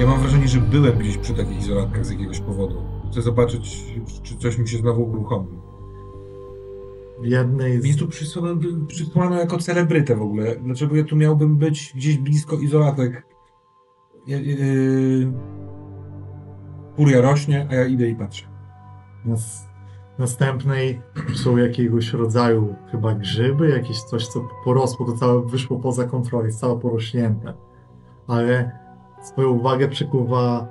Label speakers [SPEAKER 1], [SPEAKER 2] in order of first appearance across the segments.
[SPEAKER 1] Ja mam wrażenie, że byłem gdzieś przy takich izolatkach z jakiegoś powodu. Chcę zobaczyć, czy coś mi się znowu uruchomi.
[SPEAKER 2] W jednej
[SPEAKER 1] Mnie
[SPEAKER 2] z...
[SPEAKER 1] tu przysłano, przysłano jako celebrytę w ogóle. Dlaczego ja tu miałbym być gdzieś blisko izolatek? Ja- Yy, furia rośnie, a ja idę i patrzę.
[SPEAKER 2] nas, następnej są jakiegoś rodzaju chyba grzyby, jakieś coś, co porosło, to całe wyszło poza kontrolę, jest całe porośnięte. Ale swoją uwagę przykuwa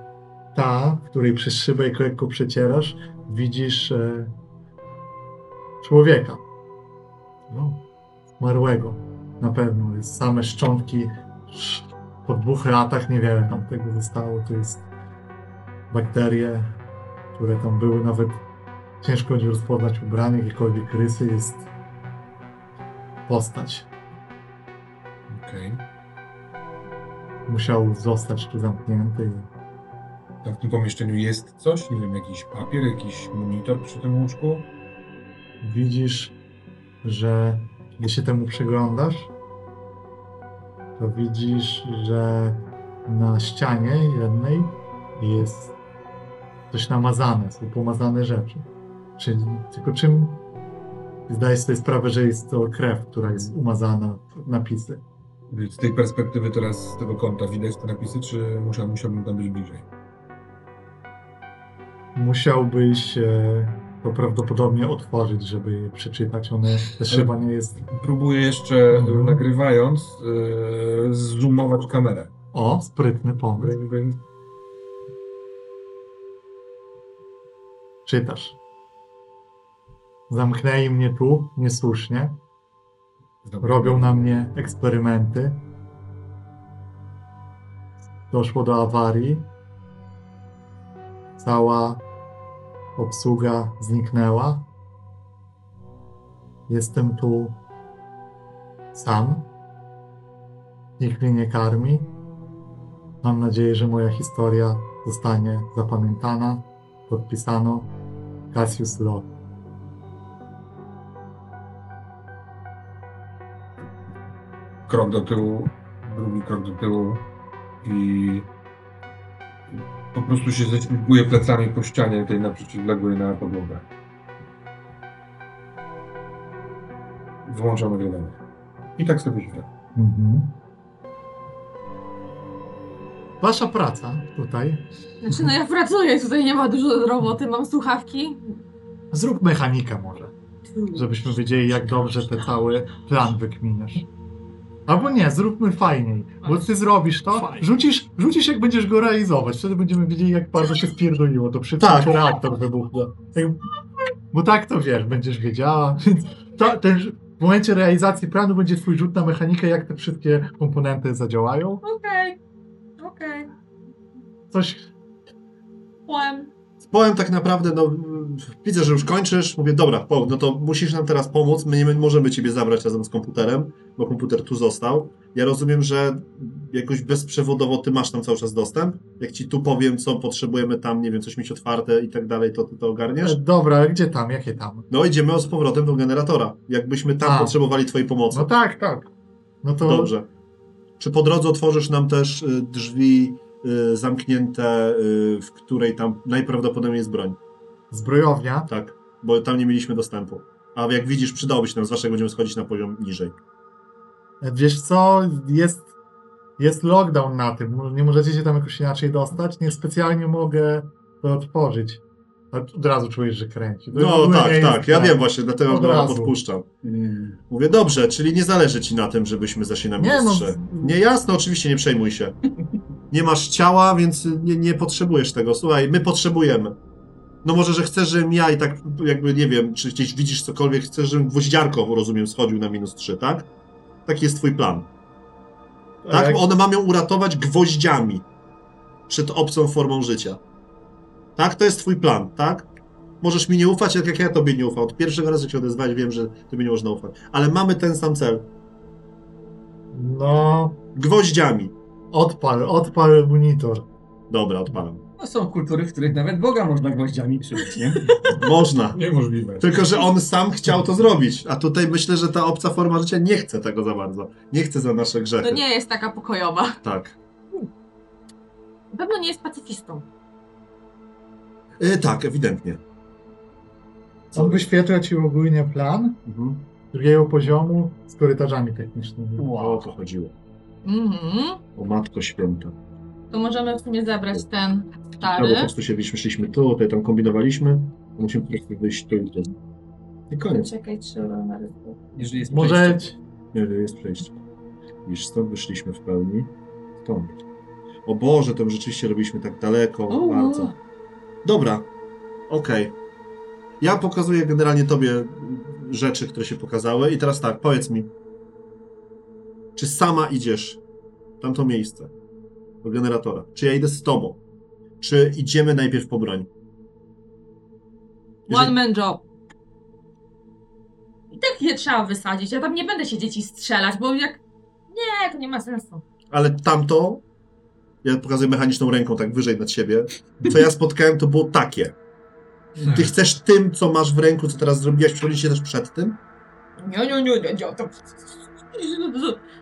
[SPEAKER 2] ta, w której przez szybę jak lekko przecierasz, widzisz e, człowieka. No, zmarłego. Na pewno. Jest same szczątki. Sz- Po dwóch latach niewiele tam tego zostało. To jest bakterie, które tam były nawet ciężko nie rozpoznać ubranie, jakiekolwiek rysy jest postać.
[SPEAKER 1] Okej.
[SPEAKER 2] Musiał zostać tu zamknięty i
[SPEAKER 1] Tam w tym pomieszczeniu jest coś? Nie wiem, jakiś papier, jakiś monitor przy tym łóżku?
[SPEAKER 2] widzisz, że gdy się temu przyglądasz, to widzisz, że na ścianie jednej jest coś namazane, są pomazane rzeczy. Czy, tylko czym zdajesz sobie sprawę, że jest to krew, która jest umazana w napisy.
[SPEAKER 1] Z tej perspektywy teraz, z tego kąta widać te napisy, czy muszę, musiałbym tam być bliżej?
[SPEAKER 2] musiałbyś e, to prawdopodobnie otworzyć, żeby je przeczytać. One też
[SPEAKER 1] Ale-
[SPEAKER 2] chyba nie jest.
[SPEAKER 1] Próbuję jeszcze,
[SPEAKER 2] Mhm.
[SPEAKER 1] y, nagrywając, yy, zoomować kamerę.
[SPEAKER 2] O, sprytny pomysł. Czytasz. Zamknęli mnie tu niesłusznie. Robią na mnie eksperymenty. Doszło do awarii. Cała obsługa zniknęła. Jestem tu sam. Nikt mnie nie karmi. Mam nadzieję, że moja historia zostanie zapamiętana. Podpisano Cassius Lord.
[SPEAKER 1] krok do tyłu, drugi krok do tyłu i po prostu się ześlizguję plecami po ścianie tej na przeciwległej na podłogę. Wyłączam nagrywanie. I tak sobie żyję.
[SPEAKER 2] Wasza praca tutaj.
[SPEAKER 3] Znaczy, no ja pracuję, tutaj nie ma dużo roboty, mam słuchawki.
[SPEAKER 2] Zrób mechanikę może. żebyśmy wiedzieli, jak dobrze ten cały plan wykminiasz. Albo nie, zróbmy fajniej, bo ty zrobisz to, rzucisz, rzucisz jak będziesz go realizować, wtedy będziemy wiedzieli, jak bardzo się wpierdoliło, to przy tak. reaktor wybuchło. Tak, bo tak to wiesz, będziesz wiedziała, więc to, ten, rz- w momencie realizacji planu będzie twój rzut na mechanikę, jak te wszystkie komponenty zadziałają.
[SPEAKER 3] Okej, okej.
[SPEAKER 2] Coś,
[SPEAKER 3] Płem.
[SPEAKER 4] Powiem tak naprawdę, no mm, widzę, że już kończysz. Mówię, dobra, po, no to musisz nam teraz pomóc. My nie możemy ciebie zabrać razem z komputerem, bo komputer tu został. Ja rozumiem, że jakoś bezprzewodowo ty masz tam cały czas dostęp. Jak ci tu powiem, co potrzebujemy tam, nie wiem, coś mieć otwarte i tak dalej, to ty to ogarniasz.
[SPEAKER 2] e, dobra, ale gdzie tam, jakie tam?
[SPEAKER 4] No idziemy z powrotem do generatora. Jakbyśmy tam
[SPEAKER 2] A.
[SPEAKER 4] potrzebowali twojej pomocy.
[SPEAKER 2] No tak, tak. No to
[SPEAKER 4] Dobrze. Czy po drodze otworzysz nam też y, drzwi y, zamknięte, y, w której tam najprawdopodobniej jest broń?
[SPEAKER 2] zbrojownia,
[SPEAKER 4] Tak, bo tam nie mieliśmy dostępu. A jak widzisz, przydałoby się nam, zwłaszcza jak będziemy schodzić na poziom niżej.
[SPEAKER 2] Wiesz co, jest, jest lockdown na tym. Mo- Nie możecie się tam jakoś inaczej dostać. Nie specjalnie mogę to otworzyć. Ale od razu czujesz, że kręci. To w
[SPEAKER 4] No
[SPEAKER 2] ogóle
[SPEAKER 4] tak,
[SPEAKER 2] nie jest
[SPEAKER 4] tak, ja
[SPEAKER 2] ten.
[SPEAKER 4] wiem właśnie, dlatego
[SPEAKER 2] Od
[SPEAKER 4] go
[SPEAKER 2] razu.
[SPEAKER 4] podpuszczam. Mówię, dobrze, czyli nie zależy ci na tym, żebyśmy zeszli na
[SPEAKER 2] Nie, no,
[SPEAKER 4] mistrze. Nie, jasno, oczywiście, nie przejmuj się. Nie masz ciała, więc nie, nie potrzebujesz tego. Słuchaj, my potrzebujemy. No może, że chcesz, żebym ja i tak jakby, nie wiem, czy gdzieś widzisz cokolwiek, chcesz, żebym gwoździarką, rozumiem, schodził na minus 3, tak? Taki jest twój plan. Tak?
[SPEAKER 2] jak-
[SPEAKER 4] Bo one mam ją uratować gwoździami przed obcą formą życia. Tak? To jest twój plan, tak? Możesz mi nie ufać, tak jak ja tobie nie ufam. Od pierwszego razu, jak się odezwałeś, wiem, że tobie nie można ufać. Ale mamy ten sam cel.
[SPEAKER 2] No,
[SPEAKER 4] Gwoździami.
[SPEAKER 2] odpal, odpal monitor.
[SPEAKER 4] Dobra, odpalam.
[SPEAKER 5] No, są kultury, w których nawet Boga można gwoździami przybić, nie?
[SPEAKER 4] Można.
[SPEAKER 1] Niemożliwe.
[SPEAKER 4] Tylko, że on sam chciał to zrobić. A tutaj myślę, że ta obca forma życia nie chce tego za bardzo. Nie chce za nasze grzechy.
[SPEAKER 3] To No nie jest taka pokojowa.
[SPEAKER 4] Tak.
[SPEAKER 3] Na pewno nie jest pacyfistą.
[SPEAKER 4] E, tak, ewidentnie.
[SPEAKER 2] On wyświetla ci ogólnie plan
[SPEAKER 4] Mhm.
[SPEAKER 2] drugiego poziomu z korytarzami technicznymi.
[SPEAKER 4] O to chodziło.
[SPEAKER 3] Mhm.
[SPEAKER 4] O Matko Święta.
[SPEAKER 3] To możemy w sumie zabrać ten
[SPEAKER 4] No bo po
[SPEAKER 3] stary.
[SPEAKER 4] prostu siedliśmy, szliśmy tu, tutaj tam kombinowaliśmy. Musimy po prostu wyjść tu i tu. I koniec.
[SPEAKER 3] Czekaj, trzeba na rynku.
[SPEAKER 5] Jeżeli jest
[SPEAKER 2] Może
[SPEAKER 5] przejście.
[SPEAKER 2] ci-
[SPEAKER 4] Nie, to jest przejście. Widzisz, stąd wyszliśmy w pełni. Stąd. O Boże, to my rzeczywiście robiliśmy tak daleko,
[SPEAKER 5] O,
[SPEAKER 4] bardzo. Dobra, okej. Ja pokazuję generalnie tobie rzeczy, które się pokazały i teraz tak, powiedz mi, czy sama idziesz w tamto miejsce do generatora? Czy ja idę z tobą? Czy idziemy najpierw po broń?
[SPEAKER 3] One man job. I tak je trzeba wysadzić. Ja tam nie będę siedzieć i strzelać, bo jak. Nie, to nie ma sensu.
[SPEAKER 4] Ale tamto, ja pokazuję mechaniczną ręką tak wyżej nad siebie, co ja spotkałem to było takie. Ty chcesz tym, co masz w ręku, co teraz zrobiłaś, przychodzić się też przed tym?
[SPEAKER 3] Nie, nie, nie, nie, nie. To...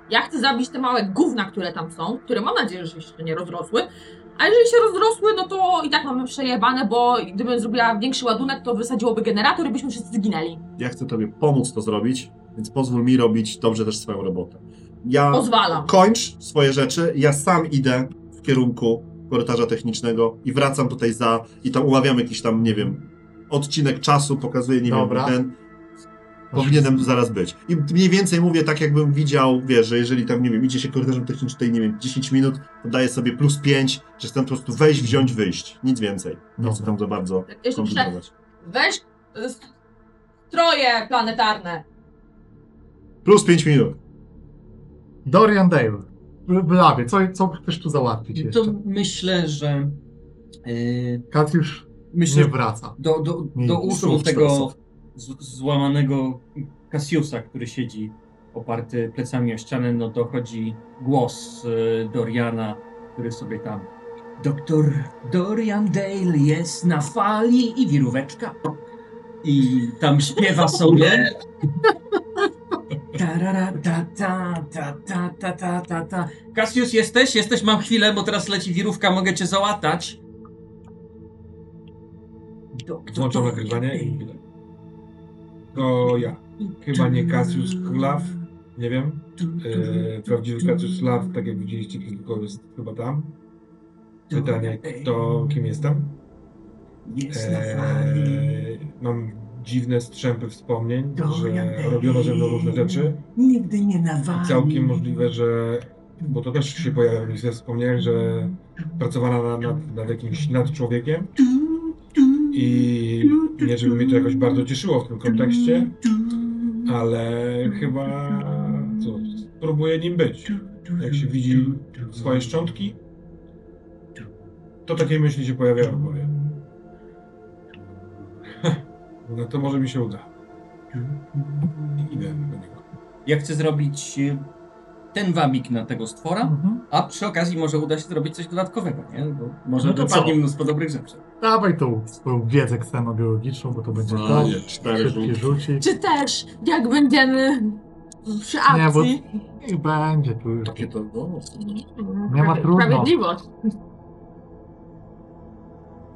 [SPEAKER 3] Ja chcę zabić te małe gówna, które tam są, które mam nadzieję, że się jeszcze nie rozrosły. A jeżeli się rozrosły, no to i tak mamy przejebane, bo gdybym zrobiła większy ładunek, to wysadziłoby generator i byśmy wszyscy zginęli.
[SPEAKER 4] Ja chcę tobie pomóc to zrobić, więc pozwól mi robić dobrze też swoją robotę. Ja
[SPEAKER 3] Pozwalam.
[SPEAKER 4] kończ swoje rzeczy, ja sam idę w kierunku korytarza technicznego i wracam tutaj za i tam umawiamy jakiś tam, nie wiem, odcinek czasu, pokazuję, nie
[SPEAKER 2] Dobra.
[SPEAKER 4] wiem, ten. Powinienem zaraz być. I mniej więcej mówię tak, jakbym widział, wiesz, że jeżeli tam, nie wiem, idzie się korytarzem technicznym tutaj, nie wiem, 10 minut, to daję sobie plus 5, że chcę po prostu wejść, wziąć, wyjść. Nic więcej. Nie chcę
[SPEAKER 2] Dobra.
[SPEAKER 4] tam za bardzo
[SPEAKER 3] Jeszcze prze...
[SPEAKER 4] komplikować.
[SPEAKER 3] Weź y, st- stroje planetarne.
[SPEAKER 4] Plus 5 minut.
[SPEAKER 2] Dorian Dale. Blawy, co, co chcesz tu załatwić jeszcze?
[SPEAKER 5] To myślę, że... Yy,
[SPEAKER 2] Kat już
[SPEAKER 5] myślę,
[SPEAKER 2] nie wraca.
[SPEAKER 5] do, do,
[SPEAKER 2] Nie,
[SPEAKER 5] do
[SPEAKER 2] nie
[SPEAKER 5] uszu
[SPEAKER 4] słuchaj
[SPEAKER 5] tego
[SPEAKER 4] czasów.
[SPEAKER 5] z, złamanego Cassiusa, który siedzi oparty plecami o ścianę, no dochodzi głos y, Doriana, który sobie tam Doktor Dorian Dale jest na fali i wiróweczka. I tam śpiewa sobie. Tarara, ta, ta, ta, ta, ta, ta, ta, ta. Cassius, jesteś? Jesteś, mam chwilę, bo teraz leci wirówka, mogę cię załatać. Doktor
[SPEAKER 1] Włączam
[SPEAKER 5] Dorian
[SPEAKER 1] nagrywanie i
[SPEAKER 5] Dale.
[SPEAKER 1] chwilę. To ja. Chyba nie Cassius Klaw, nie wiem. E, prawdziwy Cassius Klaw, tak jak widzieliście tylko jest chyba tam. Pytanie, kto, kim jestem?
[SPEAKER 5] Jest na fali.
[SPEAKER 1] E, mam dziwne strzępy wspomnień,
[SPEAKER 5] Dorian
[SPEAKER 1] że robiono ze mną różne rzeczy.
[SPEAKER 5] Nigdy nie nawali.
[SPEAKER 1] I całkiem możliwe, że, bo to też się pojawia w liście wspomnień, że pracowano nad, nad, nad jakimś nadczłowiekiem i nie żeby mnie to jakoś bardzo cieszyło w tym kontekście, ale chyba cóż, spróbuję nim być. Jak się widzi swoje szczątki, to takie myśli się pojawiają w głowie. No to może mi się uda. I Idę do niego.
[SPEAKER 5] Ja chcę zrobić y, ten wamik na tego stwora,
[SPEAKER 2] Mhm.
[SPEAKER 5] a przy okazji może uda się zrobić coś dodatkowego, nie? Bo może
[SPEAKER 2] No to
[SPEAKER 5] dopadnie
[SPEAKER 2] co?
[SPEAKER 5] mnóstwo dobrych rzeczy.
[SPEAKER 2] Dawaj tą swoją wiedzę ksenobiologiczną, bo to będzie to.
[SPEAKER 4] Dwa, cztery
[SPEAKER 2] Szybki
[SPEAKER 4] żółte.
[SPEAKER 2] rzucik.
[SPEAKER 3] Czy też, jak będziemy przy
[SPEAKER 2] Nie, bo
[SPEAKER 3] akcji.
[SPEAKER 2] niech będzie tu już.
[SPEAKER 4] Takie to, no,
[SPEAKER 2] Nie ma trudno.
[SPEAKER 3] Sprawiedliwość.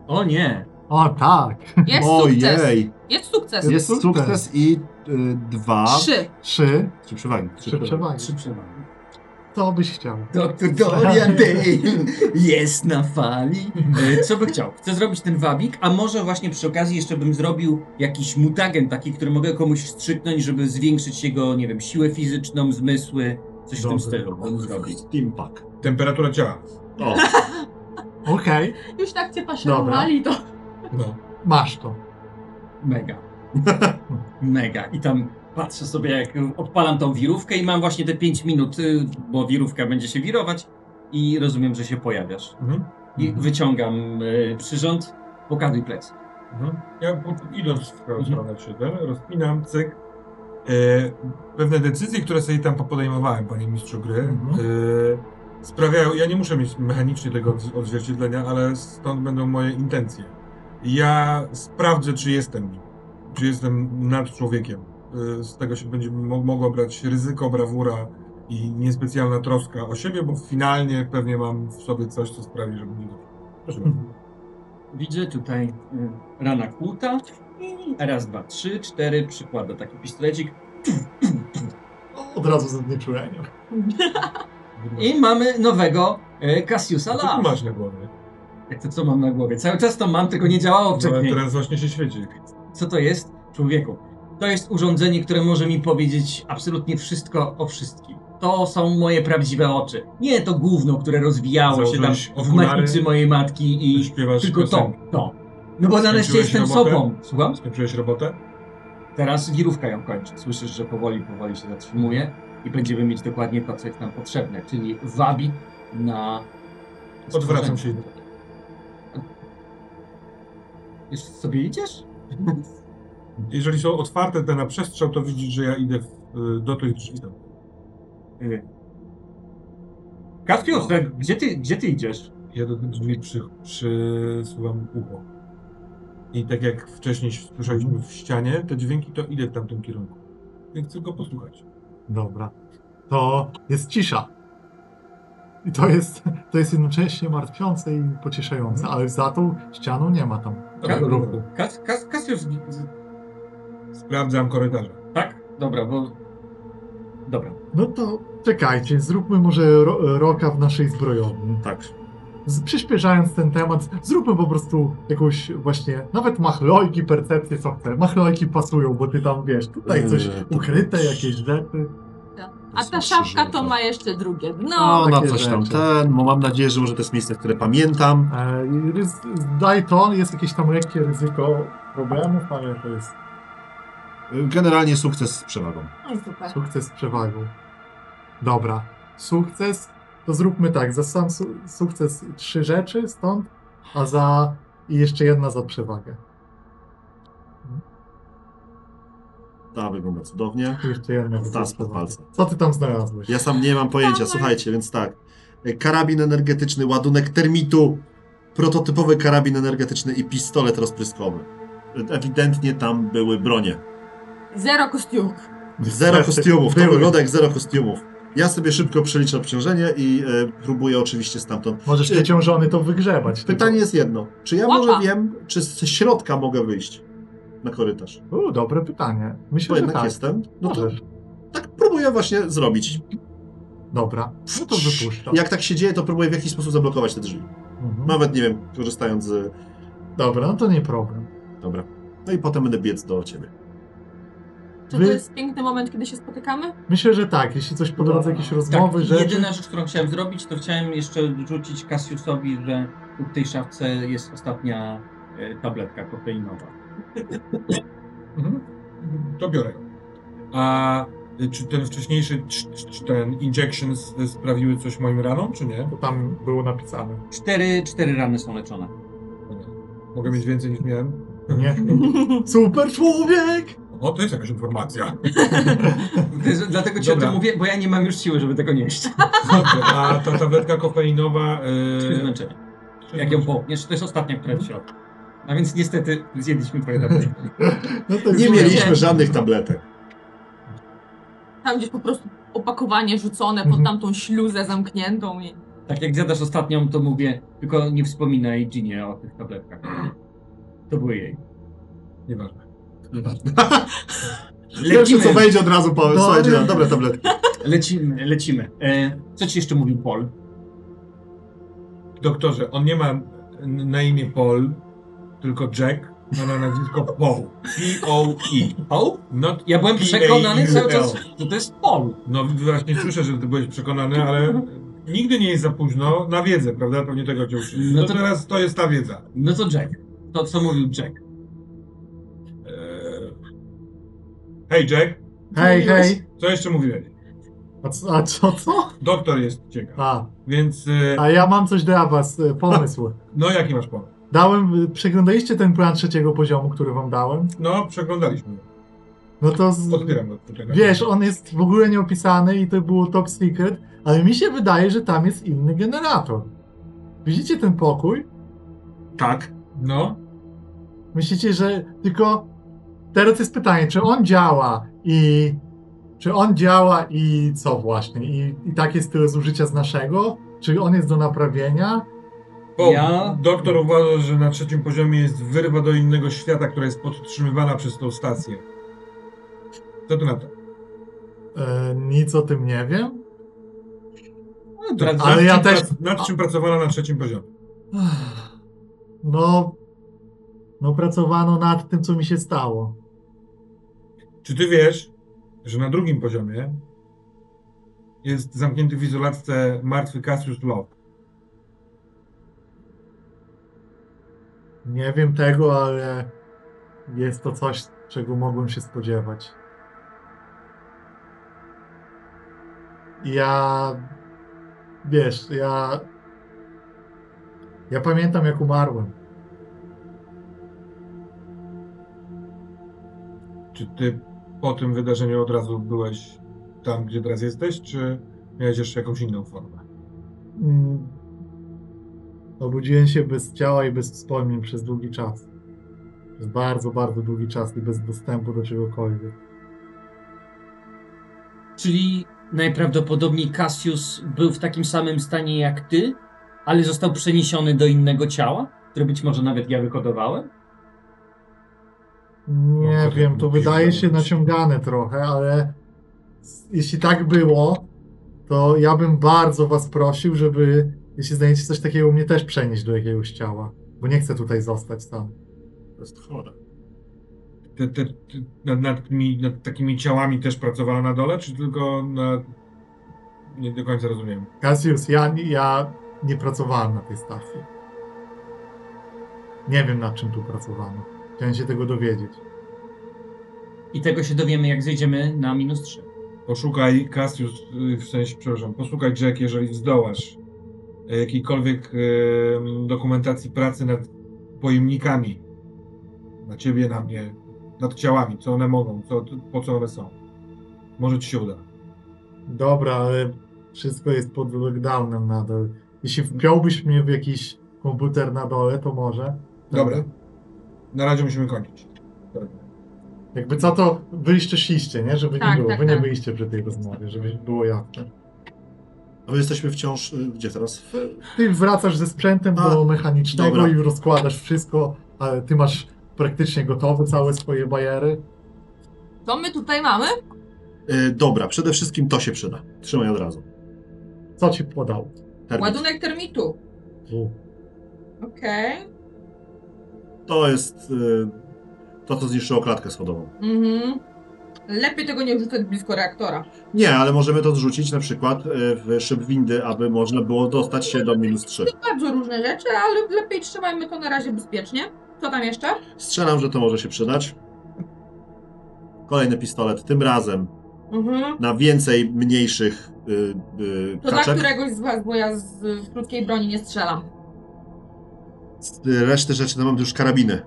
[SPEAKER 5] O nie!
[SPEAKER 2] O tak!
[SPEAKER 3] Jest sukces.
[SPEAKER 4] Ojej!
[SPEAKER 3] Jest sukces.
[SPEAKER 4] Jest
[SPEAKER 2] Sukces.
[SPEAKER 4] sukces i y, dwa.
[SPEAKER 3] Trzy.
[SPEAKER 2] Trzy,
[SPEAKER 4] Trzy przewagi. Trzy
[SPEAKER 2] trzy przewagi.
[SPEAKER 5] Trzy przewagi.
[SPEAKER 2] Co byś chciał?
[SPEAKER 5] Doktor Dorian Dale jest na fali. E, Co by chciał? Chcę zrobić ten wabik, a może właśnie przy okazji jeszcze bym zrobił jakiś mutagen taki, który mogę komuś wstrzyknąć, żeby zwiększyć jego, nie wiem, siłę fizyczną, zmysły, coś w tym stylu. bym zrobił.
[SPEAKER 4] Teampak.
[SPEAKER 1] Temperatura ciała.
[SPEAKER 4] O,
[SPEAKER 2] Okej.
[SPEAKER 3] Już tak cię faszerowali, to
[SPEAKER 1] No.
[SPEAKER 2] Masz to.
[SPEAKER 5] Mega. Mega. I tam patrzę sobie, jak odpalam tą wirówkę i mam właśnie te 5 minut, y, bo wirówka będzie się wirować i rozumiem, że się pojawiasz.
[SPEAKER 1] Mhm.
[SPEAKER 5] I wyciągam y, przyrząd, pokazuj plec.
[SPEAKER 1] Mhm. Ja po- idąc w twoją
[SPEAKER 5] Mhm.
[SPEAKER 1] stronę przyszedłem, rozpinam, cyk. E, pewne decyzje, które sobie tam podejmowałem, panie mistrzu gry,
[SPEAKER 2] Mhm.
[SPEAKER 1] e, sprawiają, ja nie muszę mieć mechanicznie tego odz- odzwierciedlenia, ale stąd będą moje intencje. Ja sprawdzę, czy jestem nim, czy jestem nad człowiekiem. E, z tego się będzie mo- mogło brać ryzyko, brawura i niespecjalna troska o siebie, bo finalnie pewnie mam w sobie coś, co sprawi, że będzie dobrze. Proszę bardzo.
[SPEAKER 5] Widzę tutaj y, rana kłuta i raz, dwa, trzy, cztery, przykłada taki pistolecik
[SPEAKER 2] Od razu ze znieczulenia.
[SPEAKER 5] i mamy nowego y, Cassiusa
[SPEAKER 1] Co ty
[SPEAKER 5] Lam.
[SPEAKER 1] Znaczy, masz na głowie?
[SPEAKER 5] Jak to co mam na głowie? Cały czas to mam, tylko nie działało
[SPEAKER 1] No, ale
[SPEAKER 5] wcześniej.
[SPEAKER 1] teraz właśnie się świeci.
[SPEAKER 5] Co to jest? Człowieku, to jest urządzenie, które może mi powiedzieć absolutnie wszystko o wszystkim. To są moje prawdziwe oczy. Nie to gówno, które rozwijało się tam
[SPEAKER 1] Założyłeś
[SPEAKER 5] w
[SPEAKER 1] okulary,
[SPEAKER 5] matnicy mojej matki i
[SPEAKER 1] śpiewasz
[SPEAKER 5] tylko to,
[SPEAKER 1] piosenkę.
[SPEAKER 5] to. No bo nareszcie
[SPEAKER 1] Skończyłeś
[SPEAKER 5] jestem
[SPEAKER 1] robotę?
[SPEAKER 5] sobą. Słucham?
[SPEAKER 1] Skończyłeś robotę?
[SPEAKER 5] Teraz wirówka ją kończy. Słyszysz, że powoli, powoli się zatrzymuje i będziemy mieć dokładnie to, co jest nam potrzebne, czyli wabi na...
[SPEAKER 1] Odwracam się.
[SPEAKER 5] Już sobie idziesz?
[SPEAKER 1] Jeżeli są otwarte te na przestrzał, to widzisz, że ja idę w, y, do tych drzwi. tam.
[SPEAKER 5] Kaspius, e, gdzie ty, gdzie ty idziesz?
[SPEAKER 1] Ja do tych drzwi przy, przysuwam ucho. I tak jak wcześniej słyszeliśmy w ścianie te dźwięki, to idę w tamtym kierunku. I chcę go posłuchać.
[SPEAKER 2] Dobra. To jest cisza. I to jest, to jest jednocześnie martwiące i pocieszające, ale za tą ścianą nie ma tam
[SPEAKER 5] Tak?
[SPEAKER 2] ruchu.
[SPEAKER 5] Kas, kas, Kaspius,
[SPEAKER 1] Sprawdzam korytarze.
[SPEAKER 5] tak? Dobra, bo... Dobra.
[SPEAKER 2] No to czekajcie, zróbmy może ro, roka w naszej zbrojowni.
[SPEAKER 4] Tak.
[SPEAKER 2] Z, przyspieszając ten temat, zróbmy po prostu jakąś właśnie, nawet machlojki, percepcję, co chcę. Machlojki pasują, bo ty tam wiesz, tutaj coś
[SPEAKER 4] Eee, to-
[SPEAKER 2] ukryte, jakieś rzeczy.
[SPEAKER 3] A ta szafka to ma jeszcze drugie dno.
[SPEAKER 4] No, na
[SPEAKER 2] takie
[SPEAKER 4] coś tam
[SPEAKER 2] rzeczy.
[SPEAKER 4] ten, bo mam nadzieję, że może to jest miejsce, które pamiętam.
[SPEAKER 2] E, i ryz- Daj to, jest jakieś tam lekkie ryzyko problemów, ale to jest
[SPEAKER 4] Generalnie sukces z przewagą.
[SPEAKER 3] No, super.
[SPEAKER 2] Sukces z przewagą. Dobra. Sukces, to zróbmy tak. Za sam su sukces trzy rzeczy stąd, a za. i jeszcze jedna za przewagę.
[SPEAKER 4] Ta wygląda cudownie.
[SPEAKER 2] I jeszcze jedna za
[SPEAKER 4] Teraz pod
[SPEAKER 2] przewagę.
[SPEAKER 4] palcem.
[SPEAKER 2] Co ty tam znalazłeś?
[SPEAKER 4] Ja sam nie mam pojęcia,
[SPEAKER 3] Dawaj.
[SPEAKER 4] słuchajcie, więc tak. E, Karabin energetyczny, ładunek termitu, prototypowy karabin energetyczny i pistolet rozpryskowy. E, Ewidentnie tam były bronie.
[SPEAKER 3] Zero kostiumów.
[SPEAKER 4] Zero kostiumów, to
[SPEAKER 2] Były.
[SPEAKER 4] wygląda jak zero kostiumów. Ja sobie szybko przeliczę obciążenie i e, próbuję oczywiście stamtąd.
[SPEAKER 2] Możesz
[SPEAKER 4] Czy-
[SPEAKER 2] przeciążony to wygrzebać.
[SPEAKER 4] Pytanie jest jedno. Czy ja
[SPEAKER 3] Łapa.
[SPEAKER 4] może wiem, czy ze środka mogę wyjść na korytarz?
[SPEAKER 2] U, dobre pytanie.
[SPEAKER 4] Bo
[SPEAKER 2] Myślę, że
[SPEAKER 4] jednak
[SPEAKER 2] tak.
[SPEAKER 4] jestem. No to
[SPEAKER 2] Możesz.
[SPEAKER 4] tak próbuję właśnie zrobić.
[SPEAKER 2] Dobra. No to wypuszczam.
[SPEAKER 4] Jak tak się dzieje, to próbuję w jakiś sposób zablokować te drzwi.
[SPEAKER 2] Mhm.
[SPEAKER 4] Nawet nie wiem, korzystając z.
[SPEAKER 2] Dobra, no to nie problem.
[SPEAKER 4] Dobra. No i potem będę biec do ciebie.
[SPEAKER 3] Czy
[SPEAKER 2] Wy-
[SPEAKER 3] to jest piękny moment, kiedy się spotykamy?
[SPEAKER 2] Myślę, że tak. Jeśli coś po drodze, jakieś rozmowy,
[SPEAKER 5] tak,
[SPEAKER 2] że.
[SPEAKER 5] Jedyna rzecz, którą chciałem zrobić, to chciałem jeszcze rzucić Cassiusowi, że tu w tej szafce jest ostatnia e, tabletka kofeinowa.
[SPEAKER 1] Mhm. To biorę ją. A y, czy ten wcześniejszy, czy, czy- czy ten injections y, sprawiły coś moim ranom, czy nie?
[SPEAKER 2] To tam było napisane.
[SPEAKER 5] Cztery, cztery rany są leczone.
[SPEAKER 1] Mogę mieć więcej niż miałem?
[SPEAKER 2] Nie. Super człowiek!
[SPEAKER 1] O, No, to jest jakaś informacja.
[SPEAKER 5] To jest- Dlatego ci o
[SPEAKER 1] Dobra.
[SPEAKER 5] tym mówię, bo ja nie mam już siły, żeby tego nieść.
[SPEAKER 1] Dobrze, a ta tabletka kofeinowa... znaczy,
[SPEAKER 5] Trzy
[SPEAKER 1] y,
[SPEAKER 5] zmęczenia. znaczy, Jak ją połkniesz, to jest ostatnia, która w środku. A No więc niestety zjedliśmy twoje tabletki.
[SPEAKER 2] No to
[SPEAKER 4] Nie
[SPEAKER 2] jest-
[SPEAKER 4] mieliśmy żadnych tabletek.
[SPEAKER 3] Tam gdzieś po prostu opakowanie rzucone pod
[SPEAKER 2] Mhm.
[SPEAKER 3] tamtą śluzę zamkniętą i...
[SPEAKER 5] Tak jak zjadasz ostatnią, to mówię, tylko nie wspominaj Ginie o tych tabletkach. To były jej.
[SPEAKER 1] Nieważne.
[SPEAKER 4] Pierwsze co wejdzie od razu, Paweł.
[SPEAKER 2] No,
[SPEAKER 4] Słuchajcie,
[SPEAKER 2] nie.
[SPEAKER 4] no, dobre tabletki.
[SPEAKER 5] Lecimy, lecimy. E, co ci jeszcze mówił Paul?
[SPEAKER 1] Doktorze, on nie ma n- na imię Paul, tylko Jack, ma na nazwisko Paul. P-O-E.
[SPEAKER 5] Paul?
[SPEAKER 1] Not...
[SPEAKER 5] Ja byłem przekonany cały czas, że to jest Paul.
[SPEAKER 1] No właśnie słyszę, że ty byłeś przekonany, ale nigdy nie jest za późno na wiedzę, prawda? Pewnie tego cię uczyli. No,
[SPEAKER 5] No
[SPEAKER 1] to
[SPEAKER 5] to-
[SPEAKER 1] teraz to jest ta wiedza.
[SPEAKER 5] No to Jack. To co mówił Jack.
[SPEAKER 1] E, Hej Jack,
[SPEAKER 2] Hej, hej.
[SPEAKER 1] co jeszcze mówiłeś?
[SPEAKER 2] A co, a co? co?
[SPEAKER 1] Doktor jest ciekaw,
[SPEAKER 2] A,
[SPEAKER 1] więc y,
[SPEAKER 2] a ja mam coś dla was, y, pomysł.
[SPEAKER 1] no jaki masz pomysł?
[SPEAKER 2] Dałem, y, przeglądaliście ten plan trzeciego poziomu, który wam dałem?
[SPEAKER 1] No, przeglądaliśmy.
[SPEAKER 2] No to z...
[SPEAKER 1] Podpieram go. do tego.
[SPEAKER 2] Wiesz, on jest w ogóle nieopisany i to było top secret, ale mi się wydaje, że tam jest inny generator. Widzicie ten pokój?
[SPEAKER 4] Tak.
[SPEAKER 1] No,
[SPEAKER 2] Myślicie, że tylko teraz jest pytanie, czy on działa i czy on działa i co właśnie? I, i tak jest tyle zużycia z naszego? Czy on jest do naprawienia?
[SPEAKER 1] bo
[SPEAKER 5] Ja-
[SPEAKER 1] doktor uważa, że na trzecim poziomie jest wyrwa do innego świata, która jest podtrzymywana przez tą stację. Co ty na to?
[SPEAKER 2] E, nic o tym nie wiem.
[SPEAKER 5] No
[SPEAKER 1] Nad-
[SPEAKER 2] Ale ja
[SPEAKER 1] nad czym
[SPEAKER 2] też-
[SPEAKER 1] prac- Nad czym pracowano na trzecim poziomie?
[SPEAKER 2] Ach, No, no pracowano nad tym, co mi się stało.
[SPEAKER 1] Czy ty wiesz, że na drugim poziomie jest zamknięty w izolatce martwy Cassius Love?
[SPEAKER 2] Nie wiem tego, ale jest to coś, czego mogłem się spodziewać. Ja. Wiesz, ja. Ja pamiętam, jak umarłem.
[SPEAKER 1] Czy ty po tym wydarzeniu od razu byłeś tam, gdzie teraz jesteś, czy miałeś jeszcze jakąś inną formę?
[SPEAKER 2] Mm. Obudziłem się bez ciała i bez wspomnień przez długi czas. Przez bardzo, bardzo długi czas i bez dostępu do czegokolwiek.
[SPEAKER 5] Czyli najprawdopodobniej Cassius był w takim samym stanie jak ty, ale został przeniesiony do innego ciała, które być może nawet ja wykodowałem?
[SPEAKER 2] Nie
[SPEAKER 1] No, to
[SPEAKER 2] wiem,
[SPEAKER 1] tak
[SPEAKER 2] to
[SPEAKER 1] mi
[SPEAKER 2] wydaje się
[SPEAKER 1] pierdolić.
[SPEAKER 2] naciągane trochę, ale s- jeśli tak było, to ja bym bardzo was prosił, żeby jeśli znajdziecie coś takiego, mnie też przenieść do jakiegoś ciała, bo nie chcę tutaj zostać sam.
[SPEAKER 4] To jest chore.
[SPEAKER 1] Ty, ty, ty, nad, nad, tymi, nad takimi ciałami też pracowano na dole, czy tylko na... Nie do końca rozumiem.
[SPEAKER 2] Cassius, ja, ja nie pracowałem na tej stacji. Nie wiem, nad czym tu pracowano. Chciałem się tego dowiedzieć.
[SPEAKER 5] I tego się dowiemy, jak zejdziemy na minus 3.
[SPEAKER 1] Poszukaj Cassius, y, w sensie, przepraszam, poszukaj Jack, jeżeli zdołasz y, jakiejkolwiek y, dokumentacji pracy nad pojemnikami. Na ciebie, na mnie, nad ciałami, co one mogą, co, po co one są. Może ci się uda.
[SPEAKER 2] Dobra, ale wszystko jest pod lockdownem nadal. Jeśli wpiąłbyś mnie w jakiś komputer na dole, to może.
[SPEAKER 1] Dobra. Na razie musimy kończyć. Dobra.
[SPEAKER 2] Jakby co to wyliście szliście, nie? Żeby nie
[SPEAKER 3] Tak,
[SPEAKER 2] było.
[SPEAKER 3] tak,
[SPEAKER 2] Wy nie
[SPEAKER 3] tak.
[SPEAKER 2] byliście przy tej rozmowie, żeby było jasne.
[SPEAKER 4] A my jesteśmy wciąż. y, Gdzie teraz? W,
[SPEAKER 2] Ty wracasz ze sprzętem
[SPEAKER 4] A,
[SPEAKER 2] do mechanicznego
[SPEAKER 4] dobra.
[SPEAKER 2] i rozkładasz wszystko, ale ty masz praktycznie gotowe całe swoje bajery.
[SPEAKER 3] To my tutaj mamy?
[SPEAKER 4] y, dobra, przede wszystkim to się przyda. Trzymaj od razu.
[SPEAKER 2] Co ci podał?
[SPEAKER 4] Termin.
[SPEAKER 3] Ładunek termitu.
[SPEAKER 2] U.
[SPEAKER 3] Okej.
[SPEAKER 4] To jest. y, to, co zniszczyło klatkę schodową.
[SPEAKER 3] Mhm. Lepiej tego nie wrzucać blisko reaktora.
[SPEAKER 4] Nie, ale możemy to zrzucić na przykład y, w szyb windy, aby można było dostać się do minus 3.
[SPEAKER 3] Bardzo różne rzeczy, ale lepiej trzymajmy to na razie bezpiecznie. Co tam jeszcze?
[SPEAKER 4] Strzelam, że to może się przydać. Kolejny pistolet, tym razem
[SPEAKER 3] Mhm.
[SPEAKER 4] na więcej mniejszych y, y,
[SPEAKER 3] To dla
[SPEAKER 4] kaczek.
[SPEAKER 3] któregoś z was, bo ja z, z krótkiej broni nie strzelam.
[SPEAKER 4] Z y, reszty rzeczy no mam już karabiny.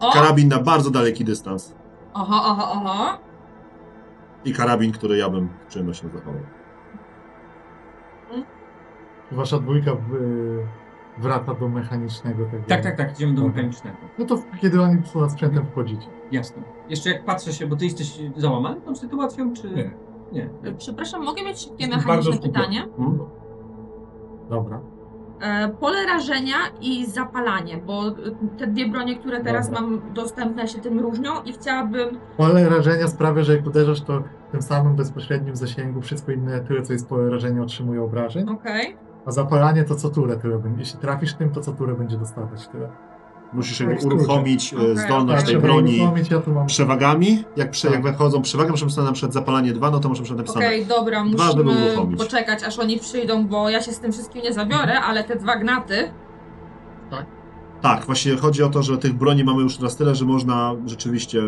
[SPEAKER 3] O!
[SPEAKER 4] Karabin na bardzo daleki dystans.
[SPEAKER 3] Oho, oho, oho.
[SPEAKER 4] I karabin, który ja bym z przyjemnością zachował.
[SPEAKER 2] Wasza dwójka w, wraca do mechanicznego tego.
[SPEAKER 5] Tak, tak, tak, idziemy do
[SPEAKER 2] Dobra.
[SPEAKER 5] mechanicznego.
[SPEAKER 2] No to kiedy oni są sprzętem wchodzicie.
[SPEAKER 5] Jasne. Jeszcze jak patrzę się, bo ty jesteś załamany tą sytuacją, czy...
[SPEAKER 1] Nie.
[SPEAKER 5] Nie.
[SPEAKER 3] Przepraszam, mogę mieć szybkie
[SPEAKER 1] Jestem
[SPEAKER 3] mechaniczne
[SPEAKER 1] bardzo skupiony.
[SPEAKER 3] pytanie?
[SPEAKER 5] Hmm?
[SPEAKER 2] Dobra.
[SPEAKER 3] E, pole rażenia i zapalanie, bo e, te dwie bronie, które teraz
[SPEAKER 2] Dobra.
[SPEAKER 3] mam dostępne, się tym różnią i chciałabym.
[SPEAKER 2] Pole rażenia sprawia, że jak uderzasz, to w tym samym bezpośrednim zasięgu wszystko inne, tyle co jest pole rażenia, otrzymuje obrażeń.
[SPEAKER 3] Okej.
[SPEAKER 2] A zapalanie to co turę tyle będzie. Jeśli trafisz tym, to co turę będzie dostawać tyle.
[SPEAKER 4] Musisz
[SPEAKER 2] Tak,
[SPEAKER 4] jakby uruchomić y,
[SPEAKER 3] Okej,
[SPEAKER 4] zdolność
[SPEAKER 3] okej.
[SPEAKER 4] tej
[SPEAKER 2] Trzeba
[SPEAKER 4] broni
[SPEAKER 2] uruchomić, ja tu mam.
[SPEAKER 4] przewagami. Jak, prze,
[SPEAKER 2] Tak.
[SPEAKER 4] jak wychodzą przewagi, muszę napisane na przykład zapalanie 2, no to muszę napisać napisane.
[SPEAKER 3] Okej, dobra,
[SPEAKER 4] Dwa, żeby
[SPEAKER 3] musimy
[SPEAKER 4] uruchomić.
[SPEAKER 3] poczekać, aż oni przyjdą, bo ja się z tym wszystkim nie zabiorę, ale te dwa gnaty.
[SPEAKER 4] Tak, właśnie chodzi o to, że tych broni mamy już teraz tyle, że można rzeczywiście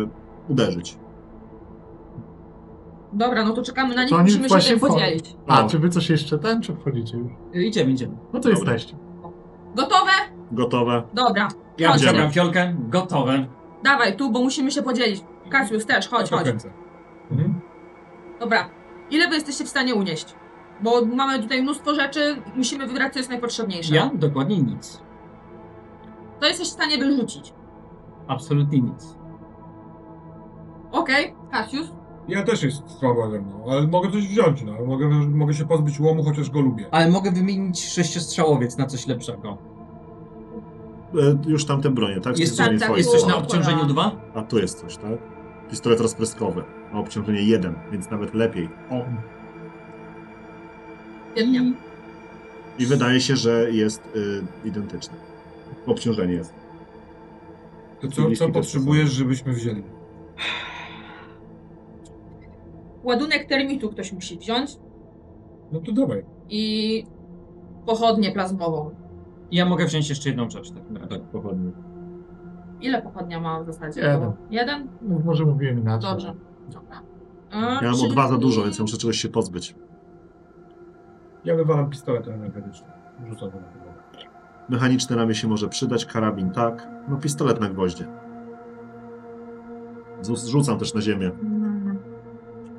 [SPEAKER 4] uderzyć.
[SPEAKER 3] Dobra, no to czekamy na nich,
[SPEAKER 2] To oni
[SPEAKER 3] musimy się
[SPEAKER 2] właśnie
[SPEAKER 3] tym
[SPEAKER 2] wchodzą.
[SPEAKER 3] podzielić.
[SPEAKER 2] A,
[SPEAKER 4] No.
[SPEAKER 2] czy wy coś jeszcze ten, czy wchodzicie już?
[SPEAKER 5] Y, Idziemy, idziemy.
[SPEAKER 2] No to jesteście.
[SPEAKER 3] Gotowe?
[SPEAKER 4] Gotowe.
[SPEAKER 3] Dobra,
[SPEAKER 5] Ja
[SPEAKER 3] Chodźcie.
[SPEAKER 5] wciągam fiolkę, gotowe.
[SPEAKER 3] dawaj tu, bo musimy się podzielić. Kasius też, chodź, chodź.
[SPEAKER 1] Kręcę. Mhm.
[SPEAKER 3] Dobra, ile wy jesteście w stanie unieść? Bo mamy tutaj mnóstwo rzeczy, musimy wybrać, co jest najpotrzebniejsze.
[SPEAKER 5] Ja? Dokładnie nic.
[SPEAKER 3] To jesteś w stanie wyrzucić.
[SPEAKER 5] Absolutnie nic.
[SPEAKER 3] Okej, Kasius?
[SPEAKER 1] Ja też jest słaba ze mną, ale mogę coś wziąć, no. Mogę, mogę się pozbyć łomu, chociaż go lubię.
[SPEAKER 5] Ale mogę wymienić sześciostrzałowiec na coś lepszego.
[SPEAKER 4] E, już tamte bronie, tak? Z tej
[SPEAKER 5] Jest,
[SPEAKER 3] tam-
[SPEAKER 4] stronie
[SPEAKER 3] tak,
[SPEAKER 4] twojej
[SPEAKER 5] jest coś na
[SPEAKER 4] strony.
[SPEAKER 5] obciążeniu dwa?
[SPEAKER 4] A tu jest coś, tak? Pistolet rozpryskowy. A obciążenie jeden, więc nawet lepiej.
[SPEAKER 5] O,
[SPEAKER 3] Świetnie.
[SPEAKER 4] I wydaje się, że jest y, identyczny. Obciążenie jest.
[SPEAKER 1] To co, co potrzebujesz, żebyśmy wzięli?
[SPEAKER 3] Ładunek termitu ktoś musi wziąć
[SPEAKER 1] No to dawaj.
[SPEAKER 3] i pochodnię plazmową.
[SPEAKER 5] ja mogę wziąć jeszcze jedną rzecz w takim razie.
[SPEAKER 4] Tak, pochodnie.
[SPEAKER 3] Ile pochodnia ma w zasadzie?
[SPEAKER 2] Jeden.
[SPEAKER 3] Jeden?
[SPEAKER 2] No, może mówiłem inaczej.
[SPEAKER 3] Dobrze. Dobra. E,
[SPEAKER 4] Ja mam o
[SPEAKER 3] czyli-
[SPEAKER 4] dwa za dużo, więc ja muszę czegoś się pozbyć.
[SPEAKER 1] Ja wywalam pistolet energetyczny. Rzucam go na podłogę.
[SPEAKER 4] Mechaniczne ramię się może przydać, karabin tak, no pistolet na gwoździe. Zrzu- Zrzucam też na ziemię.
[SPEAKER 3] Mm,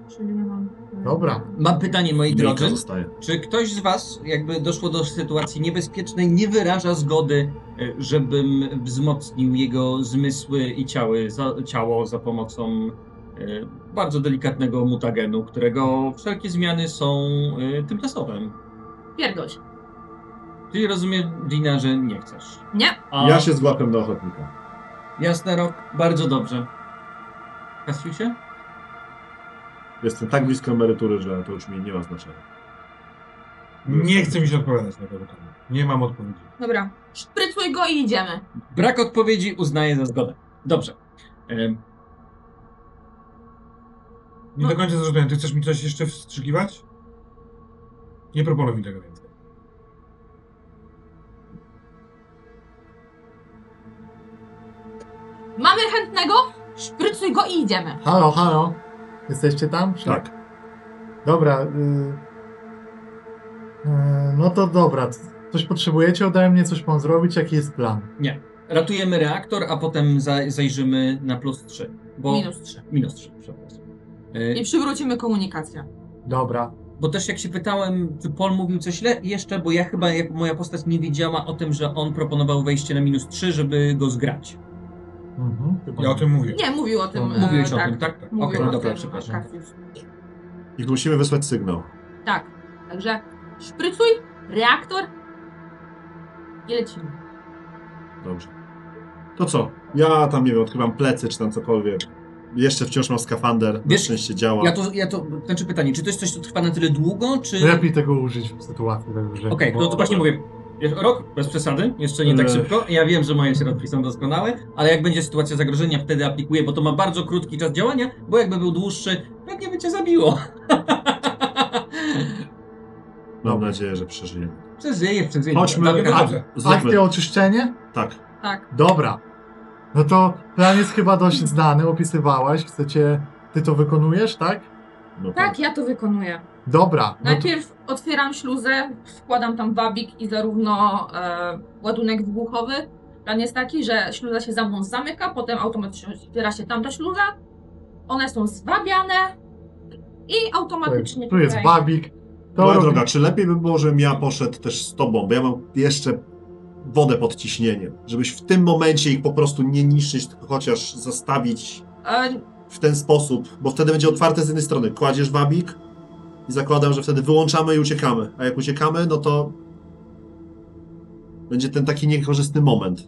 [SPEAKER 3] Czyli ja mam...
[SPEAKER 2] Dobra.
[SPEAKER 5] Mam pytanie, moi
[SPEAKER 4] Drodzy?
[SPEAKER 5] drodzy.
[SPEAKER 4] zostaje.
[SPEAKER 5] Czy ktoś z Was, jakby doszło do sytuacji niebezpiecznej, nie wyraża zgody, e, żebym wzmocnił jego zmysły i ciały, za, ciało za pomocą e, bardzo delikatnego mutagenu, którego wszelkie zmiany są e, tymczasowe?
[SPEAKER 3] Pierdol się.
[SPEAKER 5] Czyli rozumiem, Dina, że nie chcesz.
[SPEAKER 3] Nie.
[SPEAKER 5] A
[SPEAKER 4] Ja się złapię do ochotnika.
[SPEAKER 5] Jasny rok, bardzo dobrze. Kasiusie?
[SPEAKER 4] Jestem tak blisko emerytury, że to już mi nie ma znaczenia.
[SPEAKER 1] Nie chcę mi się odpowiadać na to pytanie. Nie mam odpowiedzi.
[SPEAKER 3] Dobra. Szprycuj go i idziemy.
[SPEAKER 5] Brak odpowiedzi uznaję za zgodę. Dobrze. E,
[SPEAKER 1] Nie do końca zrozumiałem. Ty chcesz mi coś jeszcze wstrzykiwać? Nie proponuj mi tego więcej.
[SPEAKER 3] Mamy chętnego? Szprycuj go i idziemy.
[SPEAKER 2] Halo, halo. Jesteście tam? Czy...
[SPEAKER 4] Tak.
[SPEAKER 2] Dobra. Y... y, No to dobra. C- Coś potrzebujecie ode mnie, coś mam zrobić, jaki jest plan?
[SPEAKER 5] ratujemy reaktor, a potem za, zajrzymy na plus 3. Bo...
[SPEAKER 3] Minus trzy.
[SPEAKER 5] Minus 3, przepraszam. E,
[SPEAKER 3] I przywrócimy komunikację.
[SPEAKER 2] Dobra.
[SPEAKER 5] Bo też jak się pytałem, czy Paul mówił coś le- jeszcze, bo ja chyba, jak moja postać nie wiedziała o tym, że on proponował wejście na minus 3, żeby go zgrać.
[SPEAKER 2] Mhm. chyba
[SPEAKER 1] Ja o
[SPEAKER 2] nie.
[SPEAKER 1] tym mówię.
[SPEAKER 3] Nie, mówił o tym.
[SPEAKER 2] Mówiłeś
[SPEAKER 5] Mówiłeś
[SPEAKER 3] e,
[SPEAKER 5] o
[SPEAKER 3] tak.
[SPEAKER 5] tym, tak?
[SPEAKER 1] tak.
[SPEAKER 5] Okej,
[SPEAKER 3] Mówił o
[SPEAKER 5] dobra,
[SPEAKER 3] tym,
[SPEAKER 5] przepraszam.
[SPEAKER 3] Kasius.
[SPEAKER 4] I musimy wysłać sygnał.
[SPEAKER 3] Tak. Także szprycuj, reaktor i lecimy.
[SPEAKER 4] Dobrze. To co? Ja tam, nie wiem, odkrywam plecy czy tam cokolwiek. Jeszcze wciąż mam skafander, na
[SPEAKER 5] Wiesz,
[SPEAKER 4] szczęście działa.
[SPEAKER 5] Ja to, ja to, znaczy pytanie, czy to jest coś, co trwa na tyle długo, czy...
[SPEAKER 2] Lepiej tego użyć w sytuacji tego życia.
[SPEAKER 5] Okej, no to właśnie
[SPEAKER 4] dobra.
[SPEAKER 5] mówię. Wiesz, Rok bez przesady, jeszcze nie tak
[SPEAKER 4] Ech.
[SPEAKER 5] szybko. Ja wiem, że moje środki są doskonałe, ale jak będzie sytuacja zagrożenia, wtedy aplikuję, bo to ma bardzo krótki czas działania, bo jakby był dłuższy, pewnie by cię zabiło.
[SPEAKER 4] Mam nadzieję, że przeżyjemy.
[SPEAKER 5] przeżyję, przeżyję.
[SPEAKER 4] Chodźmy. Tak,
[SPEAKER 5] Na pewno-
[SPEAKER 1] A-
[SPEAKER 4] Zróbmy.
[SPEAKER 2] Akcja oczyszczenie?
[SPEAKER 4] Tak.
[SPEAKER 3] Tak.
[SPEAKER 2] Dobra. No to plan jest chyba dość znany, opisywałaś. Chcecie. Ty to wykonujesz, tak?
[SPEAKER 4] No,
[SPEAKER 3] Tak, ja to wykonuję.
[SPEAKER 2] Dobra. No to...
[SPEAKER 3] Najpierw otwieram śluzę, wkładam tam wabik i zarówno e, ładunek wybuchowy. Plan jest taki, że śluza się za mną zamyka, potem automatycznie otwiera się tamta śluza. One są zwabiane i automatycznie
[SPEAKER 2] Tu jest
[SPEAKER 3] tutaj-
[SPEAKER 2] babik. To
[SPEAKER 4] Moja
[SPEAKER 2] robi-
[SPEAKER 4] droga, czy lepiej by było, żebym ja poszedł też z tobą, bo ja mam jeszcze wodę pod ciśnieniem, żebyś w tym momencie ich po prostu nie niszczyć, tylko chociaż zastawić
[SPEAKER 3] E,
[SPEAKER 4] w ten sposób, bo wtedy będzie otwarte z jednej strony. Kładziesz wabik i zakładam, że wtedy wyłączamy i uciekamy, a jak uciekamy, no to będzie ten taki niekorzystny moment.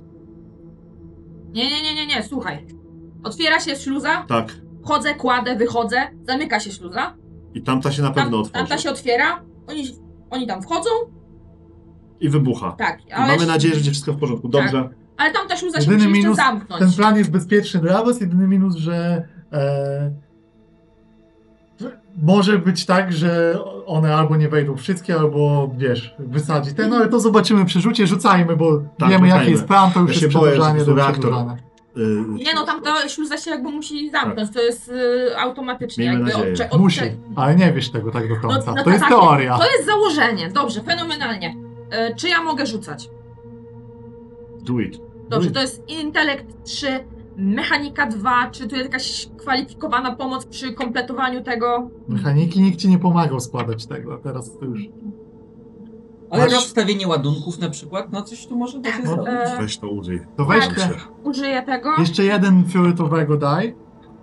[SPEAKER 3] nie, nie, nie, nie, nie, słuchaj. Otwiera się śluza,
[SPEAKER 4] Tak.
[SPEAKER 3] wchodzę, kładę, wychodzę, zamyka się śluza.
[SPEAKER 4] I tamta się na pewno
[SPEAKER 3] Tam,
[SPEAKER 4] otworzy.
[SPEAKER 3] tamta się otwiera, oni, oni tam wchodzą,
[SPEAKER 4] I wybucha.
[SPEAKER 3] tak,
[SPEAKER 4] I
[SPEAKER 3] ale,
[SPEAKER 4] mamy nadzieję, że będzie wszystko w porządku. Dobrze.
[SPEAKER 3] ale tamta śluza się
[SPEAKER 2] Jedyny
[SPEAKER 3] musi
[SPEAKER 2] minus-
[SPEAKER 3] jeszcze zamknąć.
[SPEAKER 2] Ten plan jest bezpieczny dla was, jedyny minus, że e, może być tak, że one albo nie wejdą wszystkie, albo wiesz, wysadzi ten, ale to zobaczymy przy rzucie, rzucajmy, bo
[SPEAKER 4] Tak,
[SPEAKER 2] wiemy
[SPEAKER 4] rzucajmy.
[SPEAKER 2] jaki jest plan, to już
[SPEAKER 4] Ja się
[SPEAKER 2] jest
[SPEAKER 4] boję, że
[SPEAKER 2] przedłużanie
[SPEAKER 4] to
[SPEAKER 2] do
[SPEAKER 4] reaktor.
[SPEAKER 2] przedłużania.
[SPEAKER 4] y,
[SPEAKER 3] Nie no, tam ta śluza się jakby musi zamknąć, to jest y, automatycznie
[SPEAKER 4] Miejmy
[SPEAKER 3] jakby
[SPEAKER 4] nadzieję.
[SPEAKER 3] odcze- odcze-
[SPEAKER 2] Tak. Musi, ale nie wiesz tego tak do końca.
[SPEAKER 3] no
[SPEAKER 2] to jest
[SPEAKER 3] tak,
[SPEAKER 2] teoria.
[SPEAKER 3] To jest założenie, dobrze, fenomenalnie. E, czy ja mogę rzucać?
[SPEAKER 4] Do it.
[SPEAKER 3] Dobrze, to jest intelekt 3, mechanika 2, czy tu jest jakaś kwalifikowana pomoc przy kompletowaniu tego?
[SPEAKER 2] Mechaniki nikt ci nie pomagał składać tego, a teraz to już.
[SPEAKER 5] Ale
[SPEAKER 2] Masz-
[SPEAKER 5] rozstawienie ładunków na przykład, no coś tu może da się
[SPEAKER 3] Tak,
[SPEAKER 5] zrobić.
[SPEAKER 3] e,
[SPEAKER 4] Weź to użyj.
[SPEAKER 2] To weź
[SPEAKER 4] Proszę
[SPEAKER 3] Tak.
[SPEAKER 2] te,
[SPEAKER 4] cię.
[SPEAKER 3] Użyję tego.
[SPEAKER 2] jeszcze jeden fioletowego daj,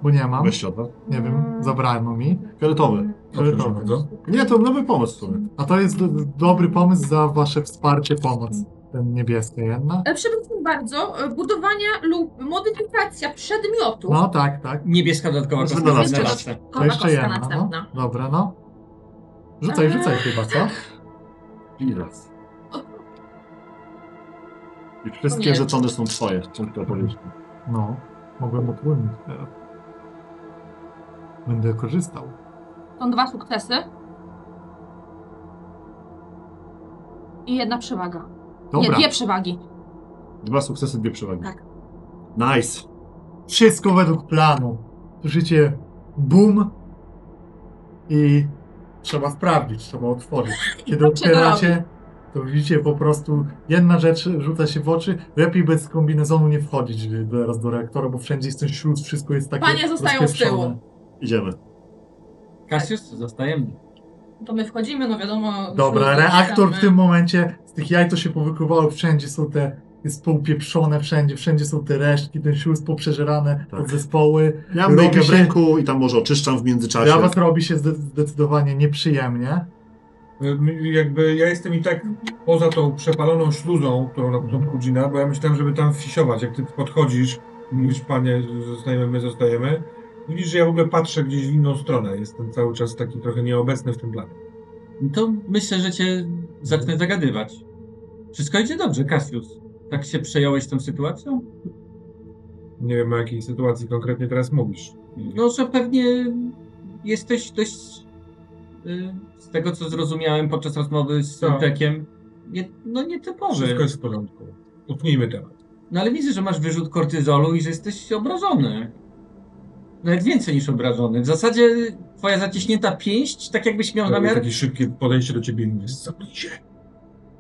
[SPEAKER 2] bo nie mam.
[SPEAKER 4] Weź to.
[SPEAKER 2] Nie wiem, zabrano mi.
[SPEAKER 4] Fioletowy.
[SPEAKER 1] Proszę
[SPEAKER 2] Fioletowy.
[SPEAKER 1] bardzo.
[SPEAKER 4] Nie, to nowy pomysł w sumie.
[SPEAKER 2] A to jest do, dobry pomysł za wasze wsparcie, pomoc. Ten niebieski jedna.
[SPEAKER 3] E, Przepraszam bardzo, e, budowanie lub modyfikacja przedmiotu.
[SPEAKER 2] No tak, tak.
[SPEAKER 5] Niebieska dodatkowa
[SPEAKER 4] Może
[SPEAKER 5] kostka
[SPEAKER 4] znalazłem.
[SPEAKER 5] na
[SPEAKER 2] To
[SPEAKER 3] Kowa
[SPEAKER 2] jeszcze
[SPEAKER 3] kostka
[SPEAKER 2] jedna. No.
[SPEAKER 3] następna. Tak.
[SPEAKER 2] Dobra, no. Rzucaj, rzucaj chyba, co?
[SPEAKER 4] Pilas. I
[SPEAKER 3] Nie.
[SPEAKER 4] wszystkie rzeczone są twoje, ciężko powiedzieć.
[SPEAKER 2] No, mogłem opłynąć teraz. Będę korzystał.
[SPEAKER 3] Są dwa sukcesy. I jedna przewaga. Nie,
[SPEAKER 2] Dobra,
[SPEAKER 3] dwie przewagi.
[SPEAKER 4] Dwa sukcesy, dwie przewagi.
[SPEAKER 3] Tak.
[SPEAKER 4] Nice.
[SPEAKER 2] wszystko według planu. Słyszycie boom i trzeba sprawdzić, trzeba otworzyć. Kiedy
[SPEAKER 3] Tak się
[SPEAKER 2] otwieracie, to widzicie po prostu jedna rzecz rzuca się w oczy. Lepiej bez kombinezonu nie wchodzić teraz do reaktora, bo wszędzie jest ten śluz, wszystko jest takie
[SPEAKER 3] Panie zostają z tyłu.
[SPEAKER 2] rozpieprzone.
[SPEAKER 4] Idziemy.
[SPEAKER 5] Kasius, zostajemy.
[SPEAKER 3] To my wchodzimy, no wiadomo.
[SPEAKER 2] Dobra,
[SPEAKER 3] śluzy
[SPEAKER 2] reaktor w
[SPEAKER 3] zamykamy.
[SPEAKER 2] tym momencie, z tych jaj to się powykrywało, wszędzie są te, jest poupieprzone wszędzie, wszędzie są te resztki, ten śluz poprzeżerane
[SPEAKER 4] Tak.
[SPEAKER 2] od zespoły.
[SPEAKER 4] Ja mam
[SPEAKER 2] Robi
[SPEAKER 4] rękę w
[SPEAKER 2] się-
[SPEAKER 4] ręku i tam może oczyszczam w międzyczasie.
[SPEAKER 2] Dla was robi się zde- zdecydowanie nieprzyjemnie.
[SPEAKER 1] Y, Jakby ja jestem i tak poza tą przepaloną śluzą, którą na początku Gina, bo ja myślałem, żeby tam fisiować. Jak ty podchodzisz, mówisz panie, zostajemy, my zostajemy. Widzisz, że ja w ogóle patrzę gdzieś w inną stronę. Jestem cały czas taki trochę nieobecny w tym planie.
[SPEAKER 5] To myślę, że cię zacznę zagadywać. Wszystko idzie dobrze, Kasius. Tak się przejąłeś tą sytuacją?
[SPEAKER 1] Nie wiem o jakiej sytuacji konkretnie teraz mówisz.
[SPEAKER 5] No, że pewnie jesteś dość. y, Z tego co zrozumiałem podczas rozmowy z
[SPEAKER 1] Tak.
[SPEAKER 5] Tekiem, nie, no nietypowy.
[SPEAKER 1] Wszystko jest w porządku. Utnijmy temat.
[SPEAKER 5] No ale widzę, że masz wyrzut kortyzolu i że jesteś obrażony. Nawet więcej niż obrażony. W zasadzie twoja zaciśnięta pięść, tak jakbyś miał zamiar.
[SPEAKER 1] Takie szybkie podejście do ciebie i mówię, zamknij się.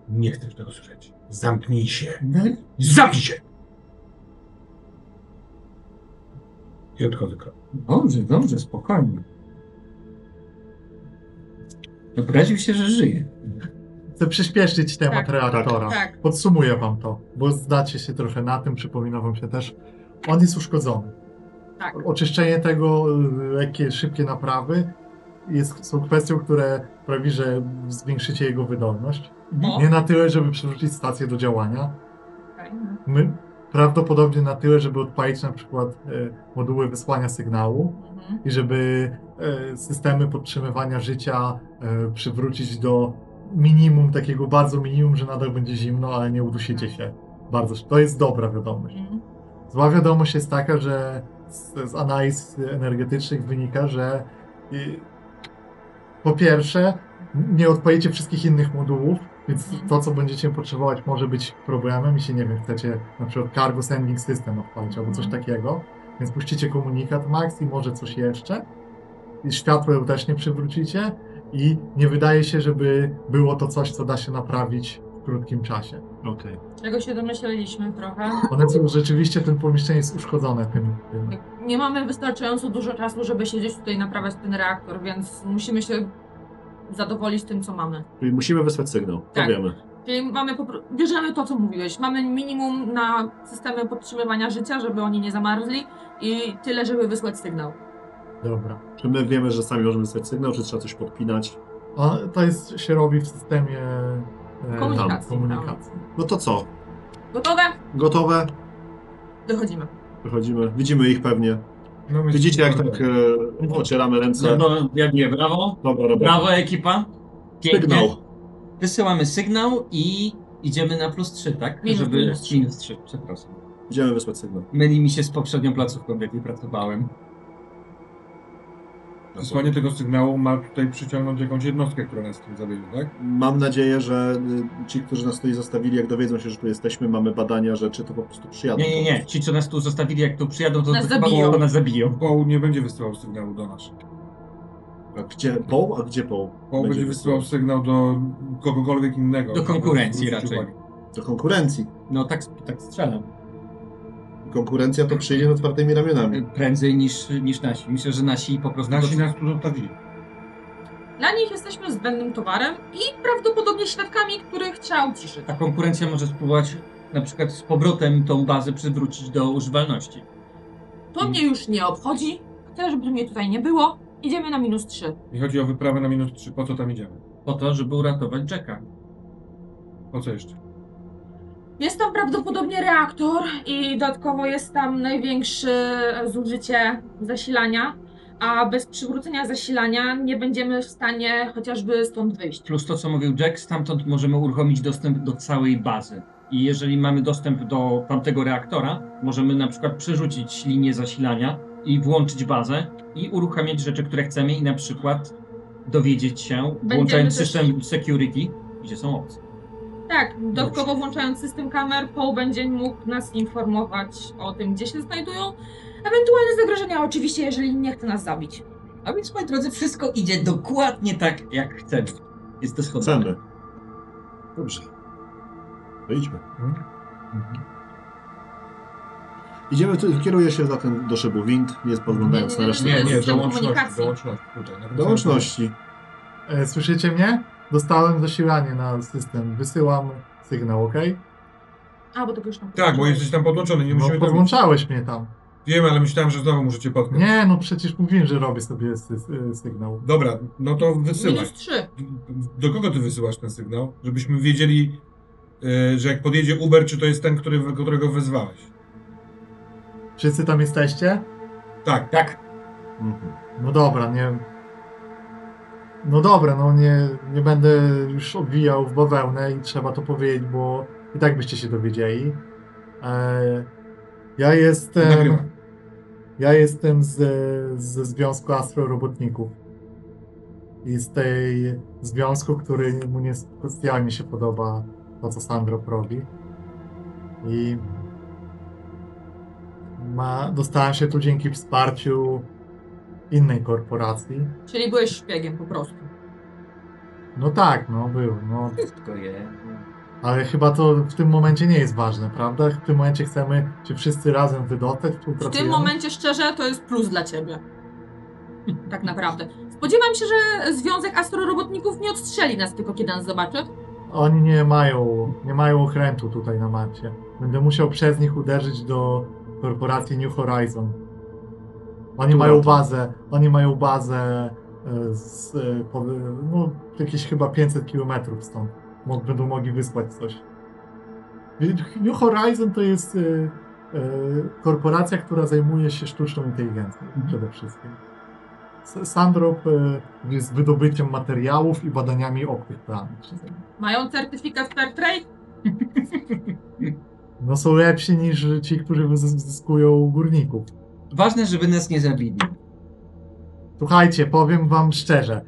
[SPEAKER 1] Nie chcesz tego słyszeć. Zamknij się.
[SPEAKER 5] No,
[SPEAKER 1] Zamknij się! I odchodzę krok.
[SPEAKER 5] Dobrze, dobrze, spokojnie. Obraził się, że żyje.
[SPEAKER 2] Chcę przyspieszyć temat
[SPEAKER 3] Tak,
[SPEAKER 2] reaktora.
[SPEAKER 3] Tak.
[SPEAKER 2] Podsumuję wam to, bo zdacie się trochę na tym, przypomina wam się też. On jest uszkodzony.
[SPEAKER 3] Tak.
[SPEAKER 2] Oczyszczenie tego, y, lekkie, szybkie naprawy jest, są kwestią, które sprawi, że zwiększycie jego wydolność.
[SPEAKER 5] No.
[SPEAKER 3] O.
[SPEAKER 2] Nie na tyle, żeby przerzucić stację do działania.
[SPEAKER 3] Okej.
[SPEAKER 2] My, prawdopodobnie na tyle, żeby odpalić na przykład y, moduły wysłania sygnału.
[SPEAKER 3] Mhm.
[SPEAKER 2] i żeby e, systemy podtrzymywania życia e, przywrócić do minimum, takiego bardzo minimum, że nadal będzie zimno, ale nie udusicie się. Bardzo, sz- to jest dobra wiadomość.
[SPEAKER 3] Mhm.
[SPEAKER 2] Zła wiadomość jest taka, że z, z analiz energetycznych wynika, że y, po pierwsze nie odpalicie wszystkich innych modułów, więc
[SPEAKER 3] Mhm.
[SPEAKER 2] to, co będziecie potrzebować, może być problemem, jeśli nie wiem, chcecie na przykład cargo sending system odpalić albo coś
[SPEAKER 3] Mhm.
[SPEAKER 2] takiego, więc puścicie komunikat max i może coś jeszcze. I światło też nie przywrócicie i nie wydaje się, żeby było to coś, co da się naprawić w krótkim czasie.
[SPEAKER 4] Okej.
[SPEAKER 3] Czego się domyśleliśmy trochę.
[SPEAKER 2] One są rzeczywiście, tym pomieszczenie jest uszkodzone tym. tym.
[SPEAKER 3] Nie mamy wystarczająco dużo czasu, żeby siedzieć tutaj i naprawiać ten reaktor, więc musimy się zadowolić tym, co mamy.
[SPEAKER 4] Czyli musimy wysłać sygnał. To
[SPEAKER 3] Tak.
[SPEAKER 4] wiemy.
[SPEAKER 3] Czyli mamy popro- bierzemy to, co mówiłeś. Mamy minimum na systemy podtrzymywania życia, żeby oni nie zamarzli i tyle, żeby wysłać sygnał.
[SPEAKER 2] Dobra.
[SPEAKER 4] Czy my wiemy, że sami możemy wysłać sygnał, czy trzeba coś podpinać?
[SPEAKER 2] A to jest, się robi w systemie e,
[SPEAKER 3] Komunikacji,
[SPEAKER 2] komunikacji.
[SPEAKER 4] No to co?
[SPEAKER 3] Gotowe?
[SPEAKER 4] Gotowe?
[SPEAKER 3] Dochodzimy.
[SPEAKER 4] Wychodzimy. Widzimy ich pewnie.
[SPEAKER 1] No, myślę,
[SPEAKER 4] Widzicie, jak
[SPEAKER 1] że-
[SPEAKER 4] tak e, ocieramy ręce.
[SPEAKER 5] no, jak nie, brawo.
[SPEAKER 4] Dobra, dobra.
[SPEAKER 5] Brawo, ekipa. Pięknie.
[SPEAKER 4] Sygnał.
[SPEAKER 5] Wysyłamy sygnał i idziemy na plus 3, tak?
[SPEAKER 3] Minus,
[SPEAKER 5] Żeby...
[SPEAKER 3] minus trzy.
[SPEAKER 5] minus 3, przepraszam.
[SPEAKER 4] Idziemy wysłać sygnał.
[SPEAKER 5] Myli mi się z poprzednią placówką, w jakiej pracowałem.
[SPEAKER 1] Wysłanie tego sygnału ma tutaj przyciągnąć jakąś jednostkę, która nas tym zawiedzie, tak?
[SPEAKER 4] Mam nadzieję, że y, ci, którzy nas tutaj zostawili, jak dowiedzą się, że tu jesteśmy, mamy badania, że czy to po prostu przyjadą.
[SPEAKER 5] Nie, nie, nie. Ci, co nas tu zostawili, jak tu przyjadą, to
[SPEAKER 3] Nas
[SPEAKER 5] chyba
[SPEAKER 3] zabiją.
[SPEAKER 5] to nas zabiją.
[SPEAKER 1] Poł nie będzie wysyłał sygnału do nas.
[SPEAKER 4] A gdzie Poł? A gdzie Poł?
[SPEAKER 1] Poł będzie wysyłał sygnał do kogokolwiek innego.
[SPEAKER 5] Do konkurencji
[SPEAKER 1] Zwrócić
[SPEAKER 5] raczej.
[SPEAKER 1] uwagę.
[SPEAKER 4] Do konkurencji.
[SPEAKER 5] No tak, tak strzelam.
[SPEAKER 4] Konkurencja to przyjdzie z otwartymi ramionami.
[SPEAKER 5] Prędzej niż, niż nasi. Myślę, że nasi po prostu...
[SPEAKER 1] Nasi nas tu zostawili.
[SPEAKER 3] Dla nich jesteśmy zbędnym towarem i prawdopodobnie świadkami, których chciał ciszy.
[SPEAKER 5] Ta konkurencja może spróbować na przykład z powrotem tą bazę przywrócić do używalności.
[SPEAKER 3] To mnie już nie obchodzi. Chcę, żeby mnie tutaj nie było. Idziemy na minus 3.
[SPEAKER 1] Mi chodzi o wyprawę na minus 3. Po co tam idziemy?
[SPEAKER 5] Po to, żeby uratować Jacka.
[SPEAKER 1] Po co jeszcze?
[SPEAKER 3] Jest tam prawdopodobnie reaktor i dodatkowo jest tam największe zużycie zasilania, a bez przywrócenia zasilania nie będziemy w stanie chociażby stąd wyjść.
[SPEAKER 5] Plus to, co mówił Jack, stamtąd możemy uruchomić dostęp do całej bazy. I jeżeli mamy dostęp do tamtego reaktora, możemy na przykład przerzucić linię zasilania i włączyć bazę i uruchamiać rzeczy, które chcemy i na przykład dowiedzieć się,
[SPEAKER 3] Będziemy
[SPEAKER 5] włączając
[SPEAKER 3] też-
[SPEAKER 5] system security, gdzie są opcje.
[SPEAKER 3] Tak, dodatkowo włączając system kamer, Paul będzie mógł nas informować o tym, gdzie się znajdują. Ewentualne zagrożenia oczywiście, jeżeli nie chce nas zabić.
[SPEAKER 5] A więc, moi drodzy, wszystko idzie dokładnie tak, jak chcemy. Jest to schodne.
[SPEAKER 4] Chcemy. Dobrze. Mhm. To idźmy. Idziemy, tu- kieruje się zatem do szybu wind, nie spoglądając na resztę.
[SPEAKER 3] Nie,
[SPEAKER 1] Nie,
[SPEAKER 3] jest
[SPEAKER 1] nie,
[SPEAKER 3] system
[SPEAKER 1] dołączność.
[SPEAKER 3] komunikacji.
[SPEAKER 1] Dołączność tutaj. na tym
[SPEAKER 4] Dołączności.
[SPEAKER 2] E, Słyszycie mnie? Dostałem zasilanie na system. Wysyłam sygnał, ok?
[SPEAKER 3] A, bo tego już tam
[SPEAKER 1] samym- Tak, bo jesteś tam podłączony, nie
[SPEAKER 2] No,
[SPEAKER 1] musimy tego mieć.
[SPEAKER 2] podłączałeś mnie tam.
[SPEAKER 1] Wiem, ale myślałem, że znowu muszę cię potknąć.
[SPEAKER 2] Nie, no przecież mówiłem, że robię sobie sy y, sygnał.
[SPEAKER 1] Dobra, no to wysyłaj.
[SPEAKER 3] Minus 3.
[SPEAKER 1] Do kogo ty wysyłasz ten sygnał? Żebyśmy wiedzieli, y, że jak podjedzie Uber, czy to jest ten, który, którego wezwałeś.
[SPEAKER 2] Wszyscy tam jesteście?
[SPEAKER 1] Tak,
[SPEAKER 5] Tak,
[SPEAKER 4] Mhm.
[SPEAKER 2] No dobra, nie. No dobra, no nie, nie będę już obwijał w bawełnę i trzeba to powiedzieć, bo i tak byście się dowiedzieli. E, ja jestem.
[SPEAKER 1] nagrywam.
[SPEAKER 4] E,
[SPEAKER 2] Ja jestem z, ze Związku Astrorobotników. I z tej związku, który mu nie specjalnie się podoba to, co Sandro robi. I ma, dostałem się tu dzięki wsparciu innej korporacji.
[SPEAKER 3] Czyli byłeś szpiegiem po prostu.
[SPEAKER 2] No tak, no był, no,
[SPEAKER 5] wszystko je.
[SPEAKER 2] ale chyba to w tym momencie nie jest ważne, prawda? W tym momencie chcemy się wszyscy razem wydostać,
[SPEAKER 3] W
[SPEAKER 2] współpracujemy.
[SPEAKER 3] tym momencie szczerze to jest plus dla ciebie. Tak naprawdę. Spodziewam się, że Związek Astrorobotników nie odstrzeli nas tylko kiedy nas zobaczy.
[SPEAKER 2] Oni nie mają, nie mają okrętu tutaj na mapie. Będę musiał przez nich uderzyć do korporacji New Horizon. Oni
[SPEAKER 4] Tu
[SPEAKER 2] mają
[SPEAKER 4] lata.
[SPEAKER 2] bazę, oni mają bazę e, z, e, po- no, jakieś chyba 500 km stąd. Mo- Będą mogli wysłać coś. New Horizon to jest e, e, korporacja, która zajmuje się sztuczną inteligencją przede wszystkim. S- Sandrop e, z wydobyciem materiałów i badaniami obcych planów się zajmuje.
[SPEAKER 3] Mają certyfikat Fairtrade?
[SPEAKER 2] No są lepsi niż ci, którzy wyzys- zyskują górników.
[SPEAKER 5] Ważne, żeby nas nie zabili.
[SPEAKER 2] Słuchajcie, powiem wam szczerze.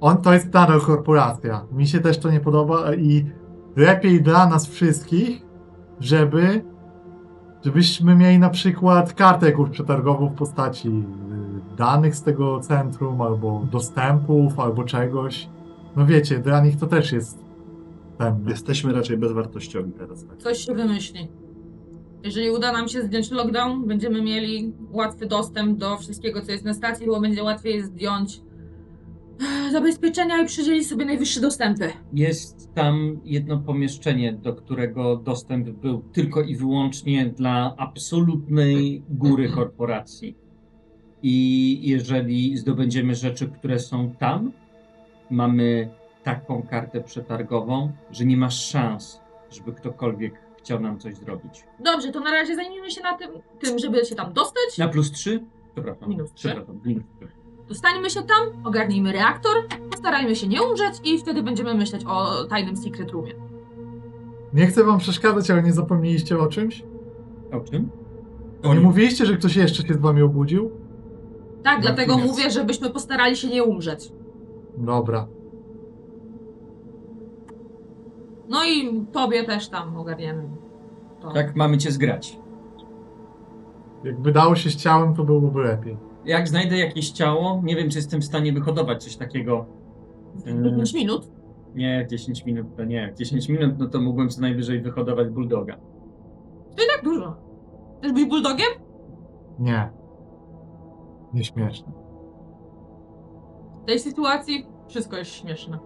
[SPEAKER 2] On to jest nadal korporacja. Mi się też to nie podoba i lepiej dla nas wszystkich, żeby żebyśmy mieli na przykład kartę jakąś przetargową w postaci y, danych z tego centrum, albo dostępów, albo czegoś. No wiecie, dla nich to też jest cenne.
[SPEAKER 4] Jesteśmy raczej bezwartościowi teraz. Tak?
[SPEAKER 3] Coś się wymyśli. Jeżeli uda nam się zdjąć lockdown, będziemy mieli łatwy dostęp do wszystkiego, co jest na stacji, bo będzie łatwiej zdjąć eh, zabezpieczenia i przydzielić sobie najwyższe dostępy.
[SPEAKER 5] Jest tam jedno pomieszczenie, do którego dostęp był tylko i wyłącznie dla absolutnej góry korporacji. I jeżeli zdobędziemy rzeczy, które są tam, mamy taką kartę przetargową, że nie ma szans, żeby ktokolwiek chciał nam coś zrobić.
[SPEAKER 3] Dobrze, to na razie zajmijmy się na tym, tym żeby się tam dostać.
[SPEAKER 5] Na plus 3? Przepraszam.
[SPEAKER 3] Minus trzy.
[SPEAKER 5] Przepraszam, minus trzy.
[SPEAKER 3] Dostańmy się tam, ogarnijmy reaktor, postarajmy się nie umrzeć i wtedy będziemy myśleć o tajnym secret roomie.
[SPEAKER 2] Nie chcę wam przeszkadzać, ale nie zapomnieliście o czymś?
[SPEAKER 5] O czym?
[SPEAKER 2] Nie
[SPEAKER 1] Oni- Mm.
[SPEAKER 2] mówiliście, że ktoś jeszcze się z wami obudził?
[SPEAKER 3] Tak, dlatego
[SPEAKER 1] Martinez.
[SPEAKER 3] mówię, żebyśmy postarali się nie umrzeć.
[SPEAKER 2] Dobra.
[SPEAKER 3] No i tobie też tam ogarniemy. To.
[SPEAKER 5] Tak mamy cię zgrać.
[SPEAKER 2] Jakby dało się z ciałem, to byłoby lepiej.
[SPEAKER 5] Jak znajdę jakieś ciało, nie wiem, czy jestem w stanie wyhodować coś takiego. Yy,
[SPEAKER 3] 5 minut.
[SPEAKER 5] nie, 10 minut to nie. 10 minut, no to mógłbym co najwyżej wyhodować bulldoga.
[SPEAKER 3] To i tak dużo. Chcesz być bulldogiem?
[SPEAKER 2] Nie. Nieśmieszne.
[SPEAKER 3] W tej sytuacji wszystko jest śmieszne.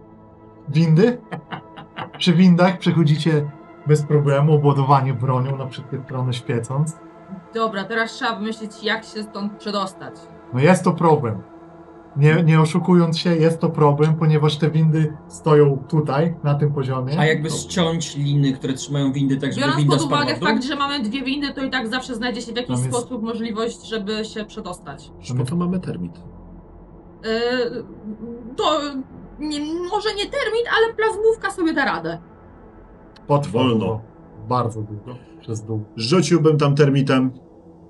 [SPEAKER 2] Windy? Przy windach przechodzicie bez problemu, obładowanie bronią na wszystkie strony świecąc.
[SPEAKER 3] Dobra, teraz trzeba wymyślić, jak się stąd przedostać.
[SPEAKER 5] Tak,
[SPEAKER 2] No jest to problem. Nie, nie oszukując się, jest to problem, ponieważ te windy stoją tutaj, na tym poziomie.
[SPEAKER 5] A jakby ściąć liny, które trzymają windy, tak żeby
[SPEAKER 3] Biorąc
[SPEAKER 5] winda
[SPEAKER 3] pod
[SPEAKER 5] spadła
[SPEAKER 3] uwagę
[SPEAKER 5] w dół?
[SPEAKER 3] fakt, że mamy dwie windy, to i tak zawsze znajdzie się w jakiś
[SPEAKER 2] Tam jest-
[SPEAKER 3] sposób możliwość, żeby się przedostać.
[SPEAKER 2] No
[SPEAKER 6] Bo to mamy termit.
[SPEAKER 3] Yy, to nie, może nie termit, ale plazmówka sobie da radę.
[SPEAKER 2] Potwór.
[SPEAKER 4] Wolno.
[SPEAKER 2] no, Bardzo długo. Przez dół.
[SPEAKER 4] Rzuciłbym tam termitem.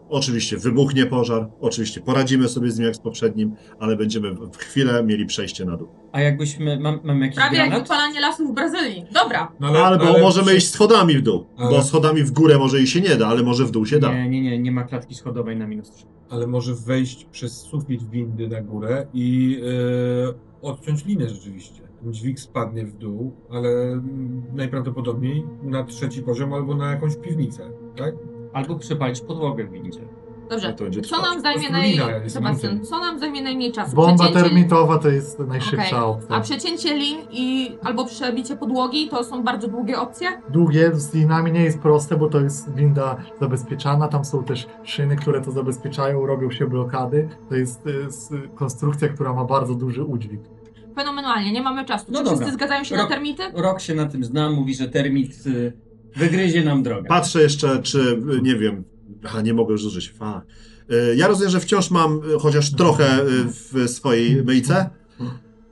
[SPEAKER 4] Oczywiście wybuchnie pożar, oczywiście poradzimy sobie z nim jak z poprzednim, ale będziemy w w chwilę mieli przejście na dół.
[SPEAKER 5] A jakbyśmy, mam, mam jakiś
[SPEAKER 3] Prawie jak
[SPEAKER 5] granat?
[SPEAKER 3] wypalanie lasów w Brazylii. Dobra,
[SPEAKER 1] No
[SPEAKER 4] Albo
[SPEAKER 1] ale
[SPEAKER 4] możemy
[SPEAKER 1] przy-
[SPEAKER 4] iść schodami w dół, bo
[SPEAKER 1] Ale-
[SPEAKER 4] schodami w górę może i się nie da, ale może w dół się da.
[SPEAKER 5] Nie, nie, nie, nie ma klatki schodowej na minus 3.
[SPEAKER 1] Ale może wejść przez sufit windy na górę i e, odciąć linę rzeczywiście. Dźwig spadnie w dół, ale mm, najprawdopodobniej na trzeci poziom albo na jakąś piwnicę, tak?
[SPEAKER 5] Albo przepalić podłogę w windzie.
[SPEAKER 4] No
[SPEAKER 3] dobrze.
[SPEAKER 4] to będzie
[SPEAKER 3] Co
[SPEAKER 4] trwać.
[SPEAKER 3] nam zajmie
[SPEAKER 1] Po prostu
[SPEAKER 3] naj...
[SPEAKER 1] lina jest
[SPEAKER 3] Sebastian,
[SPEAKER 1] więcej.
[SPEAKER 3] co nam zajmie najmniej czasu?
[SPEAKER 2] Bomba
[SPEAKER 3] Przecięcie-
[SPEAKER 2] termitowa to jest najszybsza
[SPEAKER 3] Okej.
[SPEAKER 2] opcja.
[SPEAKER 3] A przecięcie lin i albo przebicie podłogi to są bardzo długie opcje?
[SPEAKER 2] Długie z linami nie jest proste, bo to jest winda zabezpieczana, tam są też szyny, które to zabezpieczają, robią się blokady. To jest, y, s- konstrukcja, która ma bardzo duży udźwig.
[SPEAKER 3] Fenomenalnie, nie mamy czasu. Czy
[SPEAKER 5] No
[SPEAKER 3] wszyscy
[SPEAKER 5] dobra.
[SPEAKER 3] zgadzają się na
[SPEAKER 5] Rok-
[SPEAKER 3] termity?
[SPEAKER 5] Rok się na tym zna, mówi, że termit y, wygryzie nam drogę.
[SPEAKER 4] Patrzę jeszcze, czy y, nie wiem. Aha, nie mogę już zużyć. Fa. Y, Ja rozumiem, że wciąż mam y, chociaż trochę y, w swojej myjce.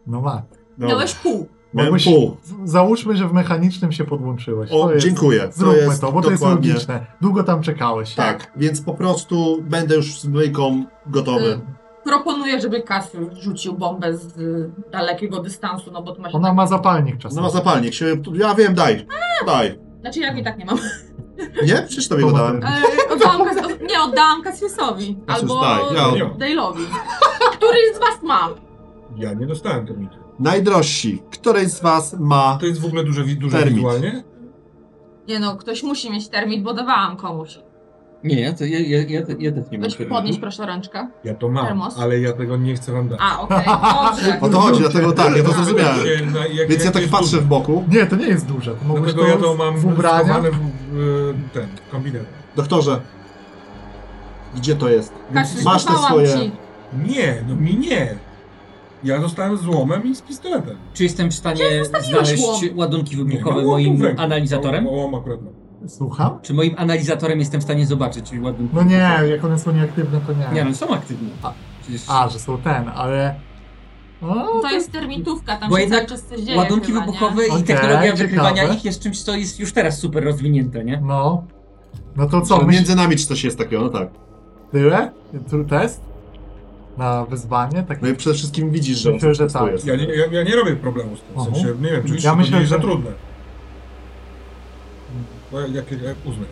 [SPEAKER 2] No ma.
[SPEAKER 4] No,
[SPEAKER 3] Miałeś pół.
[SPEAKER 4] miałem
[SPEAKER 2] Mogłeś-
[SPEAKER 4] pół.
[SPEAKER 2] Z- Załóżmy, że w mechanicznym się podłączyłeś.
[SPEAKER 4] O,
[SPEAKER 2] To jest-
[SPEAKER 4] dziękuję.
[SPEAKER 2] Zróbmy to,
[SPEAKER 4] jest
[SPEAKER 2] bo to jest
[SPEAKER 4] dokładnie-
[SPEAKER 2] logiczne. Długo tam czekałeś.
[SPEAKER 4] Tak, więc po prostu będę już z myjką gotowy.
[SPEAKER 3] Y, Proponuję, żeby Kasiusz rzucił bombę z y, dalekiego dystansu, no bo tu masz...
[SPEAKER 2] Ona ma zapalnik
[SPEAKER 4] No
[SPEAKER 2] czasowy.
[SPEAKER 4] ma zapalnik się. Ja wiem, daj. Daj.
[SPEAKER 3] Znaczy ja i tak nie mam.
[SPEAKER 4] Nie? Przecież tobie
[SPEAKER 2] To
[SPEAKER 4] go
[SPEAKER 2] ma
[SPEAKER 4] dałem.
[SPEAKER 2] ten-
[SPEAKER 3] E, oddałam Kas... Nie, oddałam Kasiusowi.
[SPEAKER 4] Kasius,
[SPEAKER 3] Albo
[SPEAKER 4] daj, ja-
[SPEAKER 3] Dale'owi. Który z was ma?
[SPEAKER 1] Ja nie dostałem termitu.
[SPEAKER 4] Najdrożsi, któryś z was ma.
[SPEAKER 1] To jest w ogóle duże, wi- duże
[SPEAKER 4] Termit.
[SPEAKER 1] wizualnie?
[SPEAKER 3] Nie no, ktoś musi mieć termit, bo dawałam komuś.
[SPEAKER 5] Nie, ja, te, ja, ja, ja, te, ja też nie mam
[SPEAKER 3] Weź podnieść proszę ręczkę.
[SPEAKER 1] Ja to mam,
[SPEAKER 3] Termos?
[SPEAKER 1] ale ja tego nie chcę wam dać.
[SPEAKER 3] A, okej, dobrze.
[SPEAKER 4] O to chodzi, dlatego tak, ja to
[SPEAKER 1] A,
[SPEAKER 4] zrozumiałem.
[SPEAKER 1] się na- jak-
[SPEAKER 4] Więc ja
[SPEAKER 1] jak
[SPEAKER 4] tak
[SPEAKER 1] jest
[SPEAKER 4] patrzę w boku.
[SPEAKER 2] Nie, to nie jest duże. To mogłeś
[SPEAKER 1] Dlatego ja to mam
[SPEAKER 2] w ubraniach.
[SPEAKER 1] schowane w, w ten kombinet.
[SPEAKER 4] Doktorze, gdzie to jest?
[SPEAKER 3] Kasiusz,
[SPEAKER 4] Masz te
[SPEAKER 3] dawałam
[SPEAKER 4] swoje-
[SPEAKER 3] ci.
[SPEAKER 1] Nie, no mi nie. Ja dostałem złomem i z pistoletem.
[SPEAKER 5] Czy jestem w stanie znaleźć
[SPEAKER 3] łom.
[SPEAKER 5] ładunki
[SPEAKER 1] Nie,
[SPEAKER 5] wybuchowe
[SPEAKER 1] no,
[SPEAKER 5] moim
[SPEAKER 1] łomówek.
[SPEAKER 5] analizatorem?
[SPEAKER 1] Łom akurat mam.
[SPEAKER 2] Słucham?
[SPEAKER 5] Czy moim analizatorem jestem w stanie zobaczyć ładunki?
[SPEAKER 2] No nie, jak one są nieaktywne, to nie.
[SPEAKER 5] Nie, no są aktywne. Przecież
[SPEAKER 2] A, że są ten, ale... O,
[SPEAKER 3] To jest termitówka, tam
[SPEAKER 5] Bo
[SPEAKER 3] się cały
[SPEAKER 5] jednak
[SPEAKER 3] czas coś dzieje
[SPEAKER 5] ładunki
[SPEAKER 3] chyba, nie?
[SPEAKER 5] wybuchowe
[SPEAKER 2] Okej,
[SPEAKER 5] i technologia
[SPEAKER 2] ciekawe.
[SPEAKER 5] wykrywania ich jest czymś, co jest już teraz super rozwinięte, nie?
[SPEAKER 2] No. No to co,
[SPEAKER 4] Co,
[SPEAKER 2] myślisz
[SPEAKER 4] między nami czy coś jest takiego, no tak.
[SPEAKER 2] tyle? Tu test? Na wyzwanie? Taki...
[SPEAKER 4] No i przede wszystkim widzisz, że on
[SPEAKER 2] Myślę, że
[SPEAKER 4] coś
[SPEAKER 2] tak.
[SPEAKER 4] jest.
[SPEAKER 1] Ja nie, ja, ja nie robię problemu z tym. W
[SPEAKER 2] Aha.
[SPEAKER 1] sensie, nie wiem, czy
[SPEAKER 2] Ja
[SPEAKER 1] ja
[SPEAKER 2] myślę,
[SPEAKER 1] myślę, że za
[SPEAKER 2] że-
[SPEAKER 1] trudne. Bo jak, jak, jak uznaj.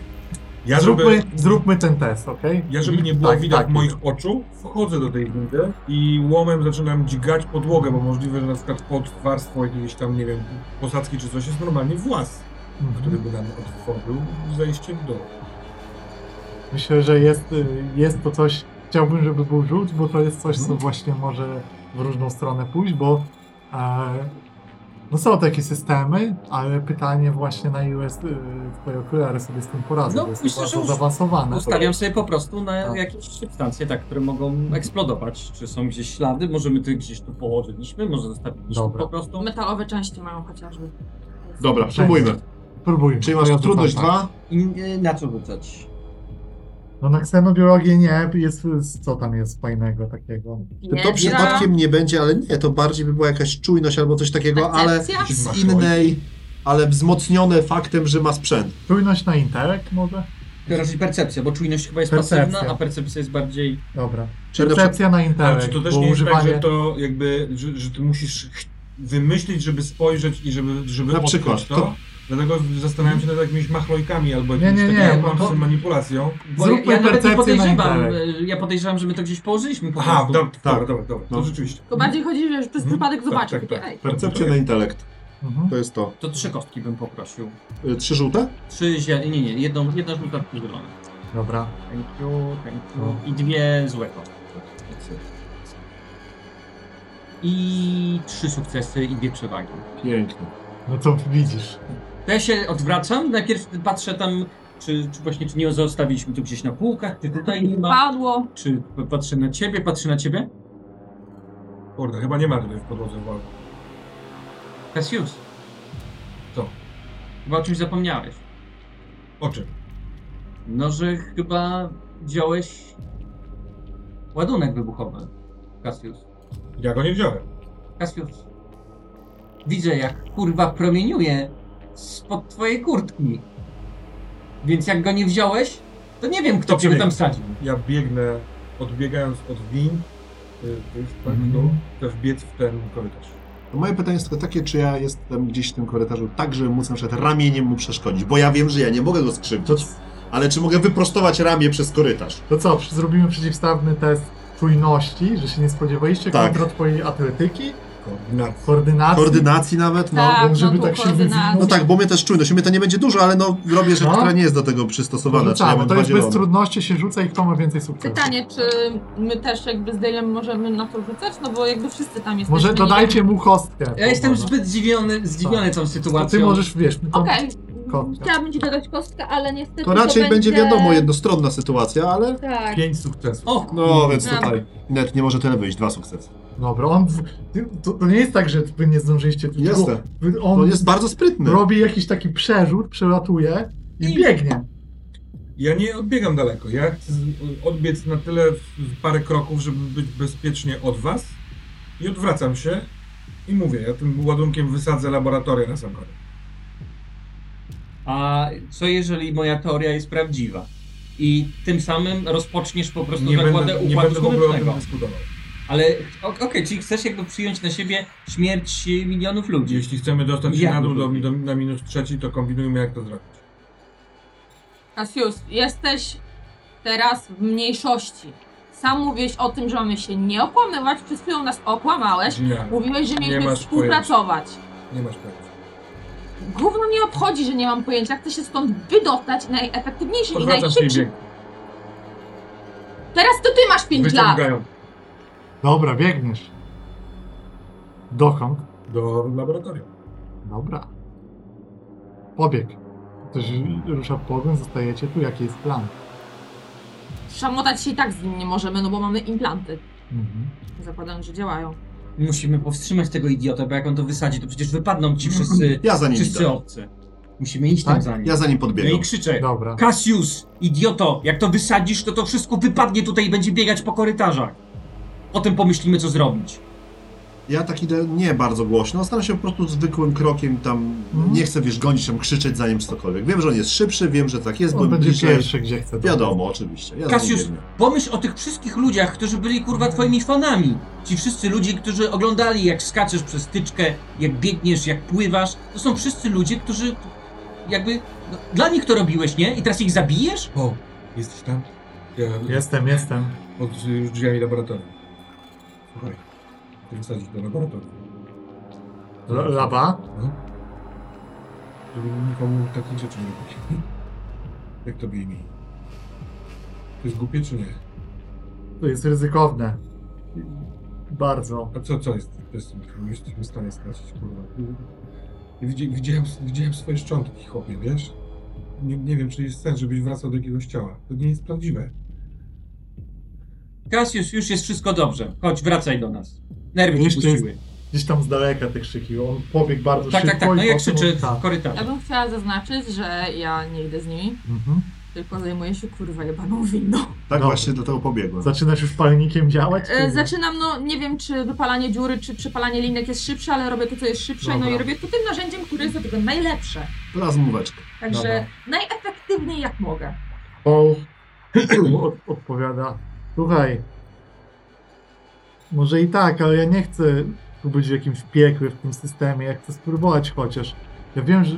[SPEAKER 1] Ja żeby,
[SPEAKER 2] zróbmy, zróbmy ten test, okej?
[SPEAKER 1] ja żeby nie było
[SPEAKER 2] Tak,
[SPEAKER 1] widać
[SPEAKER 2] tak.
[SPEAKER 1] moich oczu, wchodzę do tej windy i łomem zaczynam dzigać podłogę, bo możliwe, że na przykład pod warstwą jakiejś tam, nie wiem, posadzki czy coś jest normalnie włas, który
[SPEAKER 2] Mhm.
[SPEAKER 1] by nam otworzył zejście w dół.
[SPEAKER 2] Myślę, że jest, y, jest to coś, chciałbym, żeby był rzut, bo to jest coś, co właśnie może w różną stronę pójść, bo e, no są takie systemy, ale pytanie właśnie na ile s- y, twoje okulary sobie z tym poradzą,
[SPEAKER 5] No,
[SPEAKER 2] bo jest
[SPEAKER 5] myślę,
[SPEAKER 2] to
[SPEAKER 5] że
[SPEAKER 2] bardzo
[SPEAKER 5] już
[SPEAKER 2] zaawansowane.
[SPEAKER 5] Ustawiam sobie po prostu na
[SPEAKER 2] Tak.
[SPEAKER 5] jakieś substancje, tak, które mogą eksplodować. Czy są gdzieś ślady? Możemy to gdzieś tu położyliśmy, może zostawiliśmy
[SPEAKER 2] Dobra.
[SPEAKER 5] po prostu.
[SPEAKER 3] Metalowe części mają chociażby.
[SPEAKER 4] Dobra, spróbujmy.
[SPEAKER 2] Próbujmy.
[SPEAKER 4] Czyli masz
[SPEAKER 2] Ja
[SPEAKER 4] trudność
[SPEAKER 2] rzucam, tak.
[SPEAKER 4] dwa?
[SPEAKER 5] I y, na co rzucać?
[SPEAKER 2] No na ksenobiologię nie, jest, co tam jest fajnego takiego?
[SPEAKER 4] Czy to
[SPEAKER 3] Nie,
[SPEAKER 4] przypadkiem nie będzie, ale nie, to bardziej by była jakaś czujność albo coś takiego, ale
[SPEAKER 3] Percepcja?
[SPEAKER 4] z innej, ale wzmocnione faktem, że ma sprzęt.
[SPEAKER 2] Czujność na intelekt może?
[SPEAKER 5] To raczej percepcja, bo czujność chyba jest
[SPEAKER 2] Percepcja.
[SPEAKER 5] pasywna, a percepcja jest bardziej...
[SPEAKER 2] Dobra.
[SPEAKER 4] Czyli na przykład-
[SPEAKER 2] Percepcja na
[SPEAKER 1] Ale
[SPEAKER 2] intelekt,
[SPEAKER 1] czy to też
[SPEAKER 2] bo
[SPEAKER 1] nie jest tak,
[SPEAKER 2] używanie...
[SPEAKER 1] że to jakby, że, że ty musisz ch- wymyślić, żeby spojrzeć i żeby, żeby
[SPEAKER 4] Na
[SPEAKER 1] odkryć
[SPEAKER 4] przykład,
[SPEAKER 1] to?
[SPEAKER 4] to-
[SPEAKER 1] Dlatego zastanawiam się nad jakimiś machlojkami albo
[SPEAKER 2] Nie,
[SPEAKER 1] jakimiś
[SPEAKER 2] nie, nie,
[SPEAKER 1] taką
[SPEAKER 2] bo to-
[SPEAKER 1] to... manipulacją.
[SPEAKER 5] Bo ja,
[SPEAKER 2] Zróbmy
[SPEAKER 5] ja nawet nie
[SPEAKER 2] percepcję na
[SPEAKER 5] podejrzewam,
[SPEAKER 2] intelekt.
[SPEAKER 5] y, ja podejrzewam, że my No to gdzieś położyliśmy po
[SPEAKER 1] Aha,
[SPEAKER 5] prostu.
[SPEAKER 1] dobra,
[SPEAKER 4] Tak.
[SPEAKER 1] dobra, dobra, dobra.
[SPEAKER 4] No.
[SPEAKER 1] to rzeczywiście.
[SPEAKER 3] Tylko bardziej chodzi, że przez
[SPEAKER 1] Mhm.
[SPEAKER 3] przypadek
[SPEAKER 1] Tak,
[SPEAKER 3] zobaczę.
[SPEAKER 1] tak,
[SPEAKER 3] takie,
[SPEAKER 1] tak.
[SPEAKER 3] ej,
[SPEAKER 4] Percepcja na intelekt.
[SPEAKER 2] Mhm.
[SPEAKER 4] To jest to.
[SPEAKER 5] To trzy kostki bym poprosił.
[SPEAKER 4] Y, Trzy żółte?
[SPEAKER 5] Trzy zielone, nie, nie, jedną, jedna żółta, trzy zielone.
[SPEAKER 2] Dobra.
[SPEAKER 5] Thank you, thank you. I dwie złe kostki. I trzy sukcesy i dwie przewagi.
[SPEAKER 4] Pięknie.
[SPEAKER 2] No to widzisz.
[SPEAKER 5] To ja się odwracam, najpierw patrzę tam, czy, czy właśnie, czy nie zostawiliśmy tu gdzieś na półkach, czy tutaj nie ma,
[SPEAKER 3] padło.
[SPEAKER 5] czy patrzę na ciebie, patrzę na ciebie.
[SPEAKER 1] Kurde, chyba nie ma tutaj w podłodze walki.
[SPEAKER 5] Cassius.
[SPEAKER 1] Co?
[SPEAKER 5] Chyba o czymś zapomniałeś.
[SPEAKER 1] O czym?
[SPEAKER 5] No, że chyba wziąłeś ładunek wybuchowy, Cassius.
[SPEAKER 1] Ja go nie wziąłem.
[SPEAKER 5] Cassius, widzę jak kurwa promieniuje spod twojej kurtki. Więc jak go nie wziąłeś, to nie wiem kto
[SPEAKER 1] To
[SPEAKER 5] cię
[SPEAKER 1] przebieg.
[SPEAKER 5] tam wsadził.
[SPEAKER 1] Ja biegnę, odbiegając od win, y, to jest tak,
[SPEAKER 5] Mhm.
[SPEAKER 1] no, też biec w ten korytarz.
[SPEAKER 4] To moje pytanie jest tylko takie, czy ja jestem gdzieś w tym korytarzu tak, żeby móc na przykład ramieniem mu przeszkodzić, bo ja wiem, że ja nie mogę go
[SPEAKER 2] To,
[SPEAKER 4] skrzywdzić, ale czy mogę wyprostować ramię przez korytarz?
[SPEAKER 2] to co, zrobimy przeciwstawny test czujności, że się nie spodziewaliście
[SPEAKER 4] Tak.
[SPEAKER 2] kontra twojej atletyki,
[SPEAKER 1] Koordynacja.
[SPEAKER 2] koordynacji.
[SPEAKER 4] Koordynacji nawet? No.
[SPEAKER 3] Tak,
[SPEAKER 2] żeby
[SPEAKER 3] no
[SPEAKER 2] tak
[SPEAKER 3] tak
[SPEAKER 2] się
[SPEAKER 4] No
[SPEAKER 2] wywinął.
[SPEAKER 4] tak, bo mnie też czujność, u mnie to nie będzie dużo, ale no robię rzecz,
[SPEAKER 2] No.
[SPEAKER 4] która nie jest do tego przystosowana. czyli ja
[SPEAKER 2] Rzucamy,
[SPEAKER 4] mam
[SPEAKER 2] No to jest
[SPEAKER 4] dwa
[SPEAKER 2] bez
[SPEAKER 4] zielone.
[SPEAKER 2] trudności, się rzuca i kto ma więcej sukcesów.
[SPEAKER 3] Pytanie, czy my też jakby z Dale'em możemy na to rzucać? No bo jakby wszyscy tam jesteśmy.
[SPEAKER 2] Może
[SPEAKER 3] nie
[SPEAKER 2] dodajcie mu kostkę.
[SPEAKER 5] Ja jestem
[SPEAKER 2] Dobra.
[SPEAKER 5] zbyt zdziwiony, zdziwiony tą
[SPEAKER 2] To
[SPEAKER 5] sytuacją.
[SPEAKER 2] ty możesz, wiesz, no to,
[SPEAKER 6] Okej,
[SPEAKER 2] Kostka.
[SPEAKER 6] chciałabym ci dodać kostkę, ale niestety
[SPEAKER 4] To raczej będzie wiadomo, jednostronna sytuacja, ale
[SPEAKER 6] Tak,
[SPEAKER 1] Pięć sukcesów.
[SPEAKER 5] O, kur-
[SPEAKER 4] no więc
[SPEAKER 6] No.
[SPEAKER 4] tutaj nawet nie może tyle wyjść, dwa sukcesy.
[SPEAKER 2] Dobra, on. ty- To, to nie jest tak, że wy nie zdążyliście. tylko
[SPEAKER 4] Jestem.
[SPEAKER 2] wy-
[SPEAKER 4] To
[SPEAKER 2] On
[SPEAKER 4] jest bardzo sprytny.
[SPEAKER 2] robi jakiś taki przerzut, przelatuje i,
[SPEAKER 5] I-
[SPEAKER 2] biegnie.
[SPEAKER 1] Ja nie odbiegam daleko. Ja chcę z- odbiec na tyle w, w parę kroków, żeby być bezpiecznie od was. I odwracam się i mówię, ja tym ładunkiem wysadzę laboratoria na sam koniec.
[SPEAKER 5] A co jeżeli moja teoria jest prawdziwa? I tym samym rozpoczniesz po prostu
[SPEAKER 1] Nie
[SPEAKER 5] zakładę
[SPEAKER 1] będę, nie
[SPEAKER 5] układu
[SPEAKER 1] będę w ogóle o
[SPEAKER 5] słonecznego.
[SPEAKER 1] tym dyskutował.
[SPEAKER 5] Ale o- okej, czyli chcesz jakby przyjąć na siebie śmierć e, milionów ludzi.
[SPEAKER 1] Jeśli chcemy dostać się
[SPEAKER 5] Ja
[SPEAKER 1] na dół do,
[SPEAKER 5] lubię.
[SPEAKER 1] do, na minus trzeci, to kombinujmy jak to zrobić.
[SPEAKER 3] Cassius, jesteś teraz w mniejszości. Sam mówiłeś o tym, że mamy się nie okłamywać, przed chwilą nas okłamałeś.
[SPEAKER 1] Nie,
[SPEAKER 3] Mówiłeś, że mieliśmy
[SPEAKER 1] masz
[SPEAKER 3] współpracować.
[SPEAKER 1] nie masz pojęcia.
[SPEAKER 3] Gówno nie obchodzi, że nie mam pojęcia. Chcę się stąd wydostać najefektywniejszy i
[SPEAKER 1] Odwracasz się i
[SPEAKER 3] najszybciej.
[SPEAKER 1] biegnie.
[SPEAKER 3] Teraz to ty masz 5 lat.
[SPEAKER 1] Wyciągają
[SPEAKER 2] Dobra, biegniesz. Dokąd?
[SPEAKER 1] do laboratorium.
[SPEAKER 2] Dobra. Pobieg. Ktoś rusza w pogoń, zostajecie tu. Jaki jest plan?
[SPEAKER 3] Szamotać się i tak z nim nie możemy, no bo mamy implanty.
[SPEAKER 2] Mhm.
[SPEAKER 3] Zakładam, że działają.
[SPEAKER 5] Musimy powstrzymać tego idiota, bo jak on to wysadzi, to przecież wypadną ci wszyscy,
[SPEAKER 4] Ja za nim
[SPEAKER 5] wszyscy
[SPEAKER 4] idę.
[SPEAKER 5] obcy. Musimy iść
[SPEAKER 2] Tak?
[SPEAKER 5] tam za nim.
[SPEAKER 4] Ja za nim
[SPEAKER 5] No i
[SPEAKER 4] podbiegam.
[SPEAKER 5] krzyczę,
[SPEAKER 2] Dobra.
[SPEAKER 5] Cassius, idioto, jak to wysadzisz, to to wszystko wypadnie tutaj i będzie biegać po korytarzach. Potem pomyślimy, co zrobić.
[SPEAKER 4] Ja tak idę nie bardzo głośno, staram się po prostu zwykłym krokiem tam,
[SPEAKER 2] Mhm.
[SPEAKER 4] nie chcę wiesz, gonić tam, krzyczeć za nim czy cokolwiek. Wiem, że on jest szybszy, wiem, że tak jest, bo
[SPEAKER 2] On będzie
[SPEAKER 4] bliżej.
[SPEAKER 2] pierwszy, gdzie chce.
[SPEAKER 4] Wiadomo, oczywiście. Ja za nim
[SPEAKER 5] Kasiusz-
[SPEAKER 4] biegnę.
[SPEAKER 5] Pomyśl o tych wszystkich ludziach, którzy byli kurwa twoimi fanami. Ci wszyscy ludzie, którzy oglądali, jak skaczesz przez tyczkę, jak biegniesz, jak pływasz. To są wszyscy ludzie, którzy jakby... No, dla nich to robiłeś, nie? I teraz ich zabijesz?
[SPEAKER 1] O, jesteś tam? Ja
[SPEAKER 2] Jestem, jestem.
[SPEAKER 1] od już drzwiami laboratorium. Słuchaj, ty wysadzisz do laboratorium.
[SPEAKER 2] L- Laba?
[SPEAKER 1] No. Żeby nikomu takich rzeczy nie robić. Jak tobie imię? To jest głupie czy nie?
[SPEAKER 2] To jest ryzykowne. Bardzo.
[SPEAKER 1] A co, co jest? To jest, jesteśmy w stanie stracić, kurwa. Widzi, widziałem, widziałem swoje szczątki, chłopie, wiesz? Nie, nie wiem, czy jest sens, żebyś wracał do jakiegoś ciała. To nie jest prawdziwe.
[SPEAKER 5] Cassius, już jest wszystko dobrze. Chodź, wracaj do nas. Nerwy ci
[SPEAKER 2] Jeszcze
[SPEAKER 5] puściły.
[SPEAKER 2] jest- Gdzieś tam z daleka te krzyki. On pobiegł bardzo
[SPEAKER 5] Tak,
[SPEAKER 2] szybko.
[SPEAKER 5] tak, tak. No
[SPEAKER 2] i
[SPEAKER 5] jak
[SPEAKER 2] potem-
[SPEAKER 5] krzyczy
[SPEAKER 2] tak.
[SPEAKER 5] w korytarzu.
[SPEAKER 3] Ja bym chciała zaznaczyć, że ja nie idę z nimi,
[SPEAKER 2] Mhm.
[SPEAKER 3] tylko zajmuję się kurwa jebaną E, winną.
[SPEAKER 4] Tak
[SPEAKER 2] Dobra.
[SPEAKER 4] właśnie do tego pobiegłem.
[SPEAKER 2] Zaczynasz już palnikiem działać? czy
[SPEAKER 3] E,
[SPEAKER 2] nie?
[SPEAKER 3] zaczynam, no nie wiem czy wypalanie dziury, czy przepalanie linek jest szybsze, ale robię to, co jest szybsze,
[SPEAKER 2] Dobra.
[SPEAKER 3] no i robię to tym narzędziem, które jest do tego najlepsze.
[SPEAKER 4] Teraz móweczkę.
[SPEAKER 3] Także
[SPEAKER 2] Dobra.
[SPEAKER 3] najefektywniej jak mogę.
[SPEAKER 2] Paul od, odpowiada, słuchaj, może i tak, ale ja nie chcę tu być w jakimś piekle w tym systemie, ja chcę spróbować chociaż. Ja wiem, że,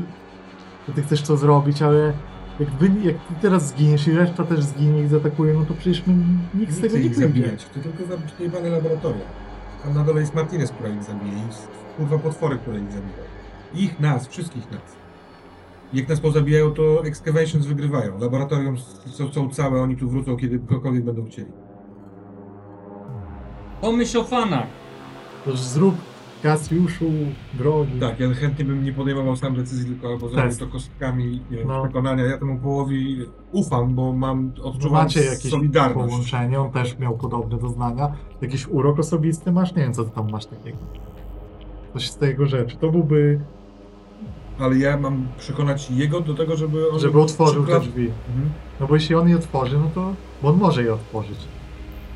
[SPEAKER 2] że ty chcesz to zrobić, ale jak, wy, jak ty teraz zginiesz i reszta też zginie i zaatakuje, no to przecież my, nikt z
[SPEAKER 1] Nie
[SPEAKER 2] tego
[SPEAKER 1] chcę
[SPEAKER 2] nie
[SPEAKER 1] ich
[SPEAKER 2] wyjdzie.
[SPEAKER 1] zabijać, to tylko zabić niebane laboratoria. Tam na dole jest Martinez, która ich zabije i s- kurwa potwory, które ich zabijają. Ich, nas, wszystkich nas. Jak nas pozabijają, to Excavations wygrywają. Laboratorium s- są, są całe, oni tu wrócą, kiedy kogokolwiek będą chcieli.
[SPEAKER 5] Pomyśl o fanach.
[SPEAKER 2] To zrób Kasiuszu drogi.
[SPEAKER 1] Tak, ja chętnie bym nie podejmował sam decyzji, tylko albo zrobił
[SPEAKER 2] Test.
[SPEAKER 1] to kostkami nie wiem,
[SPEAKER 2] No.
[SPEAKER 1] przekonania. Ja temu połowi ufam, bo mam
[SPEAKER 2] Czy
[SPEAKER 1] odczuwam
[SPEAKER 2] macie jakieś
[SPEAKER 1] solidarność.
[SPEAKER 2] połączenie? On też miał podobne doznania. Jakiś urok osobisty masz? Nie wiem, co ty tam masz takiego. Coś z tego rzeczy. To byłby,
[SPEAKER 1] Ale ja mam przekonać jego do tego, żeby on...
[SPEAKER 2] żeby otworzył te
[SPEAKER 1] przykla-
[SPEAKER 2] drzwi.
[SPEAKER 1] Mhm.
[SPEAKER 2] No bo jeśli on je otworzy, no to... Bo on może je otworzyć.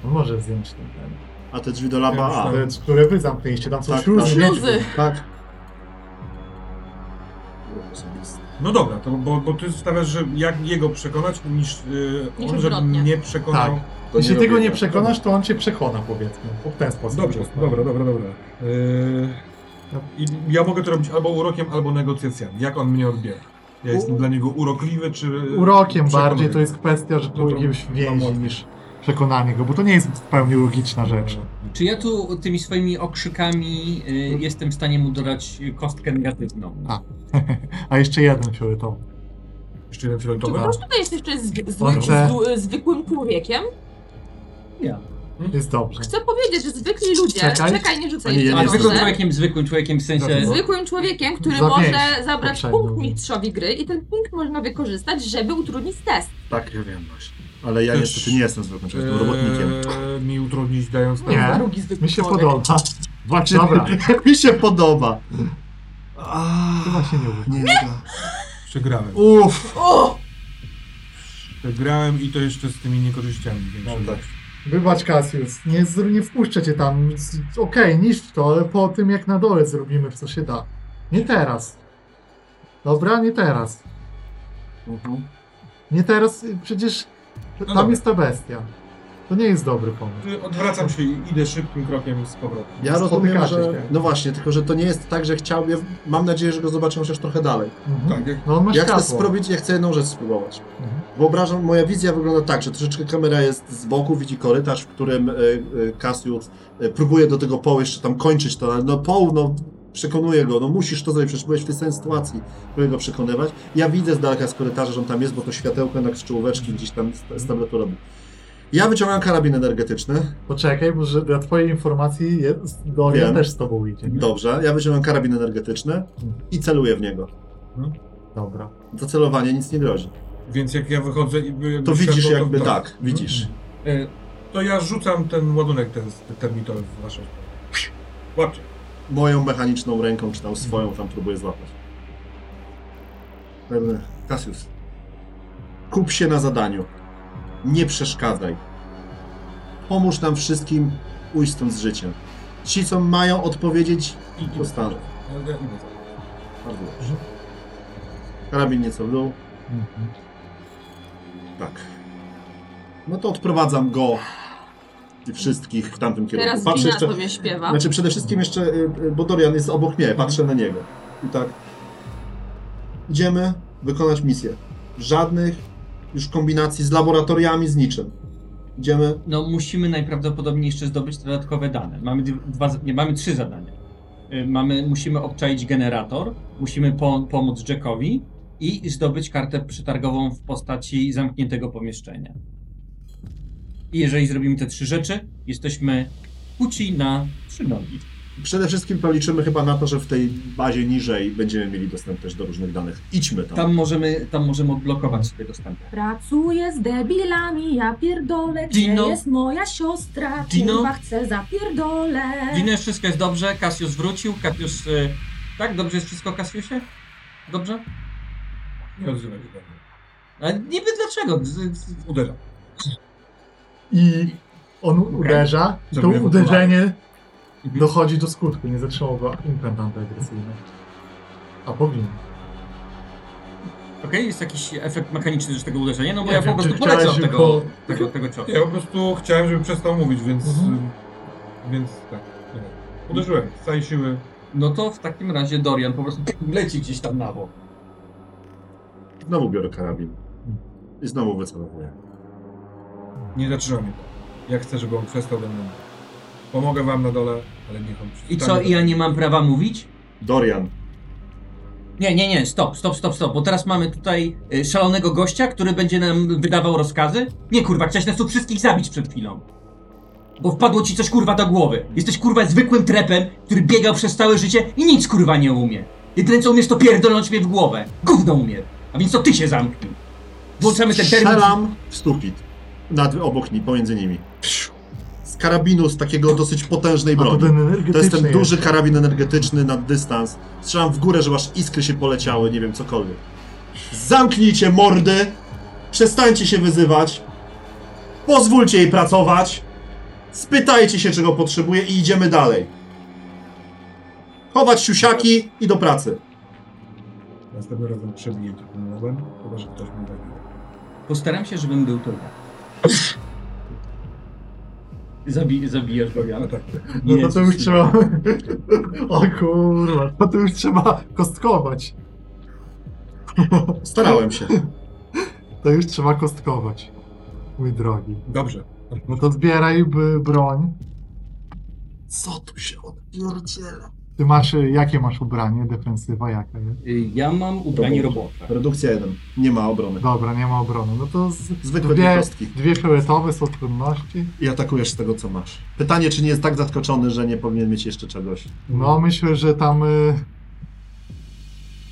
[SPEAKER 2] On może zdjąć ten, ten
[SPEAKER 4] A te drzwi do laba
[SPEAKER 1] Ja
[SPEAKER 4] A.
[SPEAKER 1] myślałem,
[SPEAKER 2] te, które wy zamknęliście. Tam są
[SPEAKER 4] Tak,
[SPEAKER 2] śluzy.
[SPEAKER 4] tak.
[SPEAKER 3] Śluzy.
[SPEAKER 4] Tak.
[SPEAKER 1] No dobra, to bo, bo ty stawiasz, że jak jego przekonać, niż yy,
[SPEAKER 3] Niż
[SPEAKER 1] on, żeby
[SPEAKER 3] odwrotnie.
[SPEAKER 1] mnie przekonał.
[SPEAKER 2] Tak.
[SPEAKER 4] To
[SPEAKER 2] jeśli ty
[SPEAKER 4] robię
[SPEAKER 2] go nie
[SPEAKER 4] tak.
[SPEAKER 2] przekonasz, to on cię przekona, powiedzmy. W ten sposób.
[SPEAKER 1] Dobrze, dobra, dobra, dobra. Yy, i ja mogę to robić albo urokiem, albo negocjacjami. Jak on mnie odbiera? Ja jestem dla niego urokliwy, czy... y,
[SPEAKER 2] Urokiem
[SPEAKER 1] przekonuję?
[SPEAKER 2] bardziej to jest kwestia, że
[SPEAKER 1] No
[SPEAKER 2] tu
[SPEAKER 1] to
[SPEAKER 2] jakiegoś
[SPEAKER 1] mam
[SPEAKER 2] więzi
[SPEAKER 1] łatwiej.
[SPEAKER 2] niż przekonanie go, bo to nie jest w pełni logiczna rzecz.
[SPEAKER 5] Czy ja tu tymi swoimi okrzykami y, jestem w stanie mu dodać y, kostkę negatywną?
[SPEAKER 2] A jeszcze jeden fioletowy.
[SPEAKER 1] Jeszcze jeden
[SPEAKER 3] Czy po
[SPEAKER 1] fioletowy? Y,
[SPEAKER 3] prostu to jest jeszcze z, z,
[SPEAKER 2] On chce-
[SPEAKER 3] z, zwykłym człowiekiem?
[SPEAKER 5] Ja.
[SPEAKER 2] Jest dobrze.
[SPEAKER 3] Chcę powiedzieć, że zwykli ludzie...
[SPEAKER 2] Czekaj.
[SPEAKER 3] Czekaj, nie rzucaj
[SPEAKER 4] Oni
[SPEAKER 3] jeszcze
[SPEAKER 4] jedni
[SPEAKER 5] Ale
[SPEAKER 3] proszę.
[SPEAKER 5] zwykłym
[SPEAKER 4] Dobrze.
[SPEAKER 5] człowiekiem, zwykłym człowiekiem w sensie...
[SPEAKER 1] Dobrze.
[SPEAKER 3] Zwykłym człowiekiem, który
[SPEAKER 2] Za
[SPEAKER 3] może
[SPEAKER 2] pięć
[SPEAKER 3] zabrać
[SPEAKER 2] poprzednio.
[SPEAKER 3] punkt mistrzowi gry i ten punkt można wykorzystać, żeby utrudnić test.
[SPEAKER 4] Tak, ja wiem właśnie. Ale ja
[SPEAKER 1] Też-
[SPEAKER 4] niestety nie jestem zwykłym człowiekiem, jestem robotnikiem.
[SPEAKER 1] Eee, mi utrudnić dając tam...
[SPEAKER 2] Nie.
[SPEAKER 3] Drugi zwykły
[SPEAKER 2] Tak? Mi się
[SPEAKER 3] człowiek.
[SPEAKER 2] podoba. Właśnie, dobra.
[SPEAKER 4] Mi się podoba. A,
[SPEAKER 2] Chyba się nie uda.
[SPEAKER 4] nie uda.
[SPEAKER 1] Przegrałem.
[SPEAKER 2] Uff.
[SPEAKER 3] O!
[SPEAKER 1] Przegrałem i to jeszcze z tymi niekorzyściami. większymi.
[SPEAKER 4] tak.
[SPEAKER 2] Wybacz, Cassius, nie, zr- nie wpuszczę cię tam. S- Okej, niszcz to, ale po tym jak na dole zrobimy, co się da. Nie teraz. Dobra, nie teraz.
[SPEAKER 4] Mhm. No
[SPEAKER 2] Nie teraz, y, przecież t- tam
[SPEAKER 1] dobra.
[SPEAKER 2] jest ta bestia. To nie jest dobry pomysł.
[SPEAKER 1] Y, Odwracam się i idę szybkim krokiem z powrotem.
[SPEAKER 4] Ja rozumiem,
[SPEAKER 2] Spotykacie
[SPEAKER 4] że...
[SPEAKER 2] się.
[SPEAKER 4] No właśnie, tylko że to nie jest tak, że chciałbym... ja- Mam nadzieję, że go zobaczę chociaż trochę dalej.
[SPEAKER 2] Mhm.
[SPEAKER 1] Tak, jak
[SPEAKER 2] No on ma
[SPEAKER 4] Ja chcę,
[SPEAKER 2] światło.
[SPEAKER 4] spróbować, ja chcę jedną rzecz spróbować.
[SPEAKER 2] Mhm.
[SPEAKER 4] Wyobrażam, moja wizja wygląda tak, że troszeczkę kamera jest z boku, widzi korytarz, w którym e, e, Cassius e, próbuje do tego Poł jeszcze tam kończyć to, ale no Poł, no przekonuje go, no musisz to zrobić, przecież byłeś w tej samej sytuacji, próbuje go przekonywać. Ja widzę z daleka z korytarza, że on tam jest, bo to światełko jednak z czołóweczki gdzieś tam z, z tabletu robi. Ja wyciągam karabin energetyczny,
[SPEAKER 2] Poczekaj, bo że dla twojej informacji jest, do
[SPEAKER 4] Wiem. Mhm.
[SPEAKER 2] też z tobą idzie. nie?
[SPEAKER 4] dobrze, ja wyciągam karabin energetyczny i celuję w niego.
[SPEAKER 2] Dobra.
[SPEAKER 4] Zacelowanie nic nie grozi.
[SPEAKER 1] Więc jak ja wychodzę i by,
[SPEAKER 4] To
[SPEAKER 1] by
[SPEAKER 4] widzisz
[SPEAKER 1] światło,
[SPEAKER 4] jakby tak, widzisz.
[SPEAKER 5] Y,
[SPEAKER 1] Mhm. E, To ja rzucam ten ładunek ten z- termitowy w waszą stronę. Łapcie.
[SPEAKER 4] moją mechaniczną ręką, czy tam swoją, tam próbuję złapać. Pewny. Cassius, kup się na zadaniu. Nie przeszkadzaj. Pomóż nam wszystkim ujść stąd z życiem. Ci, co mają odpowiedzieć,
[SPEAKER 1] I idę.
[SPEAKER 4] Dostanę.
[SPEAKER 1] Ja, ja idę.
[SPEAKER 4] bardzo dobrze. Karabin nieco w dół.
[SPEAKER 2] Mhm.
[SPEAKER 4] Tak. No to odprowadzam go i wszystkich w tamtym kierunku.
[SPEAKER 3] Teraz
[SPEAKER 4] Patrzę
[SPEAKER 3] Gina
[SPEAKER 4] jeszcze-
[SPEAKER 3] sobie śpiewa.
[SPEAKER 4] Znaczy przede wszystkim jeszcze, y, y, bo Dorian jest obok mnie, patrzę na niego. I tak. Idziemy wykonać misję. Żadnych już kombinacji z laboratoriami, z niczym. Idziemy.
[SPEAKER 5] no musimy najprawdopodobniej jeszcze zdobyć dodatkowe dane. Mamy dwie- dwa, nie, mamy trzy zadania. Y, Mamy, musimy obczaić generator, musimy po, pomóc Jackowi i zdobyć kartę przetargową w postaci zamkniętego pomieszczenia. I jeżeli zrobimy te trzy rzeczy, jesteśmy kuci na trzy nogi.
[SPEAKER 4] Przede wszystkim to liczymy chyba na to, że w tej bazie niżej będziemy mieli dostęp też do różnych danych. Idźmy tam.
[SPEAKER 5] Tam możemy, tam możemy odblokować sobie dostęp.
[SPEAKER 3] Pracuję z debilami, ja pierdolę, gdzie
[SPEAKER 5] Gino?
[SPEAKER 3] jest moja siostra,
[SPEAKER 5] Gino?
[SPEAKER 3] kurwa chcę zapierdolę.
[SPEAKER 5] Ginę, wszystko jest dobrze, Kasius wrócił, Kasius... y, Tak, dobrze jest wszystko, Kasiusie? Dobrze?
[SPEAKER 1] Nie odzywaj się do mnie.
[SPEAKER 5] Ale niby dlaczego? Z- z-
[SPEAKER 1] Uderzam.
[SPEAKER 2] I on uderza, i to
[SPEAKER 1] Zrobiłem
[SPEAKER 2] uderzenie
[SPEAKER 5] Mhm.
[SPEAKER 2] dochodzi do skutku. Nie zatrzymał go implant antyagresyjny. A powinien.
[SPEAKER 5] jest jakiś efekt mechaniczny też tego uderzenia? No bo
[SPEAKER 2] Nie
[SPEAKER 5] ja
[SPEAKER 2] wiem,
[SPEAKER 5] po prostu
[SPEAKER 2] czy
[SPEAKER 5] poleciał
[SPEAKER 2] chciałeś
[SPEAKER 5] tego,
[SPEAKER 2] go-
[SPEAKER 5] tego, tego ciosu.
[SPEAKER 1] Ja po prostu chciałem, żeby przestał mówić, więc.
[SPEAKER 2] Mhm.
[SPEAKER 1] Więc tak. nie wiem. Uderzyłem z całej siły.
[SPEAKER 5] No to w takim razie Dorian po prostu leci gdzieś tam na bok.
[SPEAKER 4] Znowu biorę karabin. I znowu wycelowuję.
[SPEAKER 1] Nie zatrzymam mnie. Ja chcę, żeby on przestał ze mną. mówić. Pomogę wam na dole, ale niech on
[SPEAKER 5] I co,
[SPEAKER 1] przestanie.
[SPEAKER 5] i ja nie mam prawa mówić?
[SPEAKER 4] Dorian,
[SPEAKER 5] Nie, nie, nie, stop, stop, stop, stop, bo teraz mamy tutaj y, szalonego gościa, który będzie nam wydawał rozkazy? Nie kurwa, chciałeś nas tu wszystkich zabić przed chwilą. Bo wpadło ci coś kurwa do głowy. Jesteś kurwa zwykłym trepem, który biegał przez całe życie i nic kurwa nie umie. Jedyne co umiesz to pierdolnąć mnie w głowę. Gówno umie. A więc to ty się zamknij. Włączamy ten termin.
[SPEAKER 4] Strzelam w stukit. Nad, obok nimi, pomiędzy nimi. Psiu. Z karabinu, z takiego dosyć potężnej
[SPEAKER 2] A to
[SPEAKER 4] broni.
[SPEAKER 2] ten
[SPEAKER 4] To
[SPEAKER 2] energetyczny
[SPEAKER 4] jest ten duży karabin energetyczny na dystans. Strzelam w górę, że aż iskry się poleciały, nie wiem, cokolwiek. Zamknijcie mordy! Przestańcie się wyzywać! Pozwólcie jej pracować! Spytajcie się, czego potrzebuje i idziemy dalej. Chować siusiaki i do pracy.
[SPEAKER 1] Następnym razem przebiję cię tym lobem, chyba że ktoś mnie zabije.
[SPEAKER 5] Postaram się, żebym był to ja. Zabi- zabijasz go, Jan?
[SPEAKER 1] No tak.
[SPEAKER 2] No to, to już trzeba... o kurwa, no to już trzeba kostkować.
[SPEAKER 4] Starałem się.
[SPEAKER 2] To już trzeba kostkować, mój drogi.
[SPEAKER 1] Dobrze.
[SPEAKER 2] No to zbieraj b- broń.
[SPEAKER 4] Co tu się odpierdziela?
[SPEAKER 2] Ty masz, y, jakie masz ubranie? Defensywa jaka jest?
[SPEAKER 5] Y, Ja mam ubranie robota.
[SPEAKER 4] Redukcja 1. Nie ma obrony.
[SPEAKER 2] Dobra, nie ma obrony. No to z...
[SPEAKER 4] Zwykłe dwie
[SPEAKER 2] dwie,
[SPEAKER 4] kostki.
[SPEAKER 2] dwie fioletowe są trudności.
[SPEAKER 4] I atakujesz z tego, co masz. Pytanie, czy nie jest tak zaskoczony, że nie powinien mieć jeszcze czegoś.
[SPEAKER 2] No myślę, że tam... Y...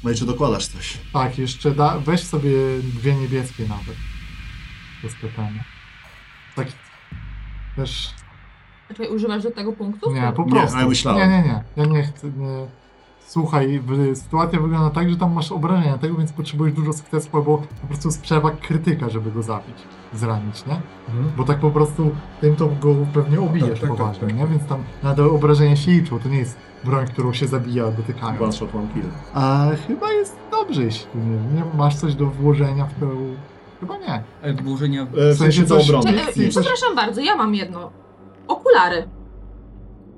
[SPEAKER 4] No i czy dokładasz coś?
[SPEAKER 2] Tak, jeszcze da... weź sobie dwie niebieskie nawet. To jest pytanie. Tak... Też...
[SPEAKER 3] Znaczy, używasz do tego punktu?
[SPEAKER 2] Nie, po
[SPEAKER 4] Nie,
[SPEAKER 2] prostu.
[SPEAKER 4] a ja
[SPEAKER 1] No.
[SPEAKER 4] myślałem.
[SPEAKER 2] Nie, nie, nie. Ja nie chcę. Nie. Słuchaj, w- sytuacja wygląda tak, że tam masz obrażenia tego, więc potrzebujesz dużo sukcesów albo po prostu z przewag krytyka, żeby go zabić, zranić, nie?
[SPEAKER 1] Mhm.
[SPEAKER 2] Bo tak po prostu tym to go pewnie obijesz
[SPEAKER 1] Tak, tak, tak,
[SPEAKER 2] poważnie,
[SPEAKER 1] tak.
[SPEAKER 2] nie? Więc tam nadal obrażenia się liczą, to nie jest broń, którą się zabija dotykając.
[SPEAKER 4] One shot, one kill.
[SPEAKER 2] A chyba jest dobrze, jeśli nie, nie masz coś do włożenia w tę... Chyba nie.
[SPEAKER 5] Ale włożenia
[SPEAKER 4] E, W sensie do
[SPEAKER 2] coś-
[SPEAKER 4] obrony.
[SPEAKER 3] Cze- e,
[SPEAKER 2] Nie.
[SPEAKER 3] przepraszam bardzo, ja mam jedno. Okulary.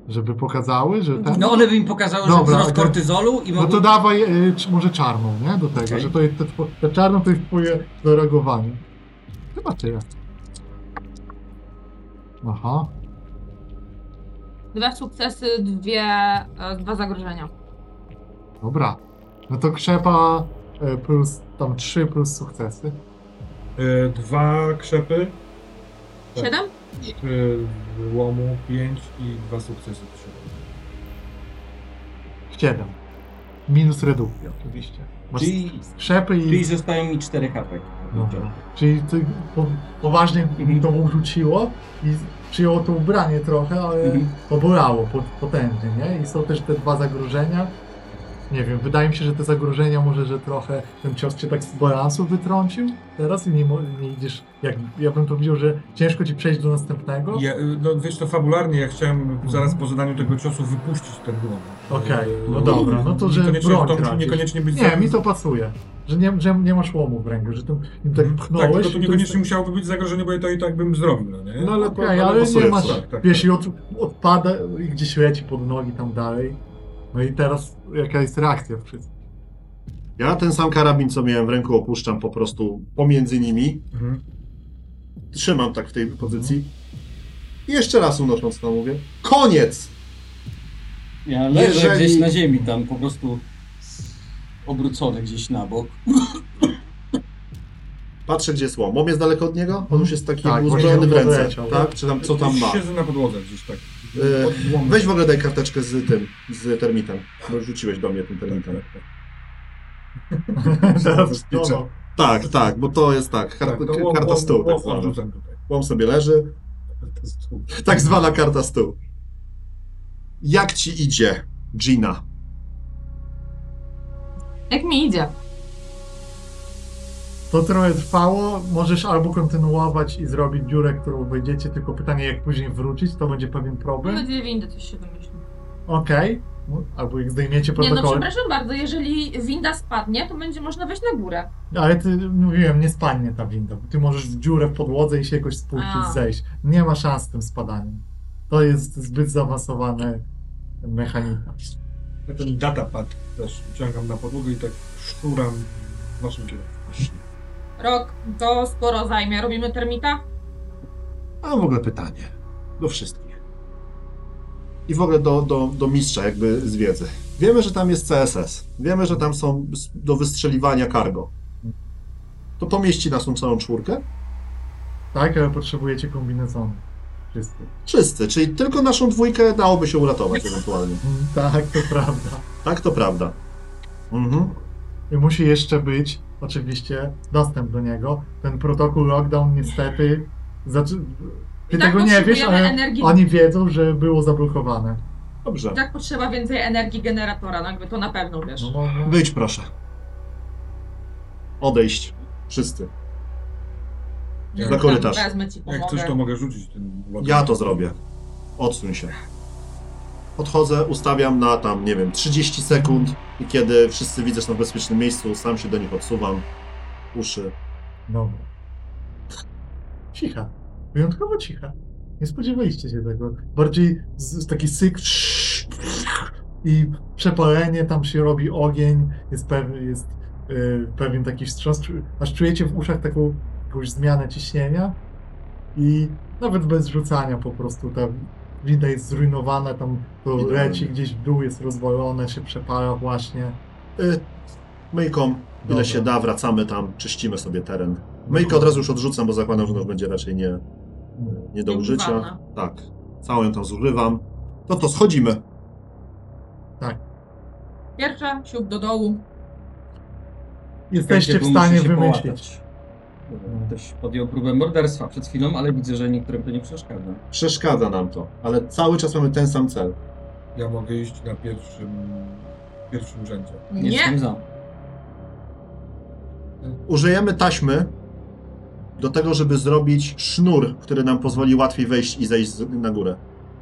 [SPEAKER 2] Żeby pokazały, że ten...
[SPEAKER 5] No one by mi pokazały, że
[SPEAKER 2] Dobra,
[SPEAKER 5] wzrost
[SPEAKER 2] okej.
[SPEAKER 5] kortyzolu i
[SPEAKER 2] No
[SPEAKER 5] mogą...
[SPEAKER 2] to dawaj y, czy może czarną, nie? Do tego,
[SPEAKER 5] Okej.
[SPEAKER 2] że to jest, to, to czarną to jest twoje zareagowanie. Chyba tyle. Aha.
[SPEAKER 3] Dwa sukcesy, dwie, e, dwa zagrożenia.
[SPEAKER 2] Dobra. No to krzepa y, plus tam trzy plus sukcesy.
[SPEAKER 1] Y, Dwa krzepy, Tak.
[SPEAKER 3] Siedem?
[SPEAKER 1] trzy łomu, Y, pięć i dwa sukcesy. Trzy.
[SPEAKER 2] Siedem. Minus redukcja oczywiście. Masz
[SPEAKER 5] Czyli,
[SPEAKER 2] krzepy i...
[SPEAKER 5] czyli zostają mi 4 HP.
[SPEAKER 2] Dobra. No. Czyli ty po, poważnie
[SPEAKER 5] Mhm.
[SPEAKER 2] to mu rzuciło i przyjęło to ubranie trochę, ale
[SPEAKER 5] Mhm.
[SPEAKER 2] pobolało po- potężnie, nie? I są też te dwa zagrożenia. Nie wiem, wydaje mi się, że te zagrożenia może, że trochę ten cios cię tak z balansu wytrącił teraz i nie, mo- nie idziesz, jak ja bym to widział, że ciężko ci przejść do następnego.
[SPEAKER 1] Ja, y, no wiesz, to fabularnie, ja chciałem zaraz po zadaniu tego ciosu wypuścić ten głowę.
[SPEAKER 2] Okej, no dobra, no to, że
[SPEAKER 1] Niekoniecznie,
[SPEAKER 2] broń
[SPEAKER 1] w tą-
[SPEAKER 2] tracisz.
[SPEAKER 1] niekoniecznie być
[SPEAKER 2] Nie, mi to pasuje, że nie, że nie masz łomu w ręku, że tym im tak pchnąłeś.
[SPEAKER 1] Tak, tylko to
[SPEAKER 2] i to jest-
[SPEAKER 1] niekoniecznie musiałoby być zagrożenie, bo ja to i tak bym zrobił, no nie?
[SPEAKER 2] No ale
[SPEAKER 4] Okej,
[SPEAKER 2] okej,
[SPEAKER 4] ale
[SPEAKER 2] ale
[SPEAKER 4] pasuje,
[SPEAKER 2] nie masz,
[SPEAKER 1] tak, tak,
[SPEAKER 2] wiesz, i od, odpada i gdzieś leci pod nogi tam dalej. No i teraz jaka jest reakcja wszystkich?
[SPEAKER 4] Ja ten sam karabin, co miałem w ręku, opuszczam po prostu pomiędzy nimi.
[SPEAKER 1] Mhm.
[SPEAKER 4] Trzymam tak w tej pozycji. I jeszcze raz unosząc to mówię. Koniec!
[SPEAKER 5] Ja leżę
[SPEAKER 4] Jeżeli-
[SPEAKER 5] gdzieś na ziemi tam, po prostu obrócony gdzieś na bok.
[SPEAKER 4] Patrzę, gdzie jest łom. Łom jest daleko od niego? On już jest taki
[SPEAKER 2] Tak,
[SPEAKER 4] uzbrojony
[SPEAKER 2] właśnie
[SPEAKER 4] w ręce.
[SPEAKER 2] odleciał.
[SPEAKER 4] Tak? Czy tam, co tam ma?
[SPEAKER 1] Siedzę na podłodze gdzieś tak.
[SPEAKER 4] E,
[SPEAKER 1] Pod łomem.
[SPEAKER 4] Weź w ogóle daj karteczkę z tym, z termitem. Bo rzuciłeś do mnie tym termitem.
[SPEAKER 2] teraz
[SPEAKER 1] to
[SPEAKER 2] to,
[SPEAKER 1] no.
[SPEAKER 2] no.
[SPEAKER 4] Tak, tak, bo to jest tak. Karta,
[SPEAKER 1] Tak, to łom-
[SPEAKER 4] karta
[SPEAKER 1] łom-
[SPEAKER 4] stół. Tak
[SPEAKER 1] łom
[SPEAKER 4] zwana.
[SPEAKER 1] Rzucam tutaj.
[SPEAKER 4] Łom sobie leży.
[SPEAKER 1] Karta stół.
[SPEAKER 4] Tak zwana karta stół. Jak ci idzie, Gina?
[SPEAKER 3] Jak mi idzie?
[SPEAKER 2] to trochę trwało, możesz albo kontynuować i zrobić dziurę, którą wejdziecie, tylko pytanie jak później wrócić, to będzie pewien
[SPEAKER 3] Mam
[SPEAKER 2] problem.
[SPEAKER 3] nadzieję, że windy coś się domyśli.
[SPEAKER 2] Okej, No, Albo jak zdejmiecie
[SPEAKER 3] Nie no,
[SPEAKER 2] protokół.
[SPEAKER 3] przepraszam bardzo, jeżeli winda spadnie, to będzie można wejść na górę.
[SPEAKER 2] Ale ty mówiłem, nie spadnie ta winda, bo ty możesz w dziurę w podłodze i się jakoś
[SPEAKER 3] A.
[SPEAKER 2] spłuczyć, zejść. Nie ma szans z tym spadaniem. To jest zbyt zaawansowane mechanika.
[SPEAKER 1] Ja ten datapad też wyciągam na podłogę i tak szczuram w waszym kierunku.
[SPEAKER 3] Rok, to sporo zajmie. Robimy termita?
[SPEAKER 4] A w ogóle pytanie do wszystkich. I w ogóle do, do, do mistrza jakby z wiedzy. Wiemy, że tam jest CSS. Wiemy, że tam są s- do wystrzeliwania cargo. To pomieści nas tą całą czwórkę?
[SPEAKER 2] Tak, ale potrzebujecie kombinezonu. Wszyscy.
[SPEAKER 4] Wszyscy, czyli tylko naszą dwójkę dałoby się uratować ewentualnie.
[SPEAKER 2] Mm, Tak, to prawda.
[SPEAKER 4] Tak, to prawda. Mhm.
[SPEAKER 2] I musi jeszcze być oczywiście dostęp do niego. Ten protokół lockdown niestety... Znaczy, ty
[SPEAKER 3] I tak
[SPEAKER 2] tego nie wiesz,
[SPEAKER 3] potrzebujemy
[SPEAKER 2] ale
[SPEAKER 3] energii.
[SPEAKER 2] oni wiedzą, że było zablokowane.
[SPEAKER 4] Dobrze.
[SPEAKER 3] I tak potrzeba więcej energii generatora, no jakby to na pewno wiesz.
[SPEAKER 2] No, no, no.
[SPEAKER 4] Wyjdź proszę. Odejść. Wszyscy.
[SPEAKER 1] Jak-
[SPEAKER 4] Na korytarz.
[SPEAKER 3] Wezmę ci,
[SPEAKER 1] Jak
[SPEAKER 3] pomogę.
[SPEAKER 1] chcesz, to mogę rzucić ten logo.
[SPEAKER 4] Ja to zrobię. Odsuń się. Odchodzę, ustawiam na tam, nie wiem, 30 sekund i kiedy wszyscy widzą, że są w bezpiecznym miejscu, sam się do nich odsuwam. Uszy.
[SPEAKER 2] Dobra. Cicha. Wyjątkowo cicha. Nie spodziewaliście się tego. Bardziej z, z taki syk i przepalenie, tam się robi ogień, jest pewien, jest, y, pewien taki wstrząs. Czu- Aż czujecie w uszach taką jakąś zmianę ciśnienia i nawet bez rzucania po prostu ta winda jest zrujnowana, tam to
[SPEAKER 4] Idealnie.
[SPEAKER 2] leci gdzieś w dół, jest rozwalone, się przepala właśnie.
[SPEAKER 4] Y, myjką, ile
[SPEAKER 2] Dobra.
[SPEAKER 4] się da, wracamy tam, czyścimy sobie teren. Myjkę od razu już odrzucam, bo zakładam, że to już będzie raczej nie, nie do użycia.
[SPEAKER 3] Nieużywalna.
[SPEAKER 4] Tak. Całą ją tam zużywam. No to schodzimy.
[SPEAKER 3] Pierwsza, siup do dołu.
[SPEAKER 2] Jesteście w
[SPEAKER 5] Będzie, bo
[SPEAKER 2] stanie
[SPEAKER 5] muszę się
[SPEAKER 2] wymyślić.
[SPEAKER 5] połatać. Ktoś podjął próbę morderstwa przed chwilą, ale widzę, że niektórym to nie przeszkadza.
[SPEAKER 4] Przeszkadza nam to, ale cały czas mamy ten sam cel.
[SPEAKER 1] Ja mogę iść na pierwszym, pierwszym rzędzie.
[SPEAKER 5] Nie,
[SPEAKER 3] Nie,
[SPEAKER 5] jestem za.
[SPEAKER 4] Użyjemy taśmy do tego, żeby zrobić sznur, który nam pozwoli łatwiej wejść i zejść z- na górę.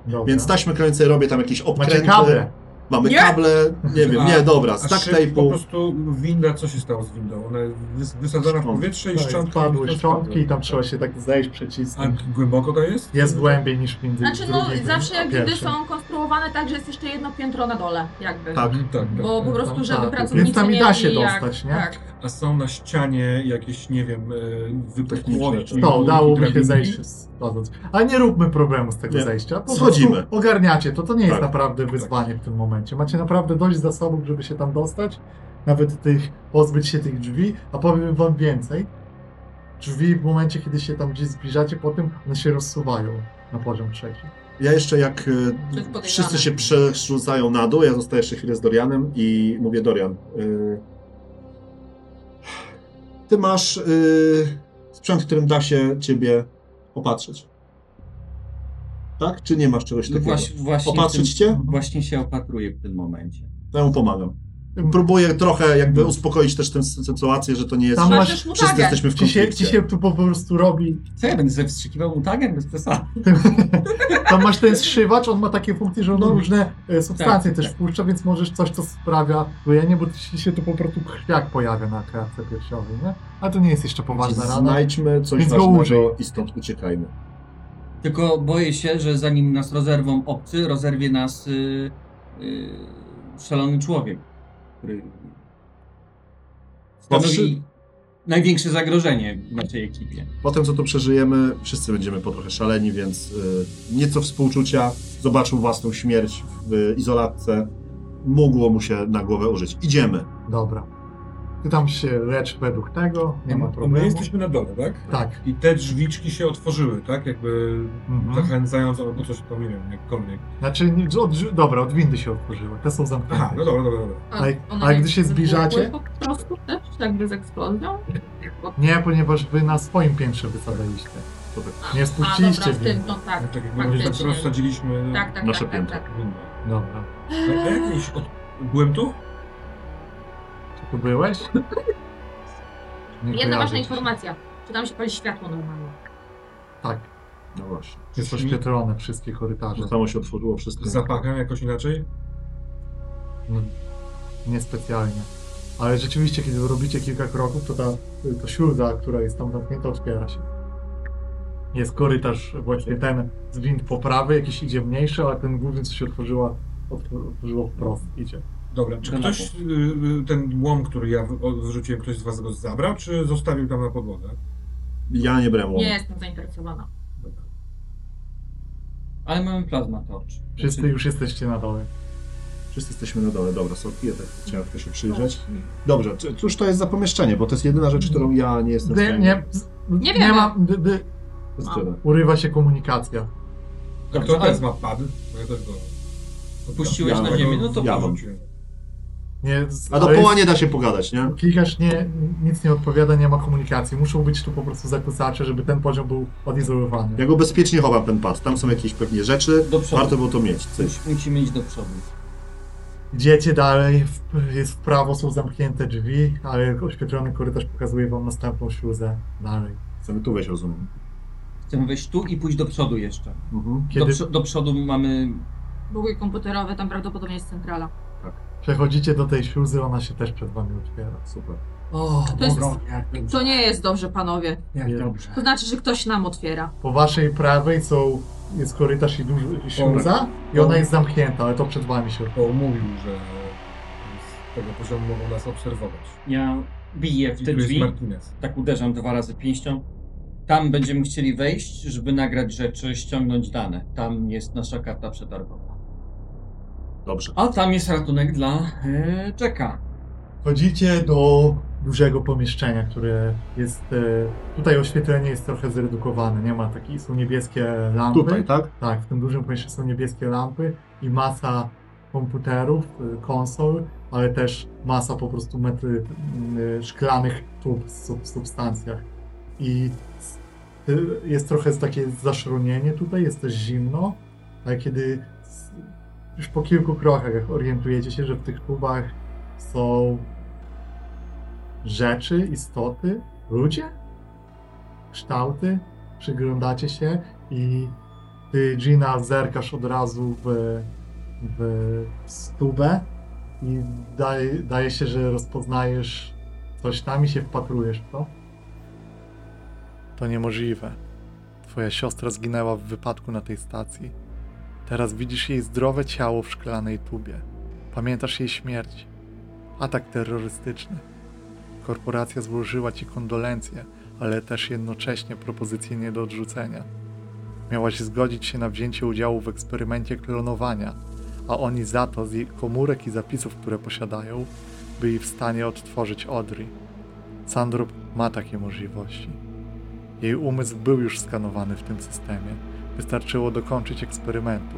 [SPEAKER 2] Dobra.
[SPEAKER 5] tak,
[SPEAKER 4] Więc taśmy kręcej robię tam jakieś
[SPEAKER 2] Macie
[SPEAKER 4] obkręty.
[SPEAKER 2] kablę.
[SPEAKER 4] Mamy
[SPEAKER 3] Nie!
[SPEAKER 4] kable, nie wiem,
[SPEAKER 5] A-
[SPEAKER 4] nie, dobra,
[SPEAKER 1] A
[SPEAKER 4] z duct
[SPEAKER 1] szyb- po
[SPEAKER 4] tape'u.
[SPEAKER 1] prostu winda, co się stało z windą? Ona jest wys- wysadzona w
[SPEAKER 4] Szczątki.
[SPEAKER 1] powietrze i
[SPEAKER 2] Tak,
[SPEAKER 1] szczątki.
[SPEAKER 2] Spadły
[SPEAKER 1] to
[SPEAKER 2] szczątki i
[SPEAKER 1] spadły.
[SPEAKER 2] tam trzeba się tak zejść
[SPEAKER 1] A
[SPEAKER 2] przyciskiem.
[SPEAKER 1] głęboko to jest?
[SPEAKER 2] Jest głębiej niż między
[SPEAKER 3] Znaczy no
[SPEAKER 2] drugim
[SPEAKER 3] zawsze
[SPEAKER 2] a
[SPEAKER 3] jak gdy
[SPEAKER 2] pierwszym.
[SPEAKER 3] są konstruowane tak, że jest jeszcze jedno piętro na dole, jakby.
[SPEAKER 4] Tak.
[SPEAKER 1] Mhm, tak, tak.
[SPEAKER 3] Bo po prostu, żeby
[SPEAKER 2] tak.
[SPEAKER 3] pracownicy
[SPEAKER 2] Więc tam i
[SPEAKER 3] nie
[SPEAKER 2] da się
[SPEAKER 3] mieli jak-
[SPEAKER 2] dostać, nie?
[SPEAKER 3] Tak.
[SPEAKER 1] A są na ścianie jakieś, nie wiem, e, wypukłości.
[SPEAKER 4] Techniczne.
[SPEAKER 2] To udałoby się
[SPEAKER 1] drabinki?
[SPEAKER 2] zejść. stąd. Ale nie róbmy problemu z tego
[SPEAKER 4] Nie.
[SPEAKER 2] zejścia. Po
[SPEAKER 4] Schodzimy.
[SPEAKER 2] prostu Ogarniacie to. To nie jest
[SPEAKER 4] Tak.
[SPEAKER 2] naprawdę wyzwanie w tym momencie. Macie naprawdę dość zasobów, żeby się tam dostać. Nawet tych, pozbyć się tych drzwi. A powiem wam więcej. Drzwi w momencie, kiedy się tam gdzieś zbliżacie, potem one się rozsuwają na poziom trzeci.
[SPEAKER 4] Ja jeszcze jak y,
[SPEAKER 3] podejrzane.
[SPEAKER 4] wszyscy się przerzucają na dół, ja zostaję jeszcze chwilę z Dorianem i mówię Dorian, y, ty masz y, sprzęt, którym da się ciebie opatrzyć. Tak? Czy nie masz czegoś
[SPEAKER 5] No
[SPEAKER 4] takiego?
[SPEAKER 5] właśnie, właśnie,
[SPEAKER 4] Opatrzyć
[SPEAKER 5] w
[SPEAKER 4] cię?
[SPEAKER 5] tym, właśnie się opatruję w tym momencie.
[SPEAKER 4] To ja mu pomagam. Próbuję trochę jakby uspokoić też tę sytuację, że to nie jest,
[SPEAKER 2] Mm.
[SPEAKER 4] tak,
[SPEAKER 2] Tam masz-
[SPEAKER 4] że
[SPEAKER 3] Patrzysz mu
[SPEAKER 4] No wszyscy
[SPEAKER 3] tagę.
[SPEAKER 4] jesteśmy w
[SPEAKER 2] Ci się,
[SPEAKER 4] konflikcie.
[SPEAKER 2] ci się tu po prostu robi
[SPEAKER 5] Co ja będę ze wstrzykiwał mutagiem bez przesady?
[SPEAKER 2] Tam masz ten zszywacz, on ma takie funkcje, że on
[SPEAKER 5] No.
[SPEAKER 2] różne e, substancje
[SPEAKER 5] Tak,
[SPEAKER 2] też
[SPEAKER 5] tak.
[SPEAKER 2] wpuszcza, więc możesz coś, co sprawia dojenie, bo ci się tu po prostu krwiak pojawia na klatce piersiowej, nie? Ale to nie jest jeszcze poważna rana.
[SPEAKER 4] Znajdźmy coś
[SPEAKER 2] Więc go użyj.
[SPEAKER 4] ważnego i stąd uciekajmy.
[SPEAKER 5] Tylko boję się, że zanim nas rozerwą obcy, rozerwie nas y, y, szalony człowiek, który stanowi
[SPEAKER 4] Powszy-
[SPEAKER 5] największe zagrożenie w naszej ekipie.
[SPEAKER 4] Po tym, co tu przeżyjemy, wszyscy będziemy po trochę szaleni, więc y, nieco współczucia. Zobaczył własną śmierć w y, izolatce. Mogło mu się na głowę użyć. Idziemy.
[SPEAKER 2] Dobra. Ty tam się lecz według tego, nie ma
[SPEAKER 1] To
[SPEAKER 2] problemu.
[SPEAKER 1] My jesteśmy na dole, tak?
[SPEAKER 2] Tak.
[SPEAKER 1] I te drzwiczki się otworzyły, tak? Jakby Tak.
[SPEAKER 2] Mhm.
[SPEAKER 1] zachęcając albo coś tam, nie wiem, jakkolwiek.
[SPEAKER 2] Znaczy, nie- od, drzwi- dobra, od windy się otworzyły, te są
[SPEAKER 1] Aha,
[SPEAKER 2] zamknięte.
[SPEAKER 1] no dobra, dobra, dobra.
[SPEAKER 3] A
[SPEAKER 2] Ale-
[SPEAKER 3] one
[SPEAKER 2] ale
[SPEAKER 3] jak
[SPEAKER 2] gdy się zbliżacie-
[SPEAKER 3] wybuchły Po prostu też, jakby z eksplozją.
[SPEAKER 2] Nie, ponieważ wy na swoim piętrze wysadzaliście.
[SPEAKER 4] To tak.
[SPEAKER 2] Nie
[SPEAKER 3] A dobra,
[SPEAKER 2] spuściliście
[SPEAKER 3] w tym,
[SPEAKER 2] windy.
[SPEAKER 3] no tak.
[SPEAKER 1] No Tak jakby tak
[SPEAKER 3] Faktycznie.
[SPEAKER 1] rozsadziliśmy
[SPEAKER 3] Tak, tak,
[SPEAKER 4] Nasze
[SPEAKER 3] tak, tak,
[SPEAKER 4] piętro.
[SPEAKER 3] tak.
[SPEAKER 1] windę.
[SPEAKER 2] Dobra.
[SPEAKER 1] A jakiś od... Byłem tu?
[SPEAKER 2] Czy tu byłeś? Nie
[SPEAKER 3] Jedna
[SPEAKER 2] kojarzę
[SPEAKER 3] ważna
[SPEAKER 2] ci.
[SPEAKER 3] informacja. Czy tam się pali światło normalnie?
[SPEAKER 2] Tak,
[SPEAKER 4] No właśnie.
[SPEAKER 2] jest oświetlone wszystkie korytarze.
[SPEAKER 4] Że samo się otworzyło wszystko.
[SPEAKER 1] Z zapachem jakoś inaczej?
[SPEAKER 2] No, niespecjalnie. Ale rzeczywiście, kiedy robicie kilka kroków, to ta to śluza, która jest tam zamknięta, otwiera się. Jest korytarz właśnie ten z wind po prawej, jakiś idzie mniejszy, ale ten główny, co się otworzyła, otw- otworzyło wprost, idzie.
[SPEAKER 1] Dobra, czy
[SPEAKER 5] Do
[SPEAKER 1] ktoś, y, y, ten łom, który ja wy- o- wyrzuciłem, ktoś z was go zabrał, czy zostawił tam na podłodze?
[SPEAKER 4] Ja nie brałem
[SPEAKER 3] Nie
[SPEAKER 4] łomu.
[SPEAKER 3] jestem zainteresowana.
[SPEAKER 5] Ale mamy plazma Znaczy, torch.
[SPEAKER 2] Wszyscy już jesteście na dole.
[SPEAKER 4] Wszyscy jesteśmy na dole. Dobra, Sophie, ja tak chciałem tylko się przyjrzeć. Dobrze, c- cóż to jest za pomieszczenie? Bo to jest jedyna rzecz, którą ja nie jestem w
[SPEAKER 2] Dy,
[SPEAKER 4] stanie...
[SPEAKER 2] nie, z-
[SPEAKER 3] Nie
[SPEAKER 2] nie
[SPEAKER 3] wiemy.
[SPEAKER 2] ma, dy, dy,
[SPEAKER 4] To
[SPEAKER 5] No.
[SPEAKER 4] jest tyle.
[SPEAKER 2] urywa się komunikacja.
[SPEAKER 1] A kto teraz ma pad? Bo ja też go...
[SPEAKER 5] Tak, Puściłeś
[SPEAKER 1] Ja
[SPEAKER 4] na
[SPEAKER 1] go-
[SPEAKER 5] ziemię, no to
[SPEAKER 1] ja
[SPEAKER 4] wam.
[SPEAKER 1] wyrzuciłem.
[SPEAKER 2] Nie, z-
[SPEAKER 4] A do
[SPEAKER 2] ale
[SPEAKER 4] poła
[SPEAKER 2] jest-
[SPEAKER 4] nie da się pogadać, nie?
[SPEAKER 2] Klikasz, nie, nic nie odpowiada, nie ma komunikacji. Muszą być tu po prostu zakłócacze, żeby ten poziom był odizolowany.
[SPEAKER 4] Ja go bezpiecznie chowam ten pas. Tam są jakieś pewnie rzeczy.
[SPEAKER 5] Do przodu.
[SPEAKER 4] Warto było to mieć. Coś.
[SPEAKER 5] Musimy iść do przodu.
[SPEAKER 2] Idziecie dalej, w, jest w prawo, są zamknięte drzwi, ale oświetlony korytarz pokazuje wam następną śluzę dalej.
[SPEAKER 4] Chcemy tu wejść, rozumiem.
[SPEAKER 5] Chcemy wejść tu i pójść do przodu jeszcze.
[SPEAKER 4] Mhm.
[SPEAKER 5] Do,
[SPEAKER 2] Kiedy
[SPEAKER 5] przo- do przodu mamy...
[SPEAKER 3] Były komputerowe, tam prawdopodobnie jest centrala.
[SPEAKER 2] przechodzicie do tej śluzy, ona się też przed wami otwiera.
[SPEAKER 4] Tak, Super.
[SPEAKER 5] O,
[SPEAKER 3] To jest-
[SPEAKER 5] Boże, jak dobrze.
[SPEAKER 3] To nie jest dobrze, panowie.
[SPEAKER 5] Jak dobrze.
[SPEAKER 3] To znaczy, że ktoś nam otwiera.
[SPEAKER 2] Po waszej prawej są, jest korytarz i, duży, i śluza i ona jest zamknięta, ale to przed wami się otwiera.
[SPEAKER 1] Bo mówił, że z tego poziomu mogą nas obserwować.
[SPEAKER 5] Ja biję
[SPEAKER 1] I
[SPEAKER 5] w
[SPEAKER 1] tu
[SPEAKER 5] te
[SPEAKER 1] jest
[SPEAKER 5] drzwi,
[SPEAKER 1] Martinez.
[SPEAKER 5] tak uderzam dwa razy pięścią. Tam będziemy chcieli wejść, żeby nagrać rzeczy, ściągnąć dane. Tam jest nasza karta przetargowa.
[SPEAKER 4] Dobrze.
[SPEAKER 5] A tam jest ratunek dla e, Jacka.
[SPEAKER 2] Chodzicie do dużego pomieszczenia, które jest. e, Tutaj oświetlenie jest trochę zredukowane, nie ma takiej. Są niebieskie lampy.
[SPEAKER 4] Tutaj, tak?
[SPEAKER 2] Tak, w tym dużym pomieszczeniu są niebieskie lampy i masa komputerów, y, konsol, ale też masa po prostu metry y, szklanych tub z sub- substancjach. I s- y, jest trochę takie zaszronienie tutaj, jest też zimno, ale kiedy s- już po kilku krokach jak orientujecie się, że w tych tubach są rzeczy, istoty, ludzie, kształty, przyglądacie się i ty, Gina, zerkasz od razu w, w stubę i daje, daje się, że rozpoznajesz coś tam i się wpatrujesz w to. To niemożliwe. Twoja siostra zginęła w wypadku na tej stacji. Teraz widzisz jej zdrowe ciało w szklanej tubie. Pamiętasz jej śmierć. Atak terrorystyczny. Korporacja złożyła ci kondolencje, ale też jednocześnie propozycje nie do odrzucenia. Miałaś zgodzić się na wzięcie udziału w eksperymencie klonowania, a oni za to z jej komórek i zapisów, które posiadają, byli w stanie odtworzyć Audrey. Sandrop ma takie możliwości. Jej umysł był już skanowany w tym systemie. Wystarczyło dokończyć eksperymentu.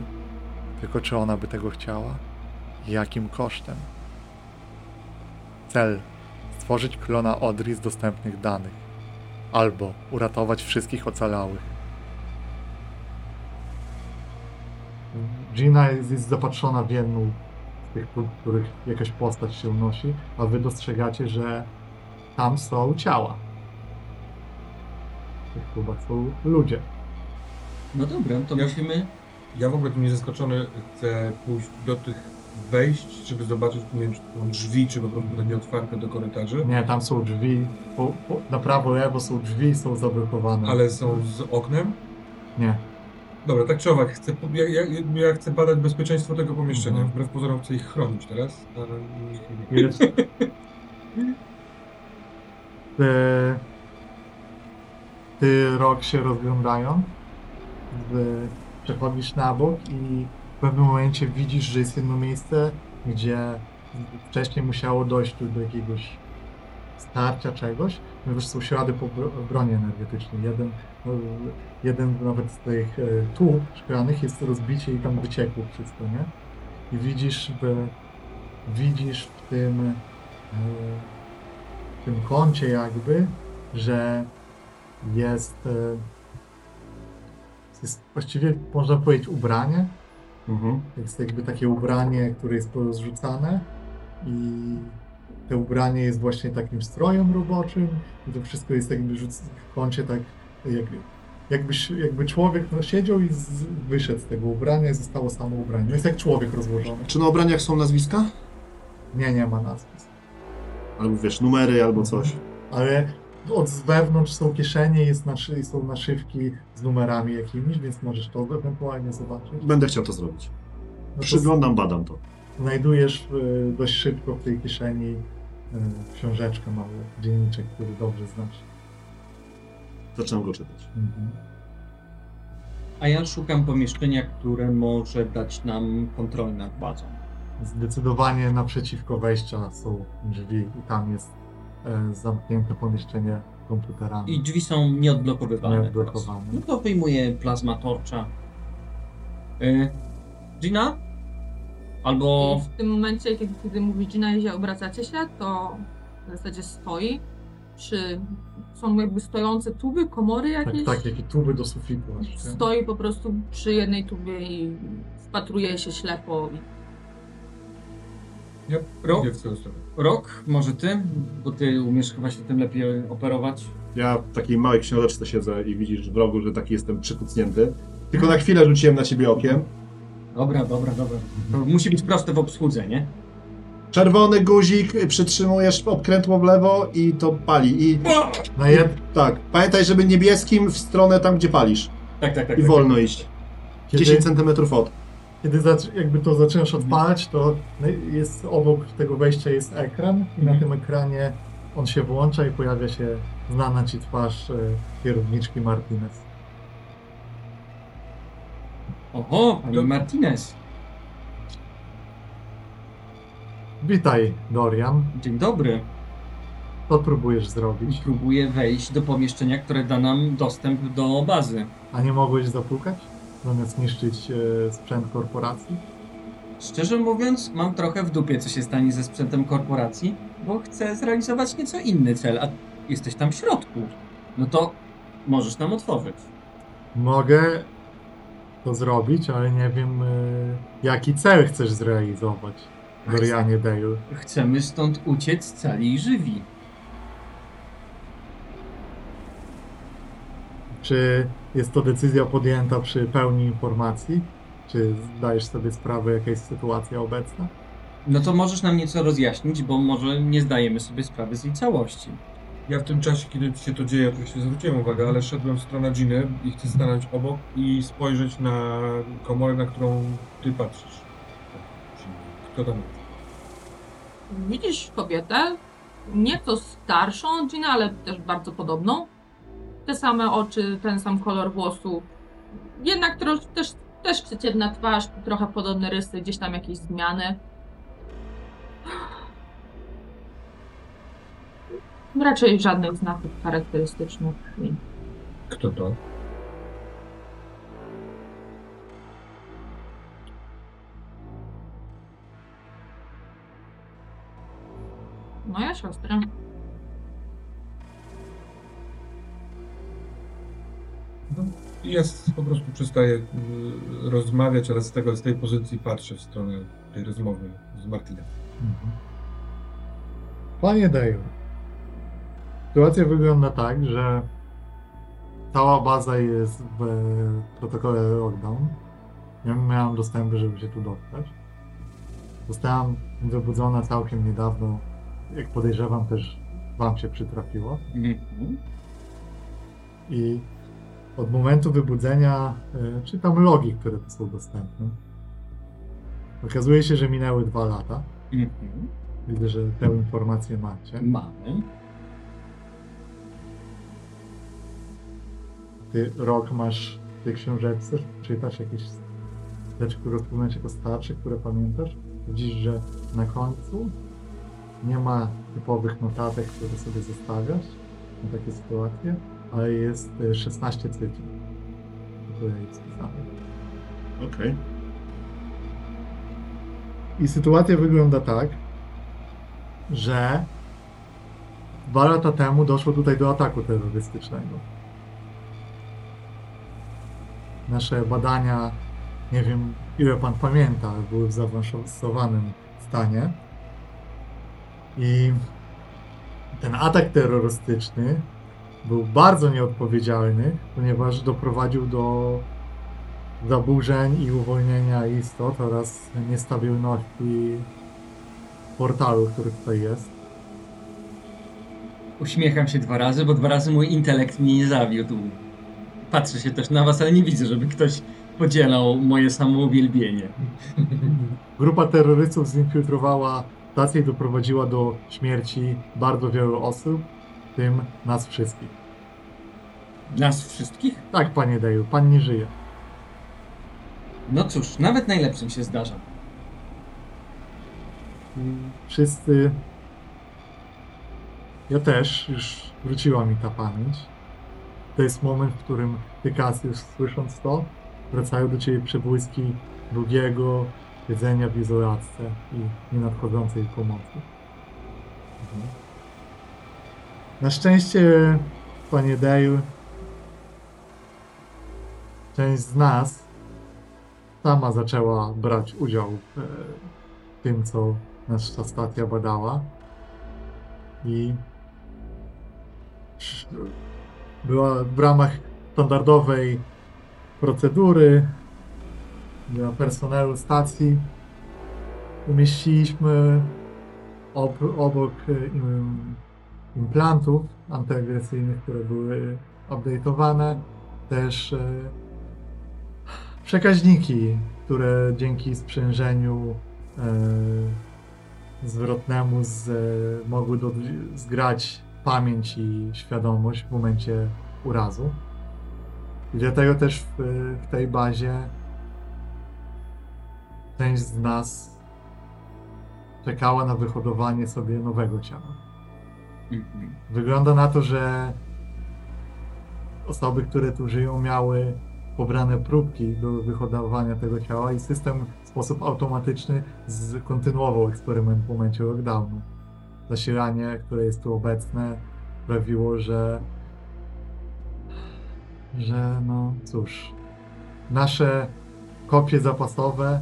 [SPEAKER 2] Tylko czy ona by tego chciała? I Jakim kosztem? Cel: stworzyć klona Audrey z dostępnych danych. Albo uratować wszystkich ocalałych. Gina jest, jest zapatrzona w jedną z tych, tu- których jakaś postać się unosi, a wy dostrzegacie, że tam są ciała. W tych klubach są ludzie.
[SPEAKER 5] No dobra, to
[SPEAKER 1] Ja-
[SPEAKER 5] musimy...
[SPEAKER 1] Ja w ogóle tu nie zaskoczony chcę pójść do tych wejść, żeby zobaczyć, nie wiem, czy to są drzwi, czy po prostu będą nieotwarte do korytarzy,
[SPEAKER 2] Nie, tam są drzwi. Po, po, na prawo, lewo są drzwi są zablokowane.
[SPEAKER 1] ale są z oknem.
[SPEAKER 2] Nie.
[SPEAKER 1] Dobra, tak czy owak, chcę, po- ja, ja, ja chcę badać bezpieczeństwo tego pomieszczenia.
[SPEAKER 2] Mhm.
[SPEAKER 1] Wbrew pozorom chcę ich chronić teraz. ale nikt nie wie.
[SPEAKER 2] Ile... ty... ty rok się rozglądają, w... przechodzisz na bok i w pewnym momencie widzisz, że jest jedno miejsce, gdzie wcześniej musiało dojść tu do jakiegoś starcia czegoś, ponieważ są ślady po bro- broni energetycznej. Jeden, no, jeden nawet z tych e, tłum szklanych jest rozbicie i tam wyciekło wszystko, nie? I widzisz w, widzisz w tym, e, w tym kącie jakby, że jest, e, jest właściwie można powiedzieć ubranie,
[SPEAKER 4] Mhm.
[SPEAKER 2] jest jakby takie ubranie, które jest porozrzucane i to ubranie jest właśnie takim strojem roboczym i to wszystko jest jakby rzuc- w kącie tak jakby, jakbyś, jakby człowiek no, siedział i z, wyszedł z tego ubrania i zostało samo ubranie. No Jest jak człowiek rozłożony.
[SPEAKER 4] Czy na ubraniach są nazwiska?
[SPEAKER 2] Nie, nie ma nazwisk.
[SPEAKER 4] Albo wiesz, numery, albo coś.
[SPEAKER 2] Ale od z wewnątrz są kieszenie, jest naszy, są naszywki z numerami jakimiś, więc możesz to ewentualnie zobaczyć.
[SPEAKER 4] Będę chciał to zrobić.
[SPEAKER 2] No to
[SPEAKER 4] Przyglądam, badam to.
[SPEAKER 2] znajdujesz y, dość szybko w tej kieszeni y, książeczkę małą, dzienniczek, który dobrze znasz.
[SPEAKER 4] Zaczynam go czytać.
[SPEAKER 2] Mhm.
[SPEAKER 5] A ja szukam pomieszczenia, które może dać nam kontrolę nad bazą.
[SPEAKER 2] Zdecydowanie naprzeciwko wejścia są drzwi i tam jest e, zamknięte pomieszczenie komputerami.
[SPEAKER 5] I drzwi są nieodblokowywane.
[SPEAKER 2] Nieodblokowane.
[SPEAKER 5] teraz. No to wyjmuję plazma torcza. Y, Gina? Albo...
[SPEAKER 3] I w tym momencie, kiedy, kiedy mówi Gina, jeżeli obracacie się, to w zasadzie stoi przy... Są jakby stojące tuby, komory
[SPEAKER 2] Tak,
[SPEAKER 3] jakieś.
[SPEAKER 2] tak, jakie tuby do sufitu. właśnie.
[SPEAKER 3] Stoi po prostu przy jednej tubie i wpatruje się ślepo. I
[SPEAKER 1] Ja
[SPEAKER 5] Rok?
[SPEAKER 1] idę w tę stronę.
[SPEAKER 5] Rok, może ty? Bo ty umiesz chyba się tym lepiej operować.
[SPEAKER 4] Ja w takiej małej książeczce siedzę i widzisz w rogu, że taki jestem przykucnięty. Tylko na chwilę rzuciłem na siebie okiem.
[SPEAKER 5] Dobra, dobra, dobra. To musi być proste w obsłudze, nie?
[SPEAKER 4] Czerwony guzik, y, przytrzymujesz obkrętło w lewo i to pali. I
[SPEAKER 2] Na jed...
[SPEAKER 4] tak, pamiętaj, żeby niebieskim w stronę tam, gdzie palisz.
[SPEAKER 5] Tak, tak, tak.
[SPEAKER 4] I
[SPEAKER 5] tak,
[SPEAKER 4] wolno iść.
[SPEAKER 2] kiedy,
[SPEAKER 4] 10 cm od.
[SPEAKER 2] kiedy zac... jakby to zaczynasz odpalać, to no, jest obok tego wejścia jest ekran i na
[SPEAKER 5] Mhm.
[SPEAKER 2] tym ekranie on się włącza i pojawia się znana ci twarz e, kierowniczki Martinez.
[SPEAKER 5] Oho, pani Martinez.
[SPEAKER 2] Witaj, Dorian.
[SPEAKER 5] Dzień dobry.
[SPEAKER 2] Co próbujesz
[SPEAKER 5] I
[SPEAKER 2] zrobić?
[SPEAKER 5] próbuję wejść do pomieszczenia, które da nam dostęp do bazy.
[SPEAKER 2] A nie mogłeś zapukać? Zamiast niszczyć e, sprzęt korporacji?
[SPEAKER 5] Szczerze mówiąc, mam trochę w dupie, co się stanie ze sprzętem korporacji, bo chcę zrealizować nieco inny cel, a jesteś tam w środku. No to możesz nam otworzyć.
[SPEAKER 2] Mogę to zrobić, ale nie wiem, e, jaki cel chcesz zrealizować, Dorianie Dale.
[SPEAKER 5] Chcemy stąd uciec cali i żywi.
[SPEAKER 2] Czy jest to decyzja podjęta przy pełni informacji? Czy zdajesz sobie sprawę, jaka jest sytuacja obecna?
[SPEAKER 5] No to możesz nam nieco rozjaśnić, bo może nie zdajemy sobie sprawy z jej całości.
[SPEAKER 1] Ja w tym czasie, kiedy się to dzieje, oczywiście zwróciłem uwagę, ale szedłem w stronę Giny i chcę stanąć obok i spojrzeć na komorę, na którą ty patrzysz. Kto tam jest?
[SPEAKER 3] widzisz kobietę, nieco starszą od Gina, ale też bardzo podobną. Te same oczy, ten sam kolor włosów. Jednak tro- też, też przeciętna twarz, trochę podobne rysy, gdzieś tam jakieś zmiany. Raczej żadnych znaków charakterystycznych. i-
[SPEAKER 1] Kto to?
[SPEAKER 3] Moja siostra.
[SPEAKER 1] I ja s- po prostu przestaję y, rozmawiać, ale z, tego, z tej pozycji patrzę w stronę tej rozmowy z Martinem.
[SPEAKER 2] Panie Dale, sytuacja wygląda tak, że cała baza jest w e, protokole lockdown. Ja miałem dostęp, żeby się tu dostać. Zostałam wybudzona całkiem niedawno. Jak podejrzewam, też wam się przytrafiło.
[SPEAKER 5] Mhm.
[SPEAKER 2] I od momentu wybudzenia y, czytam logi, które tu są dostępne. Okazuje się, że minęły dwa lata.
[SPEAKER 5] Mhm.
[SPEAKER 2] Widzę, że tę informację macie.
[SPEAKER 5] Mamy.
[SPEAKER 2] Ty rok masz w tej książeczce, czytasz jakieś rzeczy, które wspominasz jako starszy, które pamiętasz. Widzisz, że na końcu nie ma typowych notatek, które sobie zostawiasz na takie sytuacje, ale jest y, 16 cyfr, które jest wpisane.
[SPEAKER 4] Okej.
[SPEAKER 2] I sytuacja wygląda tak, że dwa lata temu doszło tutaj do ataku terrorystycznego. Nasze badania, nie wiem ile pan pamięta, ale były w zaawansowanym stanie. I ten atak terrorystyczny był bardzo nieodpowiedzialny, ponieważ doprowadził do zaburzeń i uwolnienia istot oraz niestabilności portalu, który tutaj jest.
[SPEAKER 5] Uśmiecham się dwa razy, bo dwa razy mój intelekt mnie nie zawiódł. Patrzę się też na was, ale nie widzę, żeby ktoś podzielał moje samouwielbienie.
[SPEAKER 2] Grupa terrorystów zinfiltrowała stację i doprowadziła do śmierci bardzo wielu osób, w tym nas wszystkich.
[SPEAKER 5] Nas wszystkich?
[SPEAKER 2] Tak, panie Deju, pan nie żyje.
[SPEAKER 5] No cóż, nawet najlepszym się zdarza.
[SPEAKER 2] Wszyscy. Ja też, już wróciła mi ta pamięć. To jest moment, w którym ty, Cassius, słysząc to, wracają do ciebie przebłyski długiego jedzenia w izolatce i nienadchodzącej pomocy. Mhm. Na szczęście, panie Dale, część z nas sama zaczęła brać udział w e, tym, co nasza Znaczy, stacja badała i była w ramach standardowej procedury dla personelu stacji. Umieściliśmy ob, obok y, im, implantów antyagresyjnych, które były update'owane, też y, przekaźniki, które dzięki sprzężeniu y, zwrotnemu z, e, mogły do, zgrać pamięć i świadomość w momencie urazu. I dlatego też w, w tej bazie część z nas czekała na wyhodowanie sobie nowego ciała.
[SPEAKER 5] Mhm.
[SPEAKER 2] Wygląda na to, że osoby, które tu żyją, miały pobrane próbki do wyhodowania tego ciała i system w sposób automatyczny z- kontynuował eksperyment w momencie lockdownu. Zasilanie, które jest tu obecne, sprawiło, że że no cóż, nasze kopie zapasowe,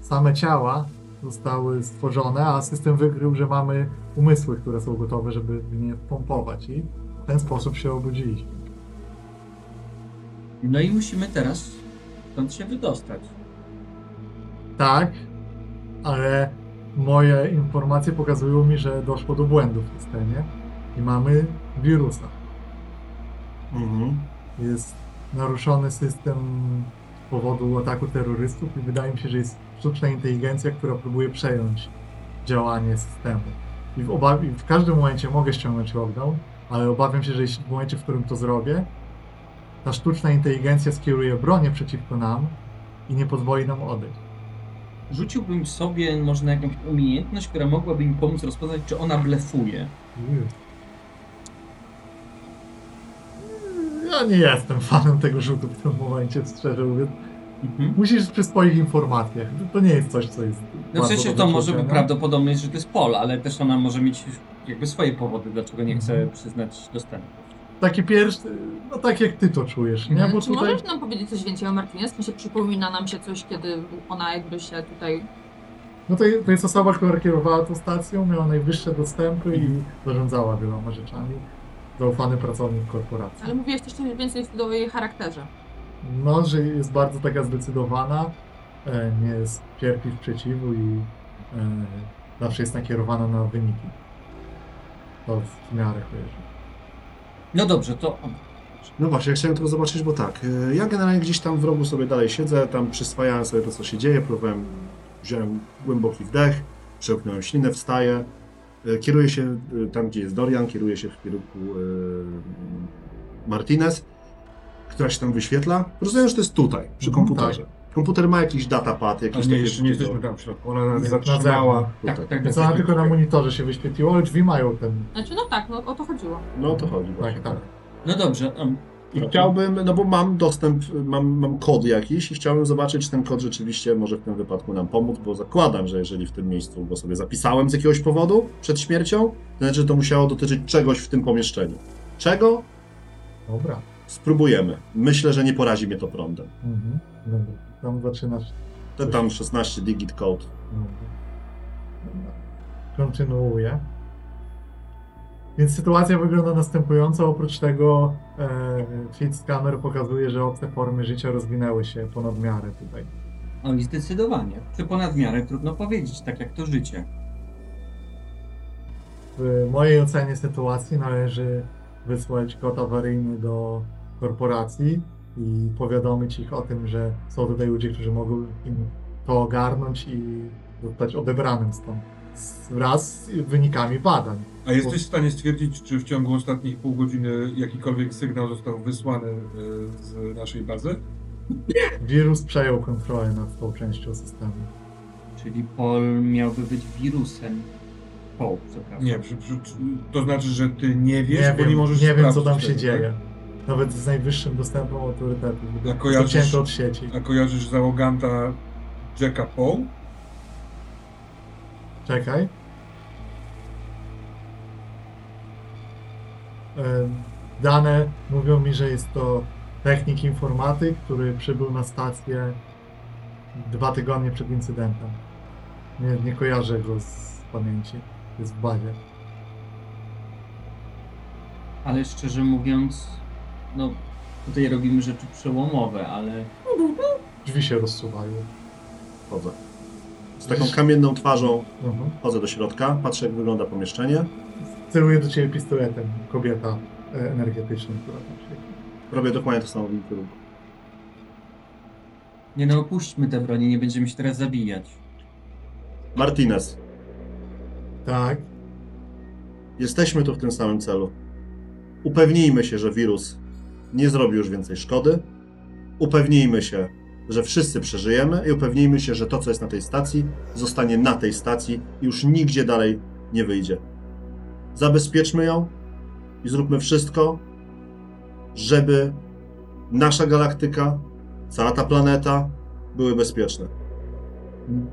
[SPEAKER 2] same ciała zostały stworzone, a system wykrył, że mamy umysły, które są gotowe, żeby w nie pompować i w ten sposób się obudziliśmy.
[SPEAKER 5] No i musimy teraz stąd się wydostać.
[SPEAKER 2] Tak, ale moje informacje pokazują mi, że doszło do błędu w systemie i mamy wirusa.
[SPEAKER 4] Mhm.
[SPEAKER 2] Jest naruszony system z powodu ataku terrorystów i wydaje mi się, że jest sztuczna inteligencja, która próbuje przejąć działanie systemu. I w, oba- i w każdym momencie mogę ściągnąć lockdown, ale obawiam się, że jeśli w momencie, w którym to zrobię, ta sztuczna inteligencja skieruje bronię przeciwko nam i nie pozwoli nam odejść.
[SPEAKER 5] Rzuciłbym sobie może na jakąś umiejętność, która mogłaby mi pomóc rozpoznać, czy ona blefuje.
[SPEAKER 2] Ja nie jestem fanem tego rzutu w tym momencie, szczerze mówiąc.
[SPEAKER 5] Mhm.
[SPEAKER 2] Musisz przyswoić informacje. To nie jest coś, co jest.
[SPEAKER 5] No w
[SPEAKER 2] bardzo
[SPEAKER 5] sensie
[SPEAKER 2] do
[SPEAKER 5] to może być
[SPEAKER 2] wyczucia,
[SPEAKER 5] prawdopodobność, że to jest pol, ale też ona może mieć jakby swoje powody, dlaczego nie chce przyznać dostępu.
[SPEAKER 2] no. Taki pierwszy. No tak jak ty to czujesz, nie? Bo
[SPEAKER 3] Mhm. Czy
[SPEAKER 2] tutaj.
[SPEAKER 3] możesz nam powiedzieć coś więcej o Martinie? W sensie przypomina nam się coś, kiedy ona jakby się tutaj...
[SPEAKER 2] No to, to jest osoba, która kierowała tą stacją, miała najwyższe dostępy
[SPEAKER 3] Mhm.
[SPEAKER 2] i zarządzała wieloma rzeczami. Zaufany pracownik korporacji.
[SPEAKER 3] Ale mówiłeś też coś więcej wtedy o jej charakterze.
[SPEAKER 2] No, że jest bardzo taka zdecydowana, e, nie jest, cierpi w przeciwu i e, zawsze jest nakierowana na wyniki. To w miarę kojarzy.
[SPEAKER 5] No dobrze, to
[SPEAKER 4] No właśnie, ja chciałem to zobaczyć, bo tak, y, ja generalnie gdzieś tam w rogu sobie dalej siedzę, tam przyswajałem sobie to, co się dzieje, próbowałem, wziąłem głęboki wdech, przełknąłem ślinę, wstaję, y, kieruję się y, tam, gdzie jest Dorian, kieruję się w kierunku y, Martinez, która się tam wyświetla. Rozumiem, że to jest tutaj, przy
[SPEAKER 2] Mhm,
[SPEAKER 4] komputerze. Komputer ma jakiś datapad,
[SPEAKER 1] Ale
[SPEAKER 4] jakiś
[SPEAKER 1] nie,
[SPEAKER 4] takie-
[SPEAKER 1] jeszcze nie jesteśmy tam w środku. Ona nas
[SPEAKER 2] Nie,
[SPEAKER 1] zatrzymała.
[SPEAKER 2] na
[SPEAKER 5] tak,
[SPEAKER 4] Tutaj.
[SPEAKER 5] tak, tak.
[SPEAKER 2] Więc ona tylko na monitorze się wyświetliła, ale drzwi mają ten.
[SPEAKER 3] Znaczy, no tak, no o to chodziło.
[SPEAKER 4] No o to chodzi. właśnie.
[SPEAKER 2] tak.
[SPEAKER 5] No dobrze, em,
[SPEAKER 4] I chciałbym, no bo mam dostęp, mam, mam kod jakiś i chciałbym zobaczyć, czy ten kod rzeczywiście może w tym wypadku nam pomóc, bo zakładam, że jeżeli w tym miejscu go sobie zapisałem z jakiegoś powodu przed śmiercią, to znaczy, że to musiało dotyczyć czegoś w tym pomieszczeniu. Czego?
[SPEAKER 2] Dobra.
[SPEAKER 4] Spróbujemy. Myślę, że nie porazi mnie to prądem.
[SPEAKER 2] Mhm. Dobra. Tam zaczynasz.
[SPEAKER 4] Ten tam 16 digit code.
[SPEAKER 2] Dobra. Dobra. Kontynuuję. Więc sytuacja wygląda następująco. Oprócz tego e, feed scanner pokazuje, że obce formy życia rozwinęły się ponad miarę tutaj.
[SPEAKER 5] oj, zdecydowanie. Czy ponad miarę trudno powiedzieć, tak jak to życie.
[SPEAKER 2] W mojej ocenie sytuacji należy wysłać kod awaryjny do korporacji i powiadomić ich o tym, że są tutaj ludzie, którzy mogą im to ogarnąć i zostać odebranym stąd z- wraz z wynikami badań.
[SPEAKER 1] A jesteś w stanie stwierdzić, czy w ciągu ostatnich pół godziny jakikolwiek sygnał został wysłany y, z naszej bazy?
[SPEAKER 2] Wirus przejął kontrolę nad tą częścią systemu.
[SPEAKER 5] Czyli Paul miałby być wirusem. Paul, przepraszam.
[SPEAKER 1] Nie, przy, przy, czy- to znaczy, że ty nie wiesz,
[SPEAKER 2] nie
[SPEAKER 1] bo nie możesz
[SPEAKER 2] nie wiem co tam
[SPEAKER 1] sprawdzić
[SPEAKER 2] się
[SPEAKER 1] tego, tak?
[SPEAKER 2] dzieje. Nawet z najwyższym dostępem autorytetu.
[SPEAKER 1] A kojarzysz-
[SPEAKER 2] Zacięto od sieci.
[SPEAKER 1] Tak? A kojarzysz załoganta Jacka Poe?
[SPEAKER 2] Czekaj. E, Dane mówią mi, że jest to technik informatyk, który przybył na stację dwa tygodnie przed incydentem. Nie, nie kojarzę go z pamięci. Jest w bazie.
[SPEAKER 5] Ale szczerze mówiąc, no tutaj robimy rzeczy przełomowe, ale
[SPEAKER 2] Drzwi się rozsuwają.
[SPEAKER 4] Chodzę. Z taką kamienną twarzą
[SPEAKER 2] Mhm.
[SPEAKER 4] chodzę do środka, patrzę jak wygląda pomieszczenie.
[SPEAKER 2] Celuje do ciebie pistoletem kobieta e, energetyczna, która tam się
[SPEAKER 4] Robię dokładnie to samo w innym kierunku.
[SPEAKER 5] nie no opuśćmy te broni, nie będziemy się teraz zabijać.
[SPEAKER 4] Martinez,
[SPEAKER 2] Tak.
[SPEAKER 4] jesteśmy tu w tym samym celu. Upewnijmy się, że wirus nie zrobi już więcej szkody. Upewnijmy się, że wszyscy przeżyjemy i upewnijmy się, że to, co jest na tej stacji, zostanie na tej stacji i już nigdzie dalej nie wyjdzie. Zabezpieczmy ją i zróbmy wszystko, żeby nasza galaktyka, cała ta planeta były bezpieczne.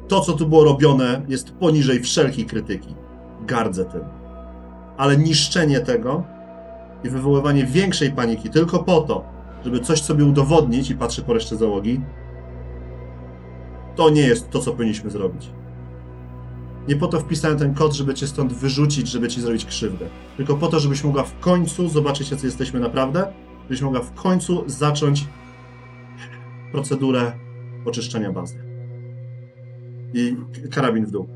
[SPEAKER 4] To, co tu było robione, jest poniżej wszelkiej krytyki. Gardzę tym ale niszczenie tego i wywoływanie większej paniki tylko po to, żeby coś sobie udowodnić i patrzy po reszcie załogi, to nie jest to, co powinniśmy zrobić. Nie po to wpisałem ten kod, żeby cię stąd wyrzucić, żeby ci zrobić krzywdę. Tylko po to, żebyś mogła w końcu zobaczyć, jacy jesteśmy naprawdę, żebyś mogła w końcu zacząć procedurę oczyszczenia bazy. I k- karabin w dół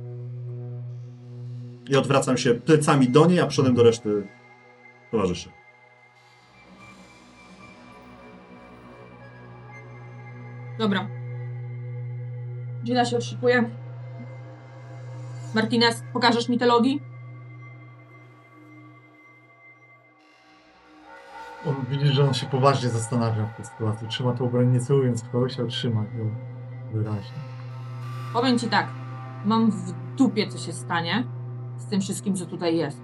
[SPEAKER 4] i odwracam się plecami do niej, a przodem do reszty towarzyszy.
[SPEAKER 3] Dobra. Gina się odszykuje. Martinez, pokażesz mi te logi?
[SPEAKER 2] On widzi, że on się poważnie zastanawia w tej sytuacji. Trzyma tą broń nie celując w kogoś, ale trzyma ją wyraźnie.
[SPEAKER 3] Powiem ci tak. Mam w dupie, co się stanie z tym wszystkim, co tutaj jest.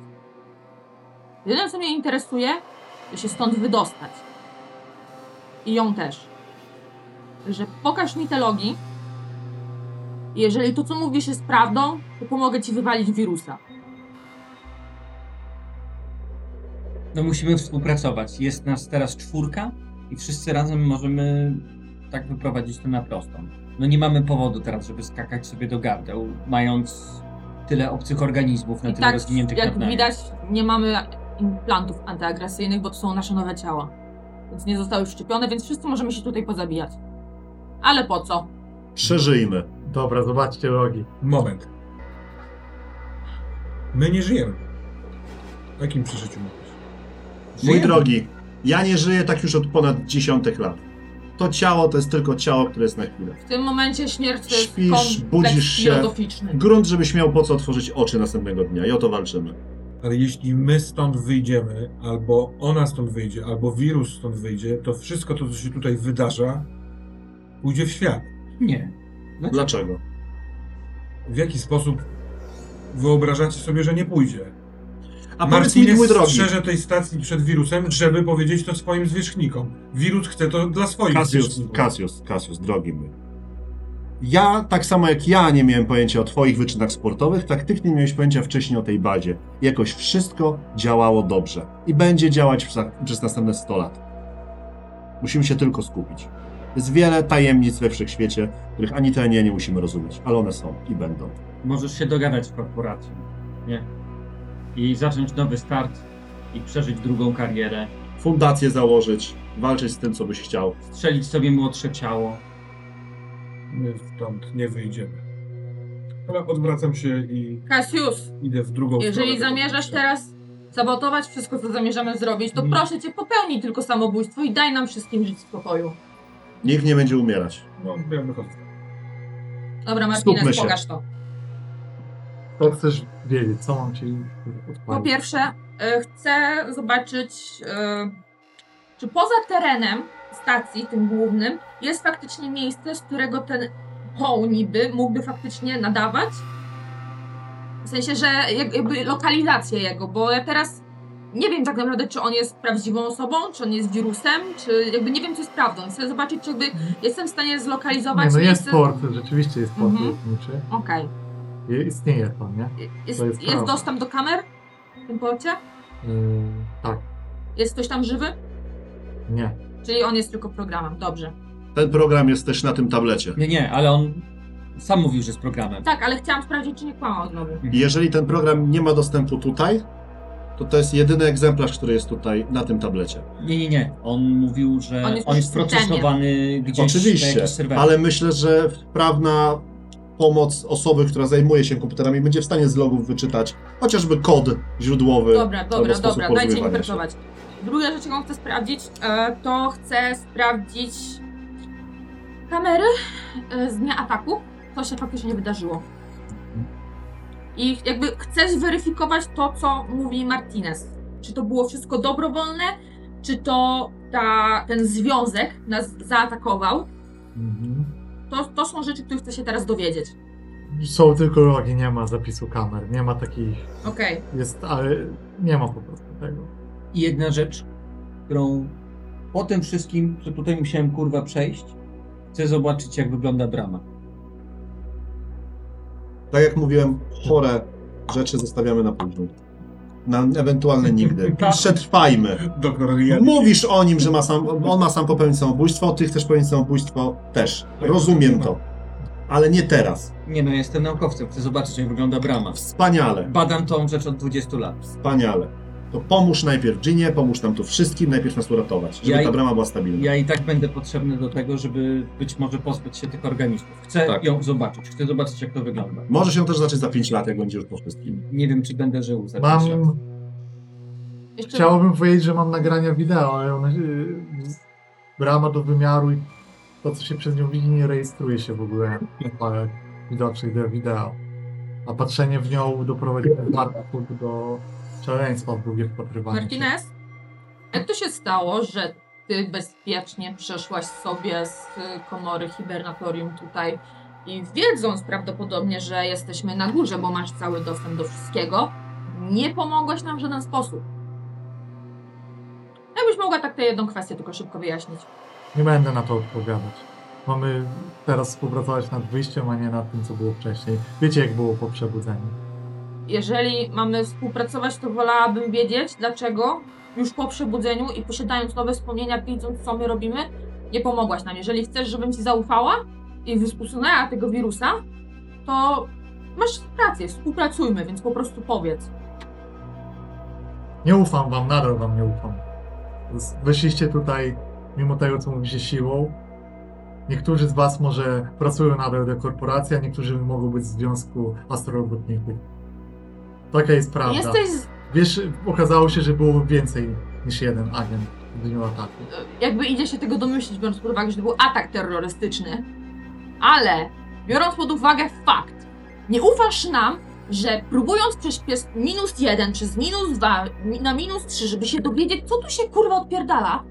[SPEAKER 3] Jedyne, co mnie interesuje, to się stąd wydostać. I ją też. Że pokaż mi te logi. I Jeżeli to, co mówisz, jest prawdą, to pomogę ci wywalić wirusa.
[SPEAKER 5] No musimy współpracować. Jest nas teraz czwórka i wszyscy razem możemy tak wyprowadzić to na prostą. No nie mamy powodu teraz, żeby skakać sobie do gardeł, mając tyle obcych organizmów na
[SPEAKER 3] I
[SPEAKER 5] tyle
[SPEAKER 3] tak,
[SPEAKER 5] rozwiniętych nad
[SPEAKER 3] jak
[SPEAKER 5] nami.
[SPEAKER 3] widać, nie mamy implantów antyagresyjnych, bo to są nasze nowe ciała. Więc nie zostały wszczepione, więc wszyscy możemy się tutaj pozabijać. Ale po co?
[SPEAKER 4] Przeżyjmy.
[SPEAKER 2] Dobra, zobaczcie logi.
[SPEAKER 1] Moment. My nie żyjemy. O jakim przeżyciu mówisz?
[SPEAKER 4] Mój
[SPEAKER 5] Żyjemy.
[SPEAKER 4] drogi, ja nie żyję tak już od ponad dziesiątek lat. To ciało to jest tylko ciało, które jest na chwilę.
[SPEAKER 3] W tym momencie śmierć to jest
[SPEAKER 4] Śpisz,
[SPEAKER 3] kompleks
[SPEAKER 4] budzisz się.
[SPEAKER 3] filozoficzny.
[SPEAKER 4] Grunt, żebyś miał po co otworzyć oczy następnego dnia i o to walczymy.
[SPEAKER 1] Ale jeśli my stąd wyjdziemy, albo ona stąd wyjdzie, albo wirus stąd wyjdzie, to wszystko to, co się tutaj wydarza, pójdzie w świat.
[SPEAKER 5] Nie.
[SPEAKER 4] Dlaczego?
[SPEAKER 1] W jaki sposób wyobrażacie sobie, że nie pójdzie?
[SPEAKER 4] A powiedz mi, mój drogi,
[SPEAKER 1] strzeże tej stacji przed wirusem, żeby powiedzieć to swoim zwierzchnikom. Wirus chce to dla swoich
[SPEAKER 4] Kasius,
[SPEAKER 1] zwierzchników.
[SPEAKER 4] Kasius, Kasius, drogi mój. Ja, tak samo jak ja nie miałem pojęcia o twoich wyczynach sportowych, tak ty nie miałeś pojęcia wcześniej o tej bazie. Jakoś wszystko działało dobrze. I będzie działać przez, przez następne 100 lat. Musimy się tylko skupić. Jest wiele tajemnic we wszechświecie, których ani ty, ani ja nie musimy rozumieć, ale one są i będą.
[SPEAKER 5] Możesz się dogadać z korporacją, nie? I zacząć nowy start i przeżyć drugą karierę,
[SPEAKER 4] Fundację założyć, walczyć z tym, co byś chciał.
[SPEAKER 5] strzelić sobie młodsze ciało.
[SPEAKER 1] My stąd nie wyjdziemy. Ale odwracam się i
[SPEAKER 3] Kasius,
[SPEAKER 1] idę w drugą
[SPEAKER 3] jeżeli
[SPEAKER 1] stronę.
[SPEAKER 3] zamierzasz teraz sabotować wszystko, co zamierzamy zrobić, to
[SPEAKER 4] Mm.
[SPEAKER 1] Mhm.
[SPEAKER 3] proszę cię, popełnij tylko samobójstwo i daj nam wszystkim żyć w spokoju.
[SPEAKER 4] Nikt nie będzie umierać.
[SPEAKER 1] No, ja wychodzę.
[SPEAKER 3] Dobra, Martinez,
[SPEAKER 4] Skupmy się.
[SPEAKER 3] pokaż to.
[SPEAKER 2] To chcesz wiedzieć, co mam ci
[SPEAKER 3] Po
[SPEAKER 2] odpalić.
[SPEAKER 3] pierwsze, y, chcę zobaczyć, y, czy poza terenem stacji, tym głównym, jest faktycznie miejsce, z którego ten koł niby mógłby faktycznie nadawać. W sensie, że jak- jakby lokalizację jego, bo ja teraz nie wiem tak naprawdę, czy on jest prawdziwą osobą, czy on jest wirusem, czy jakby nie wiem, co jest prawdą. Chcę zobaczyć, czy jakby jestem w stanie
[SPEAKER 2] Mhm. Nie,
[SPEAKER 3] zlokalizować
[SPEAKER 2] no jest
[SPEAKER 3] miejsce...
[SPEAKER 2] port, rzeczywiście jest port
[SPEAKER 3] Mhm.
[SPEAKER 2] lotniczy.
[SPEAKER 3] Okej.
[SPEAKER 2] I- Istnieje to, nie?
[SPEAKER 3] Jest,
[SPEAKER 2] To jest
[SPEAKER 3] jest, jest
[SPEAKER 2] prawda.
[SPEAKER 3] dostęp do kamer w tym porcie?
[SPEAKER 2] Yy, tak,
[SPEAKER 3] Jest ktoś tam żywy?
[SPEAKER 2] nie.
[SPEAKER 3] Czyli on jest tylko programem, dobrze.
[SPEAKER 4] Ten program jest też na tym tablecie.
[SPEAKER 5] Nie, nie, ale on sam mówił, że jest programem.
[SPEAKER 3] Tak, ale chciałam sprawdzić, czy nie kłamał znowu.
[SPEAKER 4] I Jeżeli ten program nie ma dostępu tutaj, to to jest jedyny egzemplarz, który jest tutaj na tym tablecie.
[SPEAKER 5] Nie, nie, nie. On mówił, że
[SPEAKER 3] On
[SPEAKER 5] on
[SPEAKER 3] jest
[SPEAKER 5] jest,
[SPEAKER 3] systemie.
[SPEAKER 5] procesowany gdzieś na
[SPEAKER 4] Oczywiście,
[SPEAKER 5] jakimś serwerze.
[SPEAKER 4] ale myślę, że prawna pomoc osoby, która zajmuje się komputerami, będzie w stanie z logów wyczytać chociażby kod źródłowy.
[SPEAKER 3] Dobra, dobra,
[SPEAKER 4] sposób
[SPEAKER 3] dobra, dajcie
[SPEAKER 4] porozumiewania się.
[SPEAKER 3] interpretować. Druga rzecz, jaką chcę sprawdzić, e, to chcę sprawdzić kamery e, z dnia ataku, co się faktycznie wydarzyło. I jakby chcę zweryfikować to, co mówi Martinez. Czy to było wszystko dobrowolne, czy to ta, ten związek nas zaatakował.
[SPEAKER 2] Mhm.
[SPEAKER 3] To, to są rzeczy, których chcę się teraz dowiedzieć.
[SPEAKER 2] Są tylko logi, nie ma zapisu kamer, nie ma takich,
[SPEAKER 3] Okej.
[SPEAKER 2] jest, ale nie ma po prostu tego.
[SPEAKER 5] I jedna rzecz, którą po tym wszystkim, co tutaj musiałem kurwa przejść, chcę zobaczyć, jak wygląda brama.
[SPEAKER 4] Tak jak mówiłem, chore rzeczy zostawiamy na później. Na ewentualne nigdy.
[SPEAKER 5] Tak.
[SPEAKER 4] Przetrwajmy.
[SPEAKER 1] Doktor Rian.
[SPEAKER 4] Mówisz o nim, że ma sam, on ma sam popełnić samobójstwo, ty chcesz popełnić samobójstwo też. Rozumiem to. Ale nie teraz.
[SPEAKER 5] Nie no, jestem naukowcem, chcę zobaczyć, jak wygląda brama.
[SPEAKER 4] Wspaniale,
[SPEAKER 5] Badam tą rzecz od 20 lat.
[SPEAKER 4] wspaniale. To pomóż najpierw Ginie, pomóż nam tu wszystkim, najpierw nas uratować, żeby
[SPEAKER 5] Ja i-
[SPEAKER 4] ta brama była stabilna.
[SPEAKER 5] Ja i tak będę potrzebny do tego, żeby być może pozbyć się tych organizmów. Chcę
[SPEAKER 4] Tak.
[SPEAKER 5] ją zobaczyć, chcę zobaczyć, jak to wygląda.
[SPEAKER 4] Może się też zacząć za 5 lat, jak będzie już po wszystkim.
[SPEAKER 5] Nie wiem, czy będę żył za
[SPEAKER 2] Mam,
[SPEAKER 5] pięć lat.
[SPEAKER 3] Jeszcze
[SPEAKER 2] chciałbym powiedzieć, że mam nagrania wideo, ale one, yy, brama do wymiaru i to, co się przez nią widzi, nie rejestruje się w ogóle w falach widocznych do wideo. A patrzenie w nią doprowadzi Bartków do szaleństwa w długie wpatrywanie się.
[SPEAKER 3] Martinez, jak to się stało, że ty bezpiecznie przeszłaś sobie z y, komory hibernatorium tutaj i wiedząc prawdopodobnie, że jesteśmy na górze, bo masz cały dostęp do wszystkiego, nie pomogłaś nam w żaden sposób. Jakbyś mogła tak tę jedną kwestię tylko szybko wyjaśnić.
[SPEAKER 2] Nie będę na to odpowiadać. Mamy teraz współpracować nad wyjściem, a nie nad tym, co było wcześniej. Wiecie, jak było po przebudzeniu.
[SPEAKER 3] Jeżeli mamy współpracować, to wolałabym wiedzieć, dlaczego już po przebudzeniu i posiadając nowe wspomnienia, widząc co my robimy, nie pomogłaś nam. Jeżeli chcesz, żebym ci zaufała i usunęła tego wirusa, to masz rację, współpracujmy, więc po prostu powiedz.
[SPEAKER 2] Nie ufam wam, nadal wam nie ufam. Z- Wyszliście tutaj, mimo tego, co mówicie, siłą. Niektórzy z was może pracują nadal do korporacji, a niektórzy mogą być w związku astrorobotników. Taka jest prawda.
[SPEAKER 3] Jesteś, z-
[SPEAKER 2] Wiesz, okazało się, że było więcej niż jeden agent w dniu ataku.
[SPEAKER 3] jakby idzie się tego domyślić, biorąc pod uwagę, że to był atak terrorystyczny, ale biorąc pod uwagę fakt, nie ufasz nam, że próbując przez pies minus jeden czy z minus dwa mi- na minus trzy, żeby się dowiedzieć, co tu się kurwa odpierdala,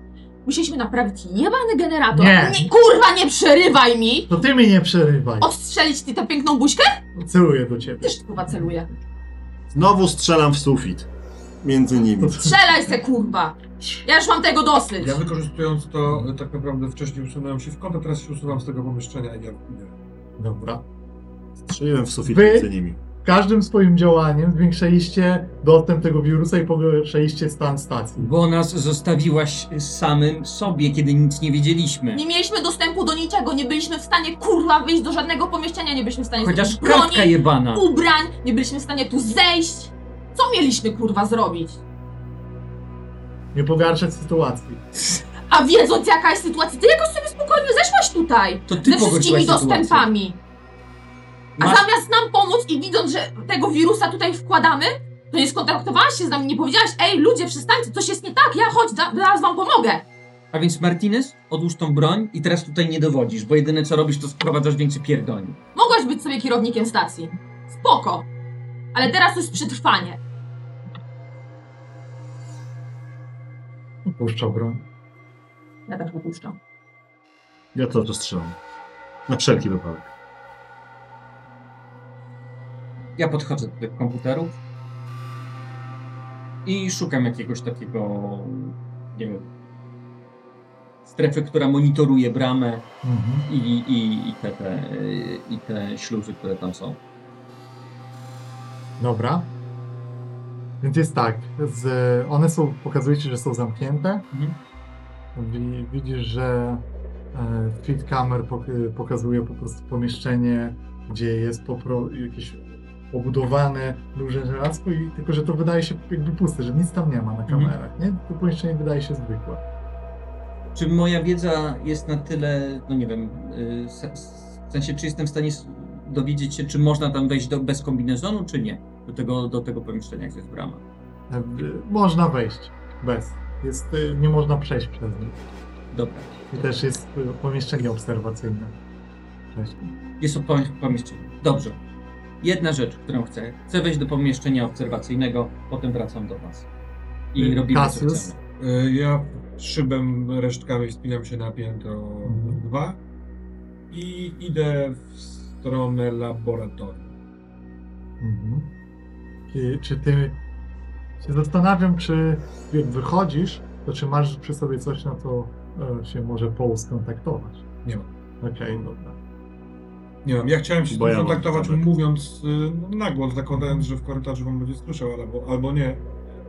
[SPEAKER 3] musieliśmy naprawić jebany generator.
[SPEAKER 2] Nie.
[SPEAKER 3] kurwa, nie przerywaj mi!
[SPEAKER 2] To ty mnie nie przerywaj.
[SPEAKER 3] Ostrzelić ci tę piękną buźkę?
[SPEAKER 2] Celuję do ciebie.
[SPEAKER 3] Też kurwa celuję.
[SPEAKER 4] Znowu strzelam w sufit. Między nimi.
[SPEAKER 3] Strzelaj se kurwa! Ja już mam tego dosyć.
[SPEAKER 1] Ja wykorzystując to, e, tak naprawdę wcześniej usunąłem się w kąt, a teraz się usuwam z tego pomieszczenia i ja idę.
[SPEAKER 2] Dobra.
[SPEAKER 4] Strzeliłem w sufit
[SPEAKER 2] Wy-
[SPEAKER 4] między nimi.
[SPEAKER 2] każdym swoim działaniem zwiększaliście dostęp tego wirusa i pogarszaliście stan stacji.
[SPEAKER 5] Bo nas zostawiłaś samym sobie, kiedy nic nie wiedzieliśmy.
[SPEAKER 3] Nie mieliśmy dostępu do niczego, nie byliśmy w stanie kurwa wyjść do żadnego pomieszczenia, nie byliśmy w stanie
[SPEAKER 5] Chociaż
[SPEAKER 3] zdobyć broni,
[SPEAKER 5] kratka jebana.
[SPEAKER 3] ubrań, nie byliśmy w stanie tu zejść. Co mieliśmy kurwa zrobić?
[SPEAKER 2] Nie pogarszać sytuacji.
[SPEAKER 3] A wiedząc jaka jest sytuacja, ty jakoś sobie spokojnie zeszłaś tutaj
[SPEAKER 5] To ty
[SPEAKER 3] ze wszystkimi
[SPEAKER 5] pogodziłaś sytuację.
[SPEAKER 3] dostępami. A
[SPEAKER 5] Masz-
[SPEAKER 3] zamiast nam pomóc i widząc, że tego wirusa tutaj wkładamy, to nie skontaktowałaś się z nami, nie powiedziałaś, ej ludzie, przestańcie, coś jest nie tak, ja chodź, da- zaraz wam pomogę.
[SPEAKER 5] A więc Martinez, odłóż tą broń i teraz tutaj nie dowodzisz, bo jedyne co robisz to sprowadzasz większy pierdolnik.
[SPEAKER 3] Mogłaś być sobie kierownikiem stacji. Spoko. Ale teraz to jest przetrwanie.
[SPEAKER 2] Puszczał broń.
[SPEAKER 3] Ja tak wypuszczam.
[SPEAKER 4] Ja to dostrzelam. Na wszelki wypadek.
[SPEAKER 5] Ja podchodzę do tych komputerów i szukam jakiegoś takiego, nie wiem, strefy, która monitoruje bramę
[SPEAKER 2] Mhm.
[SPEAKER 5] i, i, i, te, te, y, i te śluzy, które tam są.
[SPEAKER 2] Dobra. Więc jest tak, z, one są, pokazuje ci, że są zamknięte.
[SPEAKER 5] Mhm.
[SPEAKER 2] Wi- Widzisz, że e, feed kamer pok- pokazuje po prostu pomieszczenie, gdzie jest popro, jakieś obudowane duże żelazko i tylko, że to wydaje się jakby puste, że nic tam nie ma na
[SPEAKER 5] Mhm.
[SPEAKER 2] kamerach, nie? To pomieszczenie wydaje się zwykłe.
[SPEAKER 5] Czy moja wiedza jest na tyle, no nie wiem, y, se- w sensie, czy jestem w stanie s- dowiedzieć się, czy można tam wejść do, bez kombinezonu, czy nie? Do tego, do tego pomieszczenia, gdzie jest brama.
[SPEAKER 2] E, w- Można wejść bez. Jest, e, nie można przejść przez nie.
[SPEAKER 5] Dobra.
[SPEAKER 2] I też jest e, pomieszczenie obserwacyjne. Cześć.
[SPEAKER 5] Jest to pom- pomieszczenie. Dobrze. Jedna rzecz, którą chcę. Chcę wejść do pomieszczenia obserwacyjnego, potem wracam do Was. I
[SPEAKER 2] Y,
[SPEAKER 5] robimy co
[SPEAKER 2] Cassius?
[SPEAKER 5] chcemy.
[SPEAKER 1] Y, Ja szybem, resztkami wspinam się na piętro
[SPEAKER 2] Mhm.
[SPEAKER 1] dwa i idę w stronę laboratorium.
[SPEAKER 2] Mhm. Czy, czy ty. Się zastanawiam, czy jak wychodzisz, to czy masz przy sobie coś, na co e, się może Paul skontaktować?
[SPEAKER 1] Nie mam.
[SPEAKER 2] Okej, dobra.
[SPEAKER 1] Nie wiem, ja chciałem się z
[SPEAKER 4] Bo
[SPEAKER 1] nim
[SPEAKER 4] ja mam
[SPEAKER 1] kontaktować
[SPEAKER 4] kontakt.
[SPEAKER 1] mówiąc y, na głos, zakładając, że w korytarzu on będzie słyszał albo, albo nie,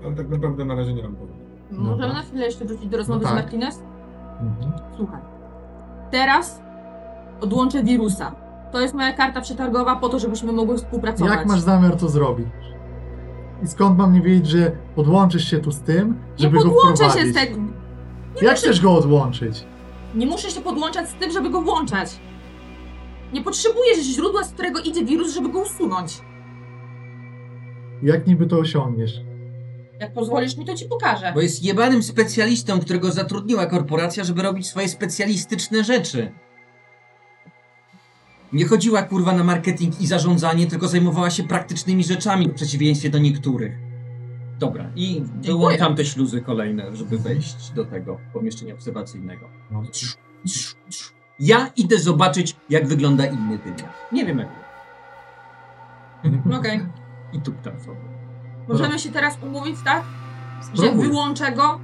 [SPEAKER 1] ale tak naprawdę na razie nie mam powodu.
[SPEAKER 3] Możemy
[SPEAKER 2] Dobra.
[SPEAKER 3] na chwilę jeszcze wrócić do rozmowy
[SPEAKER 2] No
[SPEAKER 3] z
[SPEAKER 2] tak.
[SPEAKER 3] Martinez?
[SPEAKER 2] Mhm.
[SPEAKER 3] Słuchaj. Teraz odłączę wirusa. To jest moja karta przetargowa po to, żebyśmy mogły współpracować.
[SPEAKER 2] Jak masz zamiar to zrobić? I skąd mam nie wiedzieć, że podłączysz się tu z tym, żeby
[SPEAKER 3] nie
[SPEAKER 2] go
[SPEAKER 3] podłączę się
[SPEAKER 2] wprowadzić?
[SPEAKER 3] z tego.
[SPEAKER 2] Jak chcesz go odłączyć?
[SPEAKER 3] Nie muszę się podłączać z tym, żeby go włączać. Nie potrzebujesz źródła, z którego idzie wirus, żeby go usunąć.
[SPEAKER 2] Jak niby to osiągniesz?
[SPEAKER 3] Jak pozwolisz mi, to ci pokażę.
[SPEAKER 5] Bo jest jebanym specjalistą, którego zatrudniła korporacja, żeby robić swoje specjalistyczne rzeczy. Nie chodziła kurwa na marketing i zarządzanie, tylko zajmowała się praktycznymi rzeczami w przeciwieństwie do niektórych. Dobra, i wyłączam te śluzy kolejne, żeby wejść do tego pomieszczenia obserwacyjnego.
[SPEAKER 2] No.
[SPEAKER 5] Ciu, ciu, ciu. Ja idę zobaczyć, jak wygląda inny wymiar. Nie wiem jak.
[SPEAKER 3] No Okej.
[SPEAKER 5] I tu tam sobie.
[SPEAKER 3] Możemy się teraz umówić, tak? Że
[SPEAKER 2] Spróbuj.
[SPEAKER 3] wyłączę go,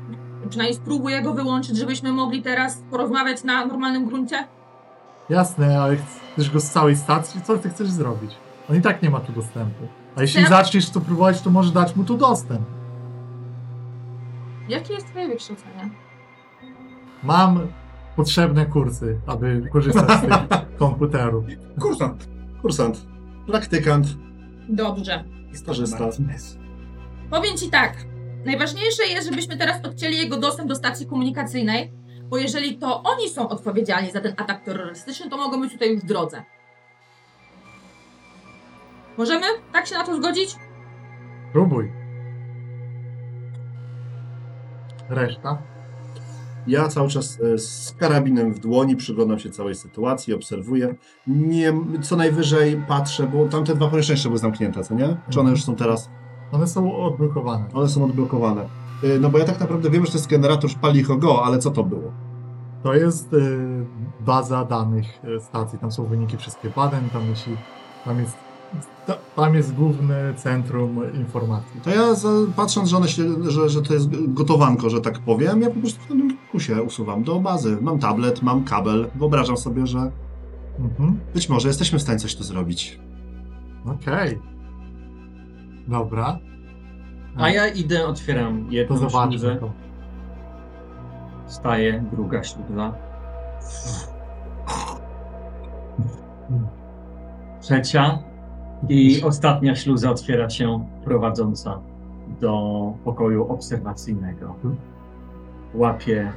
[SPEAKER 3] przynajmniej spróbuję go wyłączyć, żebyśmy mogli teraz porozmawiać na normalnym gruncie.
[SPEAKER 2] Jasne, ale chcesz go z całej stacji? Co ty chcesz zrobić? On i tak nie ma tu dostępu. A jeśli
[SPEAKER 3] Ja-
[SPEAKER 2] zaczniesz to próbować, to może dać mu tu dostęp.
[SPEAKER 3] Jakie jest twoje wykształcenie?
[SPEAKER 2] Mam potrzebne kursy, aby korzystać z tych komputerów.
[SPEAKER 1] Kursant!
[SPEAKER 4] Kursant, praktykant,
[SPEAKER 3] Dobrze.
[SPEAKER 4] stażysta.
[SPEAKER 3] Powiem ci tak. Najważniejsze jest, żebyśmy teraz odcięli jego dostęp do stacji komunikacyjnej, bo jeżeli to oni są odpowiedzialni za ten atak terrorystyczny, to mogą być tutaj już w drodze. Możemy tak się na to zgodzić?
[SPEAKER 2] Próbuj. Reszta.
[SPEAKER 4] Ja cały czas e, z karabinem w dłoni przyglądam się całej sytuacji, obserwuję. Nie, co najwyżej patrzę, bo tamte dwa pomieszczenia jeszcze były zamknięte, co nie? Czy
[SPEAKER 5] Mhm.
[SPEAKER 4] one już są teraz?
[SPEAKER 2] One są odblokowane.
[SPEAKER 4] One są odblokowane. Y, No bo ja tak naprawdę wiem, że to jest generator Szpalicho Go, ale co to było?
[SPEAKER 2] To jest y, baza danych y, stacji. Tam są wyniki wszystkich badań, tam, jeśli, tam, jest, ta, tam jest główne centrum informacji.
[SPEAKER 4] To ja za, patrząc, że, one się, że, że to jest gotowanko, że tak powiem, ja po prostu w tym kusie usuwam do bazy. Mam tablet, mam kabel. Wyobrażam sobie, że
[SPEAKER 2] Mhm.
[SPEAKER 4] być może jesteśmy w stanie coś tu zrobić.
[SPEAKER 2] Okej. Dobra.
[SPEAKER 5] A ja idę, otwieram
[SPEAKER 2] to
[SPEAKER 5] jedną
[SPEAKER 2] zobaczmy
[SPEAKER 5] śluzę.
[SPEAKER 2] to.
[SPEAKER 5] Staje druga śluza. Trzecia i ostatnia śluza otwiera się prowadząca do pokoju obserwacyjnego. Łapię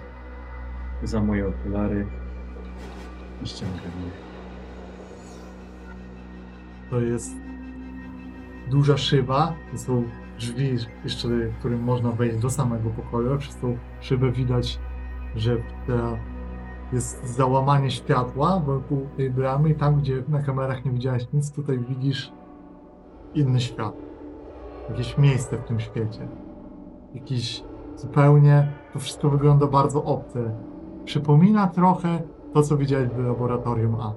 [SPEAKER 5] za moje okulary i ściągam je.
[SPEAKER 2] To jest duża szyba, to są drzwi, jeszcze którym można wejść do samego pokoju. a Przez tą szybę widać, że ta jest załamanie światła wokół tej bramy i tam, gdzie na kamerach nie widziałeś nic, tutaj widzisz inny świat. Jakieś miejsce w tym świecie. Jakiś zupełnie, to wszystko wygląda bardzo obce. Przypomina trochę to, co widziałeś w laboratorium A.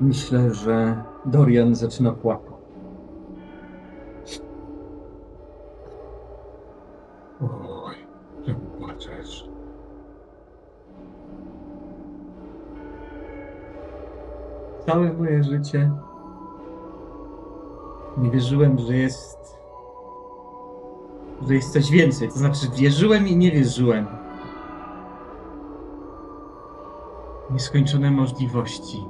[SPEAKER 5] Myślę, że Dorian zaczyna płakać.
[SPEAKER 1] Oj, czemu płaczesz?
[SPEAKER 5] Całe moje życie nie wierzyłem, że jest. że jest coś więcej. To znaczy, wierzyłem i nie wierzyłem. Nieskończone możliwości.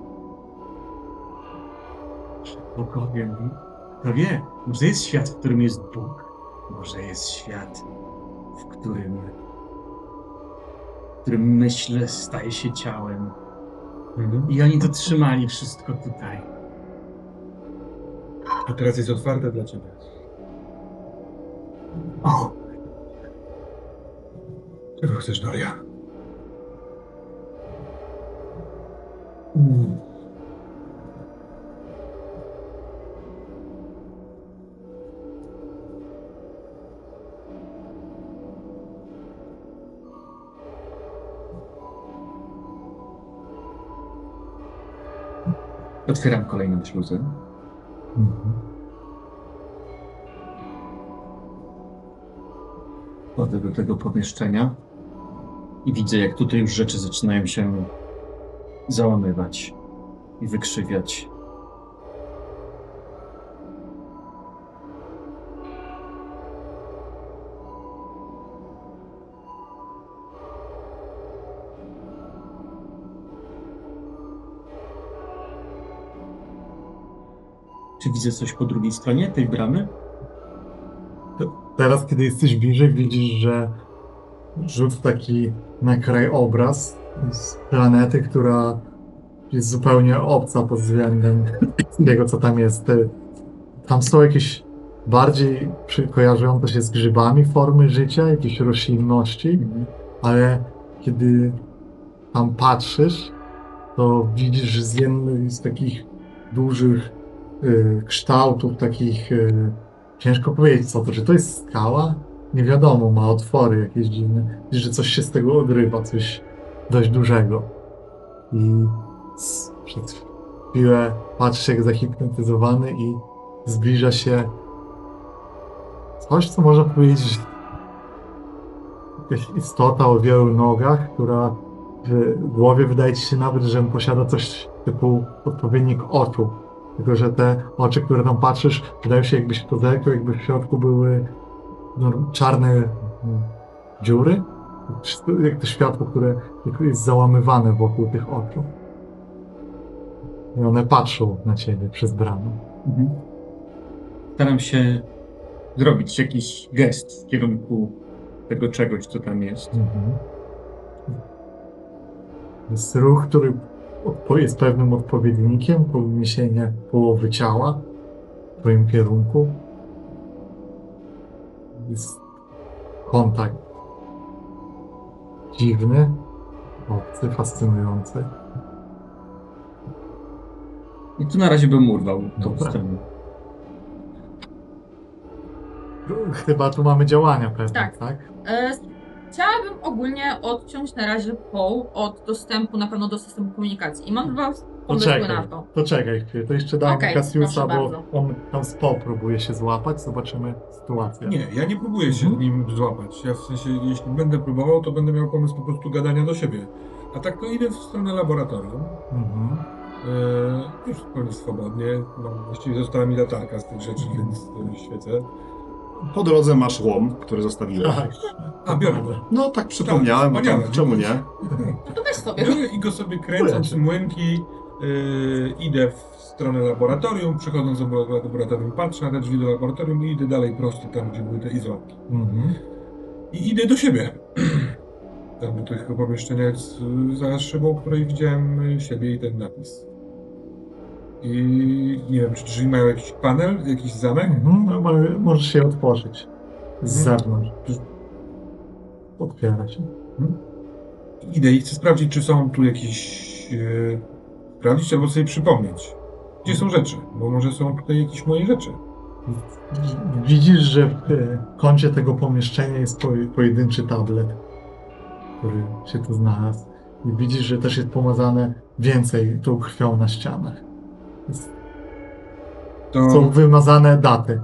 [SPEAKER 5] Przed Bogiem. Kto wie, może jest świat, w którym jest Bóg. Może jest świat, w którym. w którym myśl staje się ciałem.
[SPEAKER 1] Mhm.
[SPEAKER 5] I oni dotrzymali wszystko tutaj.
[SPEAKER 1] A teraz jest otwarte dla ciebie.
[SPEAKER 5] O,
[SPEAKER 1] Czego chcesz, Doria? Mm.
[SPEAKER 5] otwieram kolejną śluzę. Wchodzę do tego pomieszczenia i widzę, jak tutaj już rzeczy zaczynają się załamywać i wykrzywiać. Czy widzę coś po drugiej stronie tej bramy?
[SPEAKER 2] Teraz, kiedy jesteś bliżej, widzisz, że rzut taki na krajobraz z planety, która jest zupełnie obca pod względem tego, co tam jest. Te- Tam są jakieś bardziej przy- kojarzące się z grzybami formy życia, jakieś roślinności, ale kiedy tam patrzysz, to widzisz że z jednej z takich dużych y, kształtów, takich y, Ciężko powiedzieć co to, czy to jest skała? Nie wiadomo, ma otwory jakieś dziwne. Widzisz, że coś się z tego odrywa, coś dość dużego. I s- przez chwilę patrzysz jak zahipnotyzowany i zbliża się coś, co można powiedzieć, że jakaś istota o wielu nogach, która w głowie wydaje ci się nawet, że posiada coś typu odpowiednik oczu. Tylko, że te oczy, które tam patrzysz, wydają się jakbyś to zerkał, jakby w środku były norm- czarne mm, dziury. Wszystko- Jak to światło, które jak jest załamywane wokół tych oczu. I one patrzą na ciebie przez bramę.
[SPEAKER 5] Mhm. Staram się zrobić jakiś gest w kierunku tego czegoś, co tam jest.
[SPEAKER 2] Mhm. Jest ruch, który odpo- jest pewnym odpowiednikiem, podniesienie połowy ciała w twoim kierunku. Jest kontakt dziwny, obcy, fascynujący.
[SPEAKER 5] I tu na razie bym urwał tą
[SPEAKER 2] Dobra.
[SPEAKER 5] stronę.
[SPEAKER 2] Chyba tu mamy działania pewne,
[SPEAKER 3] Tak.
[SPEAKER 2] tak?
[SPEAKER 3] E, Chciałabym ogólnie odciąć na razie Paul od dostępu na pewno do systemu komunikacji. I mam dwa pomysły
[SPEAKER 2] Poczekaj.
[SPEAKER 3] na to.
[SPEAKER 2] To czekaj chwilę, to jeszcze dajmy
[SPEAKER 3] Okej,
[SPEAKER 2] Cassiusa,
[SPEAKER 3] proszę
[SPEAKER 2] bo
[SPEAKER 3] bardzo.
[SPEAKER 2] on tam z PO próbuje się złapać, zobaczymy sytuację.
[SPEAKER 1] Nie, ja nie próbuję się
[SPEAKER 2] Mhm.
[SPEAKER 1] nim złapać. Ja w sensie, jeśli będę próbował, to będę miał pomysł po prostu gadania do siebie. A tak to idę w stronę laboratorium.
[SPEAKER 2] Mhm.
[SPEAKER 1] Eee, już zupełnie swobodnie. Mam, właściwie została mi latarka z tych rzeczy, więc e, świecę.
[SPEAKER 4] Po drodze masz łom, który zostawiłem.
[SPEAKER 2] Tak.
[SPEAKER 1] A, biorę go.
[SPEAKER 4] No tak przypomniałem, bo tam,
[SPEAKER 1] wspaniale.
[SPEAKER 4] czemu nie?
[SPEAKER 3] No to weź sobie.
[SPEAKER 1] Biorę i go sobie kręcąc
[SPEAKER 2] Polecam.
[SPEAKER 1] młynki. Yy, idę w stronę laboratorium, przechodząc do laboratorium, patrzę na te drzwi do laboratorium i idę dalej prosto tam, gdzie były te izolki.
[SPEAKER 2] Mhm.
[SPEAKER 1] I idę do siebie. Tam do tych pomieszczenia jest y, za szybą, której widziałem y, siebie i ten napis. I nie wiem, czy drzwi mają jakiś panel, jakiś zamek?
[SPEAKER 2] Mhm, no, mo- możesz się otworzyć z
[SPEAKER 1] Mhm.
[SPEAKER 2] zewnątrz. Otwiera się.
[SPEAKER 1] Idę i chcę sprawdzić, czy są tu jakieś... y, sprawdzić albo sobie przypomnieć. Gdzie są rzeczy? Bo może są tutaj jakieś moje rzeczy.
[SPEAKER 2] Widzisz, że w e, kącie tego pomieszczenia jest poje- pojedynczy tablet, który się tu znalazł. I widzisz, że też jest pomazane więcej tą krwią na ścianach. Są
[SPEAKER 1] To,
[SPEAKER 2] wymazane daty.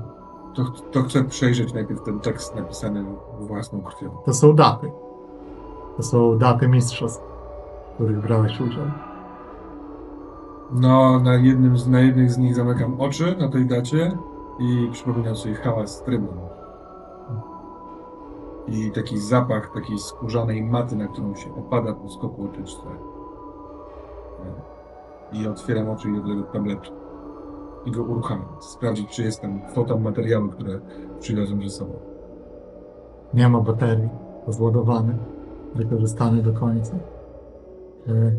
[SPEAKER 1] to, to chcę przejrzeć najpierw ten tekst napisany własną krwią.
[SPEAKER 2] To są daty. To są daty mistrzostw, w których brałeś udział.
[SPEAKER 1] No, na, jednym z, na jednych z nich zamykam oczy na tej dacie i przypominam sobie hałas trybun. I taki zapach takiej skórzanej maty, na którą się opada po skoku otyczce. I otwieram oczy i do tego tabletu. I go uruchamiam. Sprawdzić, czy jestem fotam materiału, które przywiozłem ze sobą.
[SPEAKER 2] Nie ma baterii. Rozładowany. Wykorzystany do końca. E,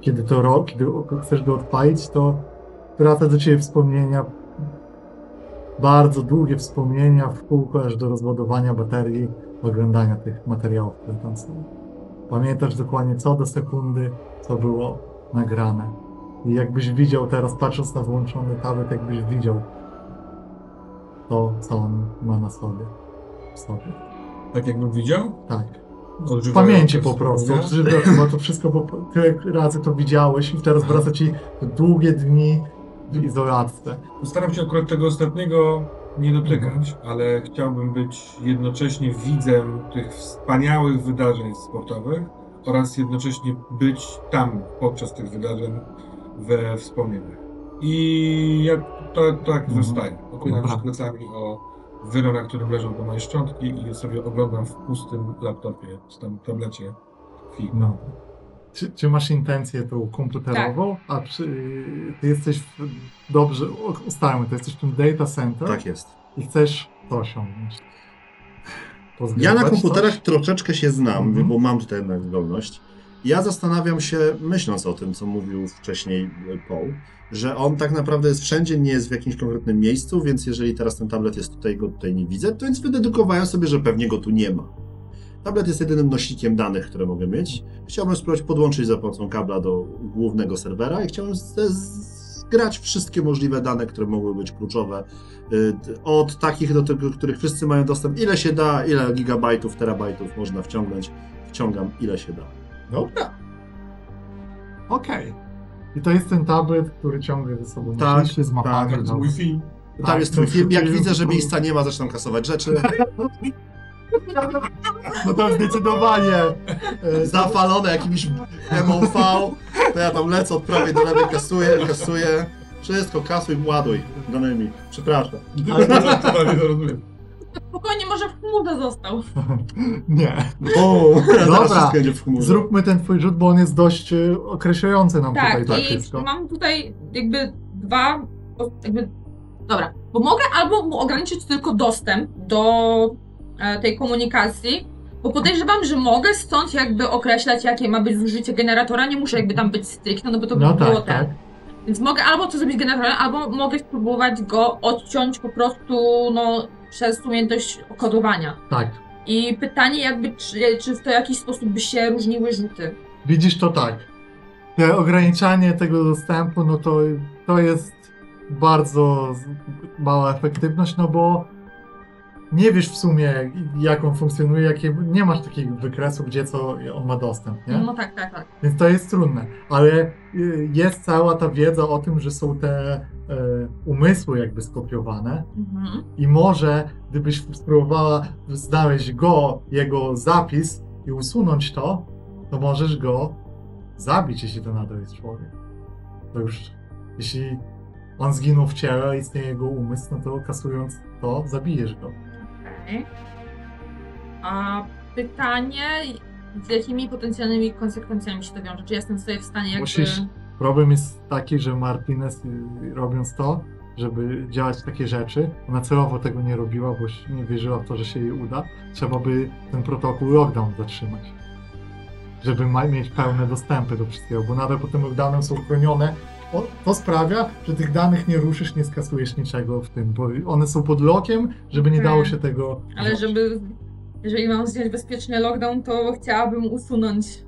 [SPEAKER 2] Kiedy to rok, kiedy o- chcesz go odpalić, to wraca do ciebie wspomnienia. Bardzo długie wspomnienia w kółko aż do rozładowania baterii, oglądania tych materiałów, które tam są. Pamiętasz dokładnie co do sekundy, co było nagrane. I jakbyś widział teraz, patrząc na włączony tablet, jakbyś widział to, co on ma na sobie w sobie.
[SPEAKER 1] Tak jakbym widział?
[SPEAKER 2] Tak. W
[SPEAKER 1] Odżywając
[SPEAKER 2] pamięci
[SPEAKER 1] te
[SPEAKER 2] po prostu.
[SPEAKER 1] wspomnienia.
[SPEAKER 2] Odżywa, bo to wszystko po, tyle razy to widziałeś i teraz wraca ci długie dni w izolatce.
[SPEAKER 1] Staram się akurat tego ostatniego nie dotykać, ale chciałbym być jednocześnie widzem tych wspaniałych wydarzeń sportowych oraz jednocześnie być tam podczas tych wydarzeń we wspomnieniach. I ja to, tak
[SPEAKER 2] Mhm.
[SPEAKER 1] zostaję. Opieram się
[SPEAKER 2] Dobra.
[SPEAKER 1] plecami o wyrok, na którym leżą te moje szczątki i sobie oglądam w pustym laptopie, czy tam tablecie film.
[SPEAKER 2] No. Czy, czy masz intencję tą komputerową? A przy, ty jesteś w, dobrze, o- ustalmy, to jesteś w tym data center
[SPEAKER 4] Tak jest.
[SPEAKER 2] i chcesz to osiągnąć.
[SPEAKER 4] Ja
[SPEAKER 2] Pozgrywać
[SPEAKER 4] na komputerach
[SPEAKER 2] coś?
[SPEAKER 4] troszeczkę się znam,
[SPEAKER 2] Mhm.
[SPEAKER 4] bo mam tutaj jednak zdolność. Ja zastanawiam się, myśląc o tym, co mówił wcześniej e, Paul, że on tak naprawdę jest wszędzie, nie jest w jakimś konkretnym miejscu, więc jeżeli teraz ten tablet jest tutaj, go tutaj nie widzę, to więc wydedukowałem sobie, że pewnie go tu nie ma. Tablet jest jedynym nośnikiem danych, które mogę mieć. Chciałbym spróbować podłączyć za pomocą kabla do głównego serwera i chciałbym z- z- zgrać wszystkie możliwe dane, które mogły być kluczowe Y, d- od takich do tych, do których wszyscy mają dostęp, ile się da, ile gigabajtów, terabajtów można wciągnąć, wciągam ile się da.
[SPEAKER 2] Dobra. Okej. I to jest ten tablet, który ciągle ze sobą
[SPEAKER 4] Tak,
[SPEAKER 2] nosisz, z mapami.
[SPEAKER 1] Tak, to mój film.
[SPEAKER 4] Tam
[SPEAKER 2] Tak,
[SPEAKER 4] jest
[SPEAKER 2] to
[SPEAKER 4] twój film, jak
[SPEAKER 2] film.
[SPEAKER 4] widzę, że miejsca nie ma, zaczynam kasować rzeczy.
[SPEAKER 2] No to zdecydowanie. E,
[SPEAKER 4] Zafalone jakimś MOV, to ja tam lecę od prawej do lewej, kasuję, kasuję. Wszystko, kasuj, ładuj danymi. Przepraszam.
[SPEAKER 1] Totalnie to rozumiem.
[SPEAKER 3] Spokojnie, może w chmurze został.
[SPEAKER 2] Nie.
[SPEAKER 4] O,
[SPEAKER 2] Dobra.
[SPEAKER 4] teraz wszystko będzie w chmurze.
[SPEAKER 2] Zróbmy ten twój rzut, bo on jest dość e, określający nam
[SPEAKER 3] Tak,
[SPEAKER 2] tutaj to
[SPEAKER 3] i
[SPEAKER 2] wszystko.
[SPEAKER 3] mam tutaj jakby dwa, jakby, dobra, bo mogę albo mu ograniczyć tylko dostęp do e, tej komunikacji, bo podejrzewam, że mogę stąd jakby określać, jakie ma być zużycie generatora, nie muszę jakby tam być stricte, no bo to by
[SPEAKER 2] No
[SPEAKER 3] było
[SPEAKER 2] tak,
[SPEAKER 3] ten.
[SPEAKER 2] tak.
[SPEAKER 3] Więc mogę albo to zrobić generatorem, albo mogę spróbować go odciąć po prostu, no, przez umiejętność kodowania.
[SPEAKER 2] Tak.
[SPEAKER 3] I pytanie jakby, czy, czy w to jakiś sposób by się różniły rzuty.
[SPEAKER 2] Widzisz to tak. Te ograniczanie tego dostępu, no to, to jest bardzo z- mała efektywność, no bo nie wiesz w sumie, jak on funkcjonuje, jakie, nie masz takich wykresów, gdzie co on ma dostęp, nie?
[SPEAKER 3] No tak, tak, tak.
[SPEAKER 2] Więc to jest trudne, ale y, jest cała ta wiedza o tym, że są te e, umysły jakby skopiowane
[SPEAKER 3] Mhm.
[SPEAKER 2] i może gdybyś spróbowała znaleźć go, jego zapis i usunąć to, to możesz go zabić, jeśli to nadal jest człowiek. To już, jeśli on zginął w ciele, istnieje jego umysł, no to kasując to, zabijesz go.
[SPEAKER 3] Okej. A pytanie, z jakimi potencjalnymi konsekwencjami się to wiąże? Czy jestem sobie w stanie jakby...
[SPEAKER 2] Musisz- Problem jest taki, że Martinez y, robiąc to, żeby działać takie rzeczy. Ona celowo tego nie robiła, bo się- nie wierzyła w to, że się jej uda. Trzeba by ten protokół lockdown zatrzymać. Żeby ma- mieć pełne dostępy do wszystkiego, bo nawet po tym lockdownem są chronione. O, to sprawia, że tych danych nie ruszysz, nie skasujesz niczego w tym, bo one są pod lokiem, żeby nie dało się tego.
[SPEAKER 3] Mhm. Ale
[SPEAKER 2] zrobić.
[SPEAKER 3] żeby, jeżeli mam zdjąć bezpieczny lockdown, to chciałabym usunąć.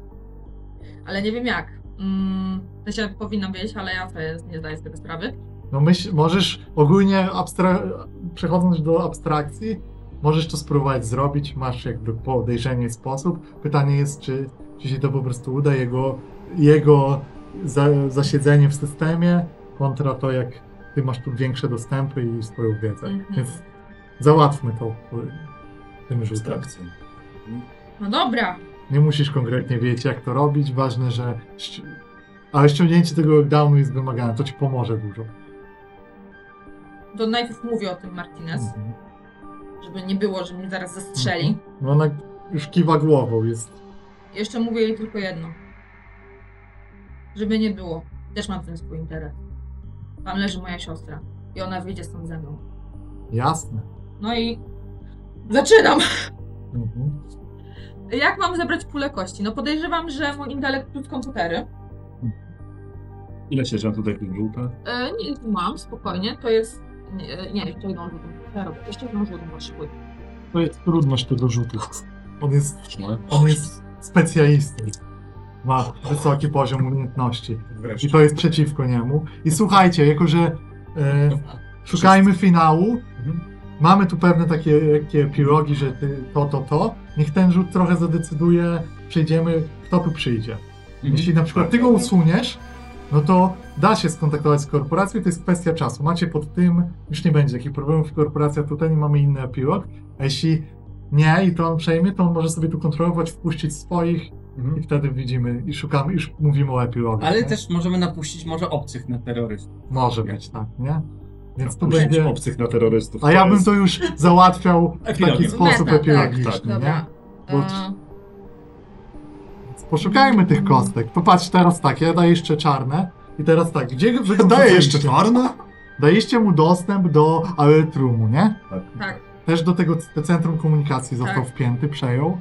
[SPEAKER 3] Ale nie wiem jak. Mm, to się powinno wiedzieć, ale ja sobie nie zdaję z tego sprawy.
[SPEAKER 2] No myśl, możesz ogólnie, abstra- przechodząc do abstrakcji, możesz to spróbować zrobić, masz jakby podejrzenie i sposób. Pytanie jest, czy, czy się to po prostu uda, jego, jego za- zasiedzenie w systemie kontra to, jak ty masz tu większe dostępy i swoją wiedzę.
[SPEAKER 3] Mhm.
[SPEAKER 2] Więc załatwmy to y, tym rzutem.
[SPEAKER 4] abstrakcją.
[SPEAKER 3] No dobra,
[SPEAKER 2] Nie musisz konkretnie wiedzieć, jak to robić, ważne, że... ści- Ale ściągnięcie tego lockdownu jest wymagane, to ci pomoże dużo.
[SPEAKER 3] to najpierw mówię o tym Martinez,
[SPEAKER 2] Mhm.
[SPEAKER 3] żeby nie było, że mnie zaraz zastrzeli.
[SPEAKER 2] No ona już kiwa głową, jest.
[SPEAKER 3] Jeszcze mówię jej tylko jedno. Żeby nie było. Też mam w tym swój interes. Tam leży moja siostra. I ona wyjdzie stąd ze mną.
[SPEAKER 2] Jasne.
[SPEAKER 3] No i... Zaczynam!
[SPEAKER 2] Mhm.
[SPEAKER 3] Jak mam zebrać pulę kości? No podejrzewam, że mój intelekt plus komputery.
[SPEAKER 4] Ile się żam tutaj żółta?
[SPEAKER 7] E, nie, mam, spokojnie. To jest...
[SPEAKER 3] e,
[SPEAKER 7] Nie, nie jeszcze jedną rzutą. Zaraz, Jeszcze jedną rzutą potrzebuję.
[SPEAKER 2] To jest trudność tego rzutu. On jest,
[SPEAKER 4] No.
[SPEAKER 2] on jest specjalistą. Ma wysoki poziom umiejętności. I
[SPEAKER 1] Wreszcie.
[SPEAKER 2] to jest przeciwko niemu. I słuchajcie, jako że e, szukajmy finału, mamy tu pewne takie, takie pirogi, że ty, to, to, to. Niech ten rzut trochę zadecyduje, przyjdziemy, kto tu przyjdzie. Jeśli na przykład ty go usuniesz, no to da się skontaktować z korporacją, to jest kwestia czasu. Macie pod tym, już nie będzie takich problemów, korporacja tutaj nie mamy inny epilog, a jeśli nie i to on przejmie, to on może sobie tu kontrolować, wpuścić swoich i
[SPEAKER 1] Mhm.
[SPEAKER 2] wtedy widzimy i szukamy, już mówimy o epilogu.
[SPEAKER 5] Ale
[SPEAKER 2] nie?
[SPEAKER 5] też możemy napuścić może obcych na terrorystów.
[SPEAKER 2] Może być, tak, nie? Więc tu
[SPEAKER 4] Musisz
[SPEAKER 2] będzie...
[SPEAKER 4] obcych na terrorystów.
[SPEAKER 2] A ja bym
[SPEAKER 4] jest-
[SPEAKER 2] to już załatwiał w taki
[SPEAKER 5] Epilogiem.
[SPEAKER 2] sposób
[SPEAKER 3] Meta, tak,
[SPEAKER 2] epilogiczny, nie?
[SPEAKER 3] Dobra.
[SPEAKER 2] Bo-
[SPEAKER 3] E,
[SPEAKER 2] Poszukajmy tych kostek. Popatrz, teraz tak, ja daję jeszcze czarne i teraz tak, gdzie... wy to
[SPEAKER 4] Daję
[SPEAKER 2] wrzuciliście?
[SPEAKER 4] jeszcze czarne?
[SPEAKER 2] Daliście mu dostęp do Aletrumu, nie?
[SPEAKER 3] tak.
[SPEAKER 2] Też do tego c- centrum komunikacji został
[SPEAKER 3] Tak.
[SPEAKER 2] wpięty, przejął.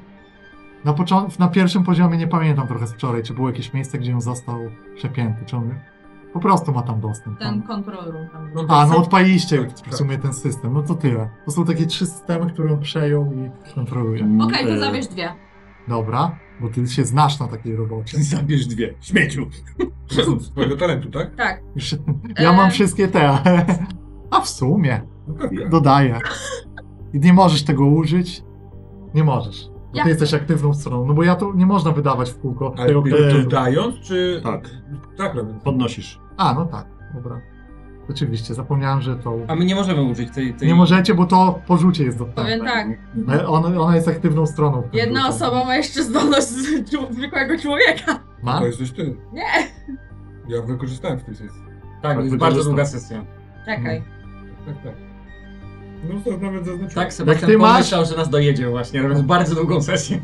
[SPEAKER 2] Na, począ- na pierwszym poziomie nie pamiętam trochę z wczoraj, czy było jakieś miejsce, gdzie on został przepięty, czy on po prostu ma tam dostęp.
[SPEAKER 3] Ten
[SPEAKER 2] Tam.
[SPEAKER 3] control room tam. był.
[SPEAKER 2] A, no odpaliście
[SPEAKER 1] Tak,
[SPEAKER 2] w sumie ten system, no to tyle. To są takie trzy systemy, które on przejął i kontroluje.
[SPEAKER 3] Okej,
[SPEAKER 4] E,
[SPEAKER 3] to zabierz dwie.
[SPEAKER 2] Dobra, bo ty się znasz na takiej robocie.
[SPEAKER 5] Zabierz dwie. Śmieciu.
[SPEAKER 1] Swojego talentu, tak?
[SPEAKER 3] Tak.
[SPEAKER 2] Już, ja mam
[SPEAKER 3] E.
[SPEAKER 2] wszystkie te, a w sumie
[SPEAKER 1] No tak, tak.
[SPEAKER 2] dodaję. I nie możesz tego użyć. Nie możesz. Bo
[SPEAKER 3] Jak
[SPEAKER 2] ty jesteś aktywną stroną. No bo ja to nie można wydawać w kółko
[SPEAKER 1] Ale
[SPEAKER 2] tego
[SPEAKER 1] ty-
[SPEAKER 2] kredytu.
[SPEAKER 1] dodając, czy...
[SPEAKER 4] Tak.
[SPEAKER 1] Tak robię.
[SPEAKER 4] Podnosisz.
[SPEAKER 2] A, no tak, dobra. Oczywiście, zapomniałem, że to.
[SPEAKER 5] A my nie możemy użyć tej... tej...
[SPEAKER 2] Nie możecie, bo to po rzucie jest
[SPEAKER 3] Powiem
[SPEAKER 2] dostępne.
[SPEAKER 3] tak.
[SPEAKER 2] Ale Ona, ona jest aktywną stroną. w tym
[SPEAKER 3] Jedna
[SPEAKER 2] rzucie.
[SPEAKER 3] osoba ma jeszcze zdolność z- z- zwykłego człowieka.
[SPEAKER 2] Ma?
[SPEAKER 1] To jesteś ty.
[SPEAKER 3] Nie.
[SPEAKER 1] Ja wykorzystałem w tej sesji.
[SPEAKER 5] Tak, to jest bardzo długa sesja.
[SPEAKER 3] Czekaj.
[SPEAKER 2] Mhm.
[SPEAKER 1] Tak, tak. No to nawet zaznaczyłem.
[SPEAKER 5] Tak,
[SPEAKER 2] ty
[SPEAKER 5] Sebastian
[SPEAKER 2] masz-
[SPEAKER 5] pomyślał, że nas dojedzie właśnie, robiąc bardzo długą sesję.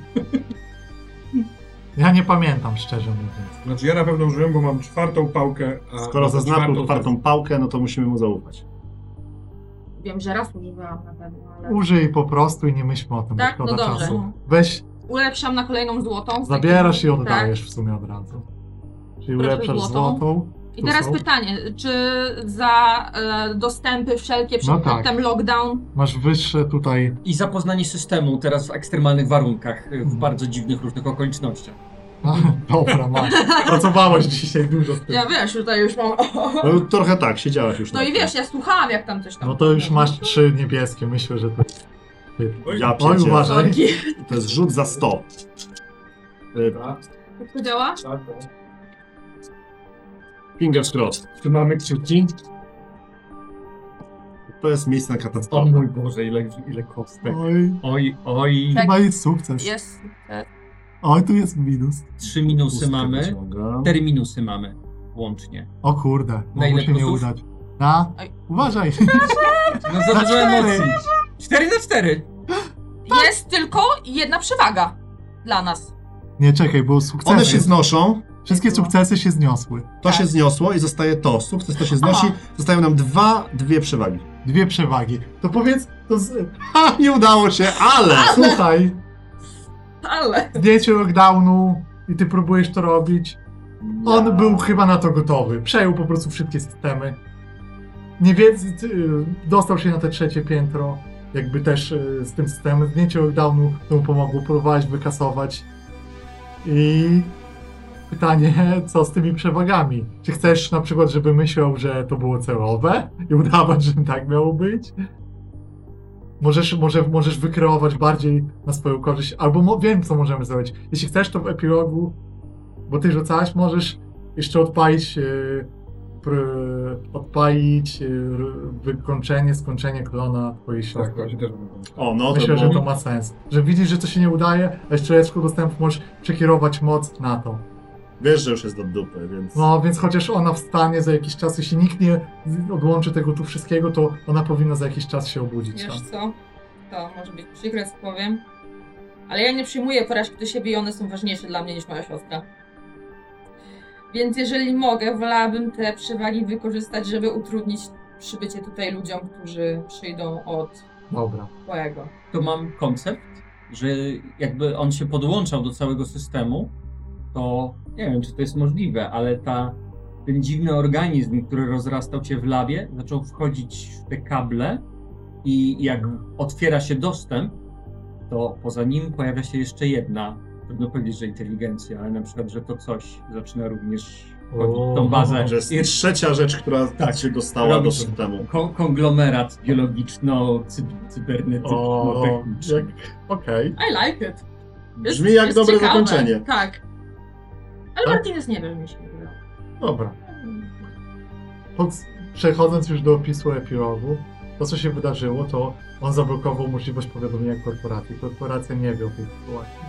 [SPEAKER 2] Ja nie pamiętam, szczerze mówiąc.
[SPEAKER 1] Znaczy ja na pewno użyłem, bo mam czwartą pałkę, a... no
[SPEAKER 4] Skoro zaznaczył
[SPEAKER 1] czwartą...
[SPEAKER 4] otwartą pałkę, no to musimy mu zaufać.
[SPEAKER 3] Wiem, że raz używałam na pewno, ale...
[SPEAKER 2] Użyj po prostu i nie myśl o tym, bo
[SPEAKER 3] Tak, no
[SPEAKER 2] szkoda
[SPEAKER 3] dobrze.
[SPEAKER 2] czasu. Weź,
[SPEAKER 3] Ulepszam na kolejną złotą.
[SPEAKER 2] zabierasz i
[SPEAKER 3] Tak.
[SPEAKER 2] oddajesz w sumie od razu. Czyli
[SPEAKER 3] Proszę
[SPEAKER 2] ulepszasz
[SPEAKER 3] złotą.
[SPEAKER 2] złotą.
[SPEAKER 3] I
[SPEAKER 2] Tu
[SPEAKER 3] teraz
[SPEAKER 2] są.
[SPEAKER 3] pytanie, czy za e, dostępy wszelkie przed
[SPEAKER 2] No tak.
[SPEAKER 3] faktem lockdown?
[SPEAKER 2] Masz wyższe tutaj
[SPEAKER 5] I zapoznanie systemu teraz w ekstremalnych warunkach, y, w bardzo dziwnych różnych okolicznościach.
[SPEAKER 2] Dobra, masz. Pracowałeś dzisiaj dużo z tym.
[SPEAKER 3] Ja wiesz, tutaj już mam...
[SPEAKER 4] No trochę tak, siedziałeś już.
[SPEAKER 3] No
[SPEAKER 4] na
[SPEAKER 3] i
[SPEAKER 4] tym.
[SPEAKER 3] wiesz, ja słuchałam jak tam coś tam...
[SPEAKER 2] No to już masz trzy niebieskie, myślę, że to...
[SPEAKER 4] Ja
[SPEAKER 2] Oj,
[SPEAKER 4] przecież.
[SPEAKER 2] uważaj.
[SPEAKER 3] Nogi.
[SPEAKER 4] To jest rzut za 100. Y,
[SPEAKER 3] Jak to działa?
[SPEAKER 4] Fingers crossed.
[SPEAKER 5] Tu mamy kciuki.
[SPEAKER 4] To jest miejsce na
[SPEAKER 5] O
[SPEAKER 4] katastrofę.
[SPEAKER 5] mój Boże, ile, ile kostek.
[SPEAKER 2] Oj,
[SPEAKER 5] Oj, oj.
[SPEAKER 3] Tak.
[SPEAKER 2] chyba jest sukces.
[SPEAKER 3] Jest.
[SPEAKER 2] Oj, tu jest minus.
[SPEAKER 5] Trzy minusy
[SPEAKER 4] Pustkę
[SPEAKER 5] mamy,
[SPEAKER 4] wyciągam.
[SPEAKER 5] cztery minusy mamy łącznie.
[SPEAKER 2] O kurde,
[SPEAKER 5] Na
[SPEAKER 2] mogło
[SPEAKER 5] ile
[SPEAKER 2] się nie
[SPEAKER 5] plusów?
[SPEAKER 2] udać. Na...
[SPEAKER 3] Oj.
[SPEAKER 2] Uważaj.
[SPEAKER 5] No za dużo
[SPEAKER 2] cztery.
[SPEAKER 5] emocji. Cztery na cztery.
[SPEAKER 3] Jest tylko jedna przewaga dla nas.
[SPEAKER 2] Nie, czekaj, było sukces.
[SPEAKER 4] One się znoszą,
[SPEAKER 2] Wszystkie sukcesy się zniosły.
[SPEAKER 4] To się zniosło i zostaje to. Sukces to się znosi. Zostają nam dwa, dwie przewagi.
[SPEAKER 2] Dwie przewagi. To powiedz, to z...
[SPEAKER 4] Ha, nie udało się, ale!
[SPEAKER 2] słuchaj,
[SPEAKER 8] Ale.
[SPEAKER 2] zdjęcie lockdownu i ty próbujesz to robić. On był chyba na to gotowy. Przejął po prostu wszystkie systemy. Nie wiedz, y, dostał się na te trzecie piętro, jakby też y, z tym systemem. Zdjęcie lockdownu to mu pomogło, próbowałeś wykasować. I pytanie, co z tymi przewagami? Czy chcesz na przykład, żeby myślał, że to było celowe i udawać, że tak miało być? Możesz, może, możesz wykreować bardziej na swoją korzyść, albo mo- wiem, co możemy zrobić. Jeśli chcesz, to w epilogu, bo ty rzucałaś, możesz jeszcze odpalić, yy, pr- odpalić yy, wykończenie, skończenie klona twojej siostry.
[SPEAKER 1] Tak, właśnie też bym-
[SPEAKER 4] O, no to
[SPEAKER 2] Myślę,
[SPEAKER 4] było...
[SPEAKER 2] że to ma sens. Że widzisz, że to się nie udaje, a jeszcze leczku dostępu możesz przekierować moc na to.
[SPEAKER 4] Wiesz, że już jest do dupy, więc...
[SPEAKER 2] No, więc chociaż ona wstanie za jakiś czas, jeśli nikt nie odłączy tego tu wszystkiego, to ona powinna za jakiś czas się obudzić.
[SPEAKER 8] Wiesz
[SPEAKER 2] tak?
[SPEAKER 8] co? To może być przykre, co powiem. Ale ja nie przyjmuję porażki do siebie i one są ważniejsze dla mnie niż moja siostra. Więc jeżeli mogę, wolałabym te przewagi wykorzystać, żeby utrudnić przybycie tutaj ludziom, którzy przyjdą od
[SPEAKER 2] No. Dobra.
[SPEAKER 8] twojego.
[SPEAKER 5] to mam koncept, że jakby on się podłączał do całego systemu, to nie wiem, czy to jest możliwe, ale ta, ten dziwny organizm, który rozrastał cię w labie, zaczął wchodzić w te kable i jak otwiera się dostęp, to poza nim pojawia się jeszcze jedna, trudno powiedzieć, że inteligencja, ale na przykład, że to coś zaczyna również wchodzić w tą bazę.
[SPEAKER 4] Że jest
[SPEAKER 5] I
[SPEAKER 4] trzecia rzecz, która
[SPEAKER 5] Tak.
[SPEAKER 4] się dostała do
[SPEAKER 5] Robić.
[SPEAKER 4] systemu.
[SPEAKER 5] ko- konglomerat biologiczno-cybernetyczno-techniczny.
[SPEAKER 2] jak- Okej.
[SPEAKER 8] I like it. Jest-
[SPEAKER 4] Brzmi jak
[SPEAKER 8] jest
[SPEAKER 4] dobre
[SPEAKER 8] ciekawe.
[SPEAKER 4] zakończenie.
[SPEAKER 8] Tak. Ale
[SPEAKER 2] Tak?
[SPEAKER 8] Martinez nie wiem, mi się wydaje.
[SPEAKER 2] Dobra. Pod, przechodząc już do opisu epilogu, to co się wydarzyło, to on zablokował możliwość powiadomienia korporacji. Korporacja nie wie o tej sytuacji.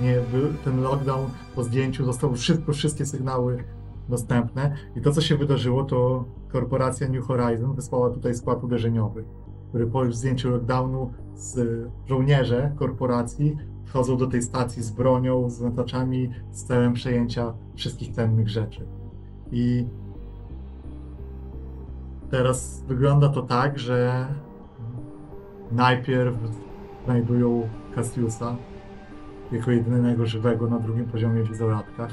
[SPEAKER 2] Nie, był, ten lockdown po zdjęciu został szybko wszystkie sygnały dostępne i to co się wydarzyło, to korporacja New Horizon wysłała tutaj skład uderzeniowy, który po zdjęciu lockdownu z żołnierze korporacji wchodzą do tej stacji z bronią, z nataczami z celem przejęcia wszystkich cennych rzeczy. I teraz wygląda to tak, że najpierw znajdują Cassiusa jako jedynego żywego na drugim poziomie w izolatkach.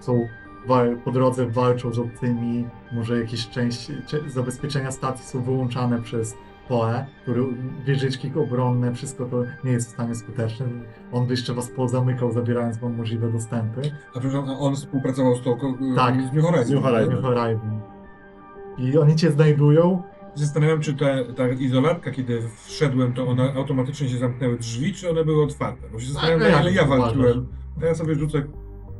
[SPEAKER 2] Są wa- po drodze walczą z obcymi, może jakieś części cze- zabezpieczenia stacji są wyłączane przez Poe, który wieżyczki obronne, wszystko to nie jest w stanie skuteczne. On by jeszcze was pozamykał, zabierając wam możliwe dostępy.
[SPEAKER 1] A przepraszam, on współpracował z tą ko-
[SPEAKER 2] Tak.
[SPEAKER 1] z New Horizon.
[SPEAKER 4] Z New Horizon.
[SPEAKER 2] New Horizon. I oni cię znajdują.
[SPEAKER 1] Zastanawiam się, czy ta, ta izolatka, kiedy wszedłem, to one automatycznie się zamknęły drzwi, czy one były otwarte? Bo się zastanawiam,
[SPEAKER 2] A,
[SPEAKER 1] na
[SPEAKER 2] ja
[SPEAKER 1] ile ja
[SPEAKER 2] uważam.
[SPEAKER 1] walczyłem. To ja sobie rzucę...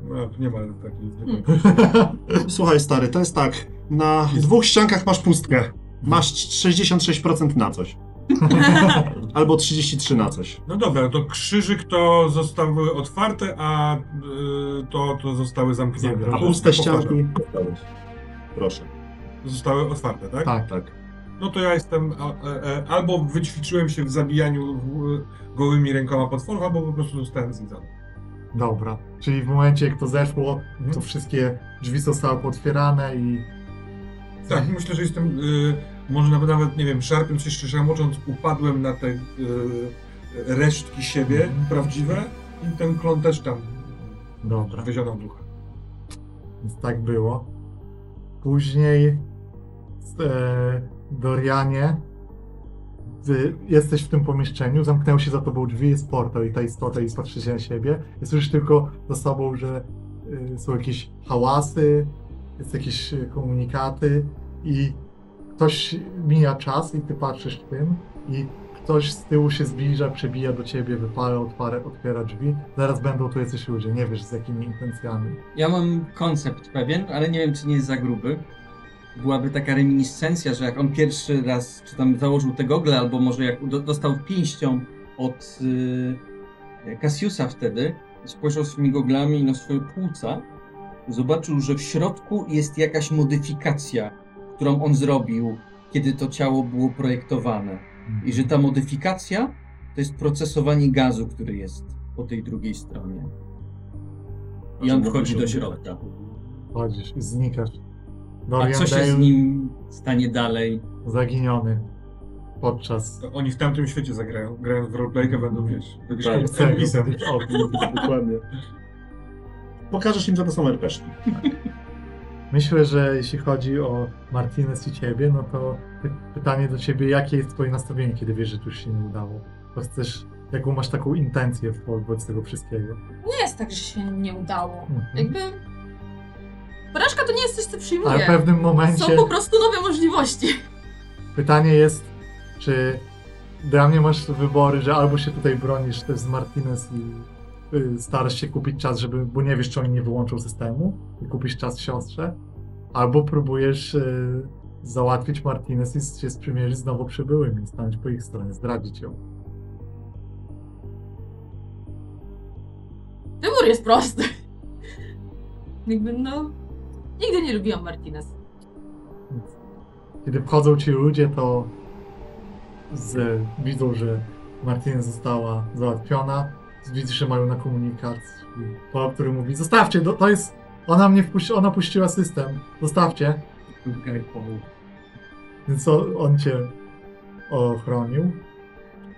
[SPEAKER 1] No, nie ma takiej...
[SPEAKER 8] Hmm.
[SPEAKER 4] Słuchaj stary, to jest tak, na dwóch ściankach masz pustkę. Masz 66% na coś. Albo 33 na coś.
[SPEAKER 1] No dobra, to krzyżyk to zostały otwarte, a y, to, to zostały zamknięte.
[SPEAKER 2] Zamknięte.
[SPEAKER 4] A
[SPEAKER 1] To
[SPEAKER 4] puste
[SPEAKER 1] powtarzam.
[SPEAKER 4] ścianki... Proszę.
[SPEAKER 1] Zostały otwarte, tak?
[SPEAKER 2] tak.
[SPEAKER 4] Tak.
[SPEAKER 1] No to ja jestem... A, e, e, albo wyćwiczyłem się w zabijaniu w, gołymi rękoma potworów, albo po prostu zostałem zjedzony.
[SPEAKER 2] Dobra. Czyli w momencie, jak to zeszło, to wszystkie drzwi zostały otwierane i.
[SPEAKER 1] Tak,
[SPEAKER 2] Mhm.
[SPEAKER 1] myślę, że jestem, y, może nawet, nawet, nie wiem, szarpiąc się, czy szamocząc, upadłem na te y, resztki siebie
[SPEAKER 2] Mhm.
[SPEAKER 1] prawdziwe i ten klon też tam
[SPEAKER 2] Dobra.
[SPEAKER 1] wyzionął ducha.
[SPEAKER 2] Więc tak było. Później e, Dorianie, ty jesteś w tym pomieszczeniu, zamknęły się za tobą drzwi, jest portal i ta istota i patrzy się na siebie. I słyszysz tylko za sobą, że y, są jakieś hałasy, jest jakieś y, komunikaty i ktoś mija czas i ty patrzysz tym i ktoś z tyłu się zbliża, przebija do ciebie, wypala, otwara, otwiera drzwi. Zaraz będą tu jacyś ludzie, nie wiesz z jakimi intencjami.
[SPEAKER 5] Ja mam koncept pewien, ale nie wiem, czy nie jest za gruby. Byłaby taka reminiscencja, że jak on pierwszy raz, czy tam założył te gogle, albo może jak do, dostał pięścią od y, Cassiusa wtedy, spojrzał swoimi goglami na swoje płuca, zobaczył, że w środku jest jakaś modyfikacja, którą on zrobił, kiedy to ciało było projektowane. I że ta modyfikacja to jest procesowanie gazu, który jest po tej drugiej stronie. I on
[SPEAKER 4] Znaczy,
[SPEAKER 5] wchodzi do
[SPEAKER 4] mógłbyś
[SPEAKER 5] środka.
[SPEAKER 2] Chodzisz i znikasz.
[SPEAKER 5] A
[SPEAKER 2] Dorian
[SPEAKER 5] co się
[SPEAKER 2] Dale
[SPEAKER 5] z nim stanie dalej?
[SPEAKER 2] zaginiony podczas...
[SPEAKER 1] To oni w tamtym świecie zagrają. Grają w roleplaykę, będą wiesz. Będziesz
[SPEAKER 4] Tak,
[SPEAKER 1] tak, Elvisem.
[SPEAKER 2] O,
[SPEAKER 4] Dokładnie. Pokażesz im, że to są RPG.
[SPEAKER 2] Myślę, że jeśli chodzi o Martinez i ciebie, no to py- pytanie do ciebie, jakie jest twoje nastawienie, kiedy wiesz, że tu się nie udało? To chcesz, jaką masz taką intencję wobec tego wszystkiego?
[SPEAKER 8] Nie jest tak, że się nie udało.
[SPEAKER 2] Mhm.
[SPEAKER 8] Jakby... Porażka to nie jest coś, co
[SPEAKER 2] Ale
[SPEAKER 8] przyjmuję.
[SPEAKER 2] w pewnym momencie...
[SPEAKER 8] Są po prostu nowe możliwości.
[SPEAKER 2] Pytanie jest, czy dla mnie masz wybory, że albo się tutaj bronisz też z Martinez i y, starasz się kupić czas, żeby, bo nie wiesz, czy oni nie wyłączą systemu i kupisz czas siostrze, albo próbujesz y, załatwić Martinez i się sprzymierzyć z nowo przybyłymi, stanąć po ich stronie, zdradzić ją.
[SPEAKER 8] Wybór jest prosty. Jakby no... Nigdy nie lubiłam Martinez.
[SPEAKER 2] Kiedy wchodzą ci ludzie, to z, widzą, że Martinez została załatwiona. Widzisz, że mają na komunikacji po który mówi: Zostawcie, to, to jest. Ona mnie wpuściła, ona puściła system. Zostawcie.
[SPEAKER 5] Guy Paul.
[SPEAKER 2] Więc on, on cię ochronił.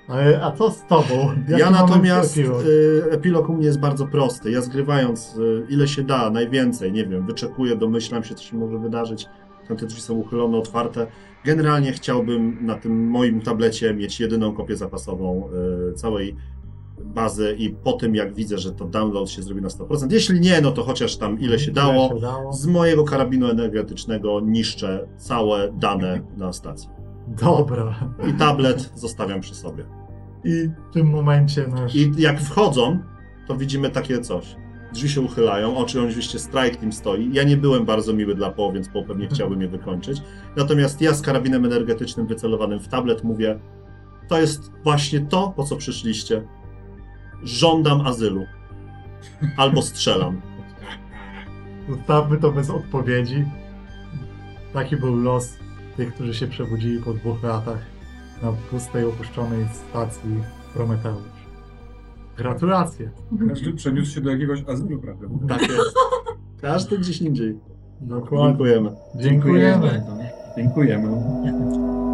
[SPEAKER 2] Ale, a co z tobą? Jaki
[SPEAKER 4] Ja
[SPEAKER 2] mamy
[SPEAKER 4] natomiast e,
[SPEAKER 2] epilog?
[SPEAKER 4] epilog. epilog u mnie jest bardzo prosty. Ja zgrywając y, ile się da, najwięcej, nie wiem, wyczekuję, domyślam się, co się może wydarzyć. Tam te drzwi są uchylone, otwarte. Generalnie chciałbym na tym moim tablecie mieć jedyną kopię zapasową y, całej bazy i po tym jak widzę, że to download się zrobi na 100%. Jeśli nie, no to chociaż tam ile się dało.
[SPEAKER 2] Ile się dało?
[SPEAKER 4] Z mojego karabinu energetycznego niszczę całe dane na stacji.
[SPEAKER 2] Dobra.
[SPEAKER 4] I tablet zostawiam przy sobie.
[SPEAKER 2] I w tym momencie nasz.
[SPEAKER 4] I jak wchodzą, to widzimy takie coś. Drzwi się uchylają, oczy oczywiście strajk nim stoi. Ja nie byłem bardzo miły dla Po, więc Po pewnie chciałby mnie wykończyć. Natomiast ja z karabinem energetycznym wycelowanym w tablet mówię, to jest właśnie to, po co przyszliście. Żądam azylu. Albo strzelam.
[SPEAKER 2] Zostawmy to bez odpowiedzi. Taki był los tych, którzy się przebudzili po dwóch latach na pustej, opuszczonej stacji Prometeusz. Gratulacje!
[SPEAKER 1] Każdy przeniósł się do jakiegoś azylu, prawda?
[SPEAKER 4] Tak jest. Każdy gdzieś indziej.
[SPEAKER 2] Dokładnie.
[SPEAKER 4] Dziękujemy.
[SPEAKER 2] Dziękujemy.
[SPEAKER 5] Dziękujemy. Dziękujemy.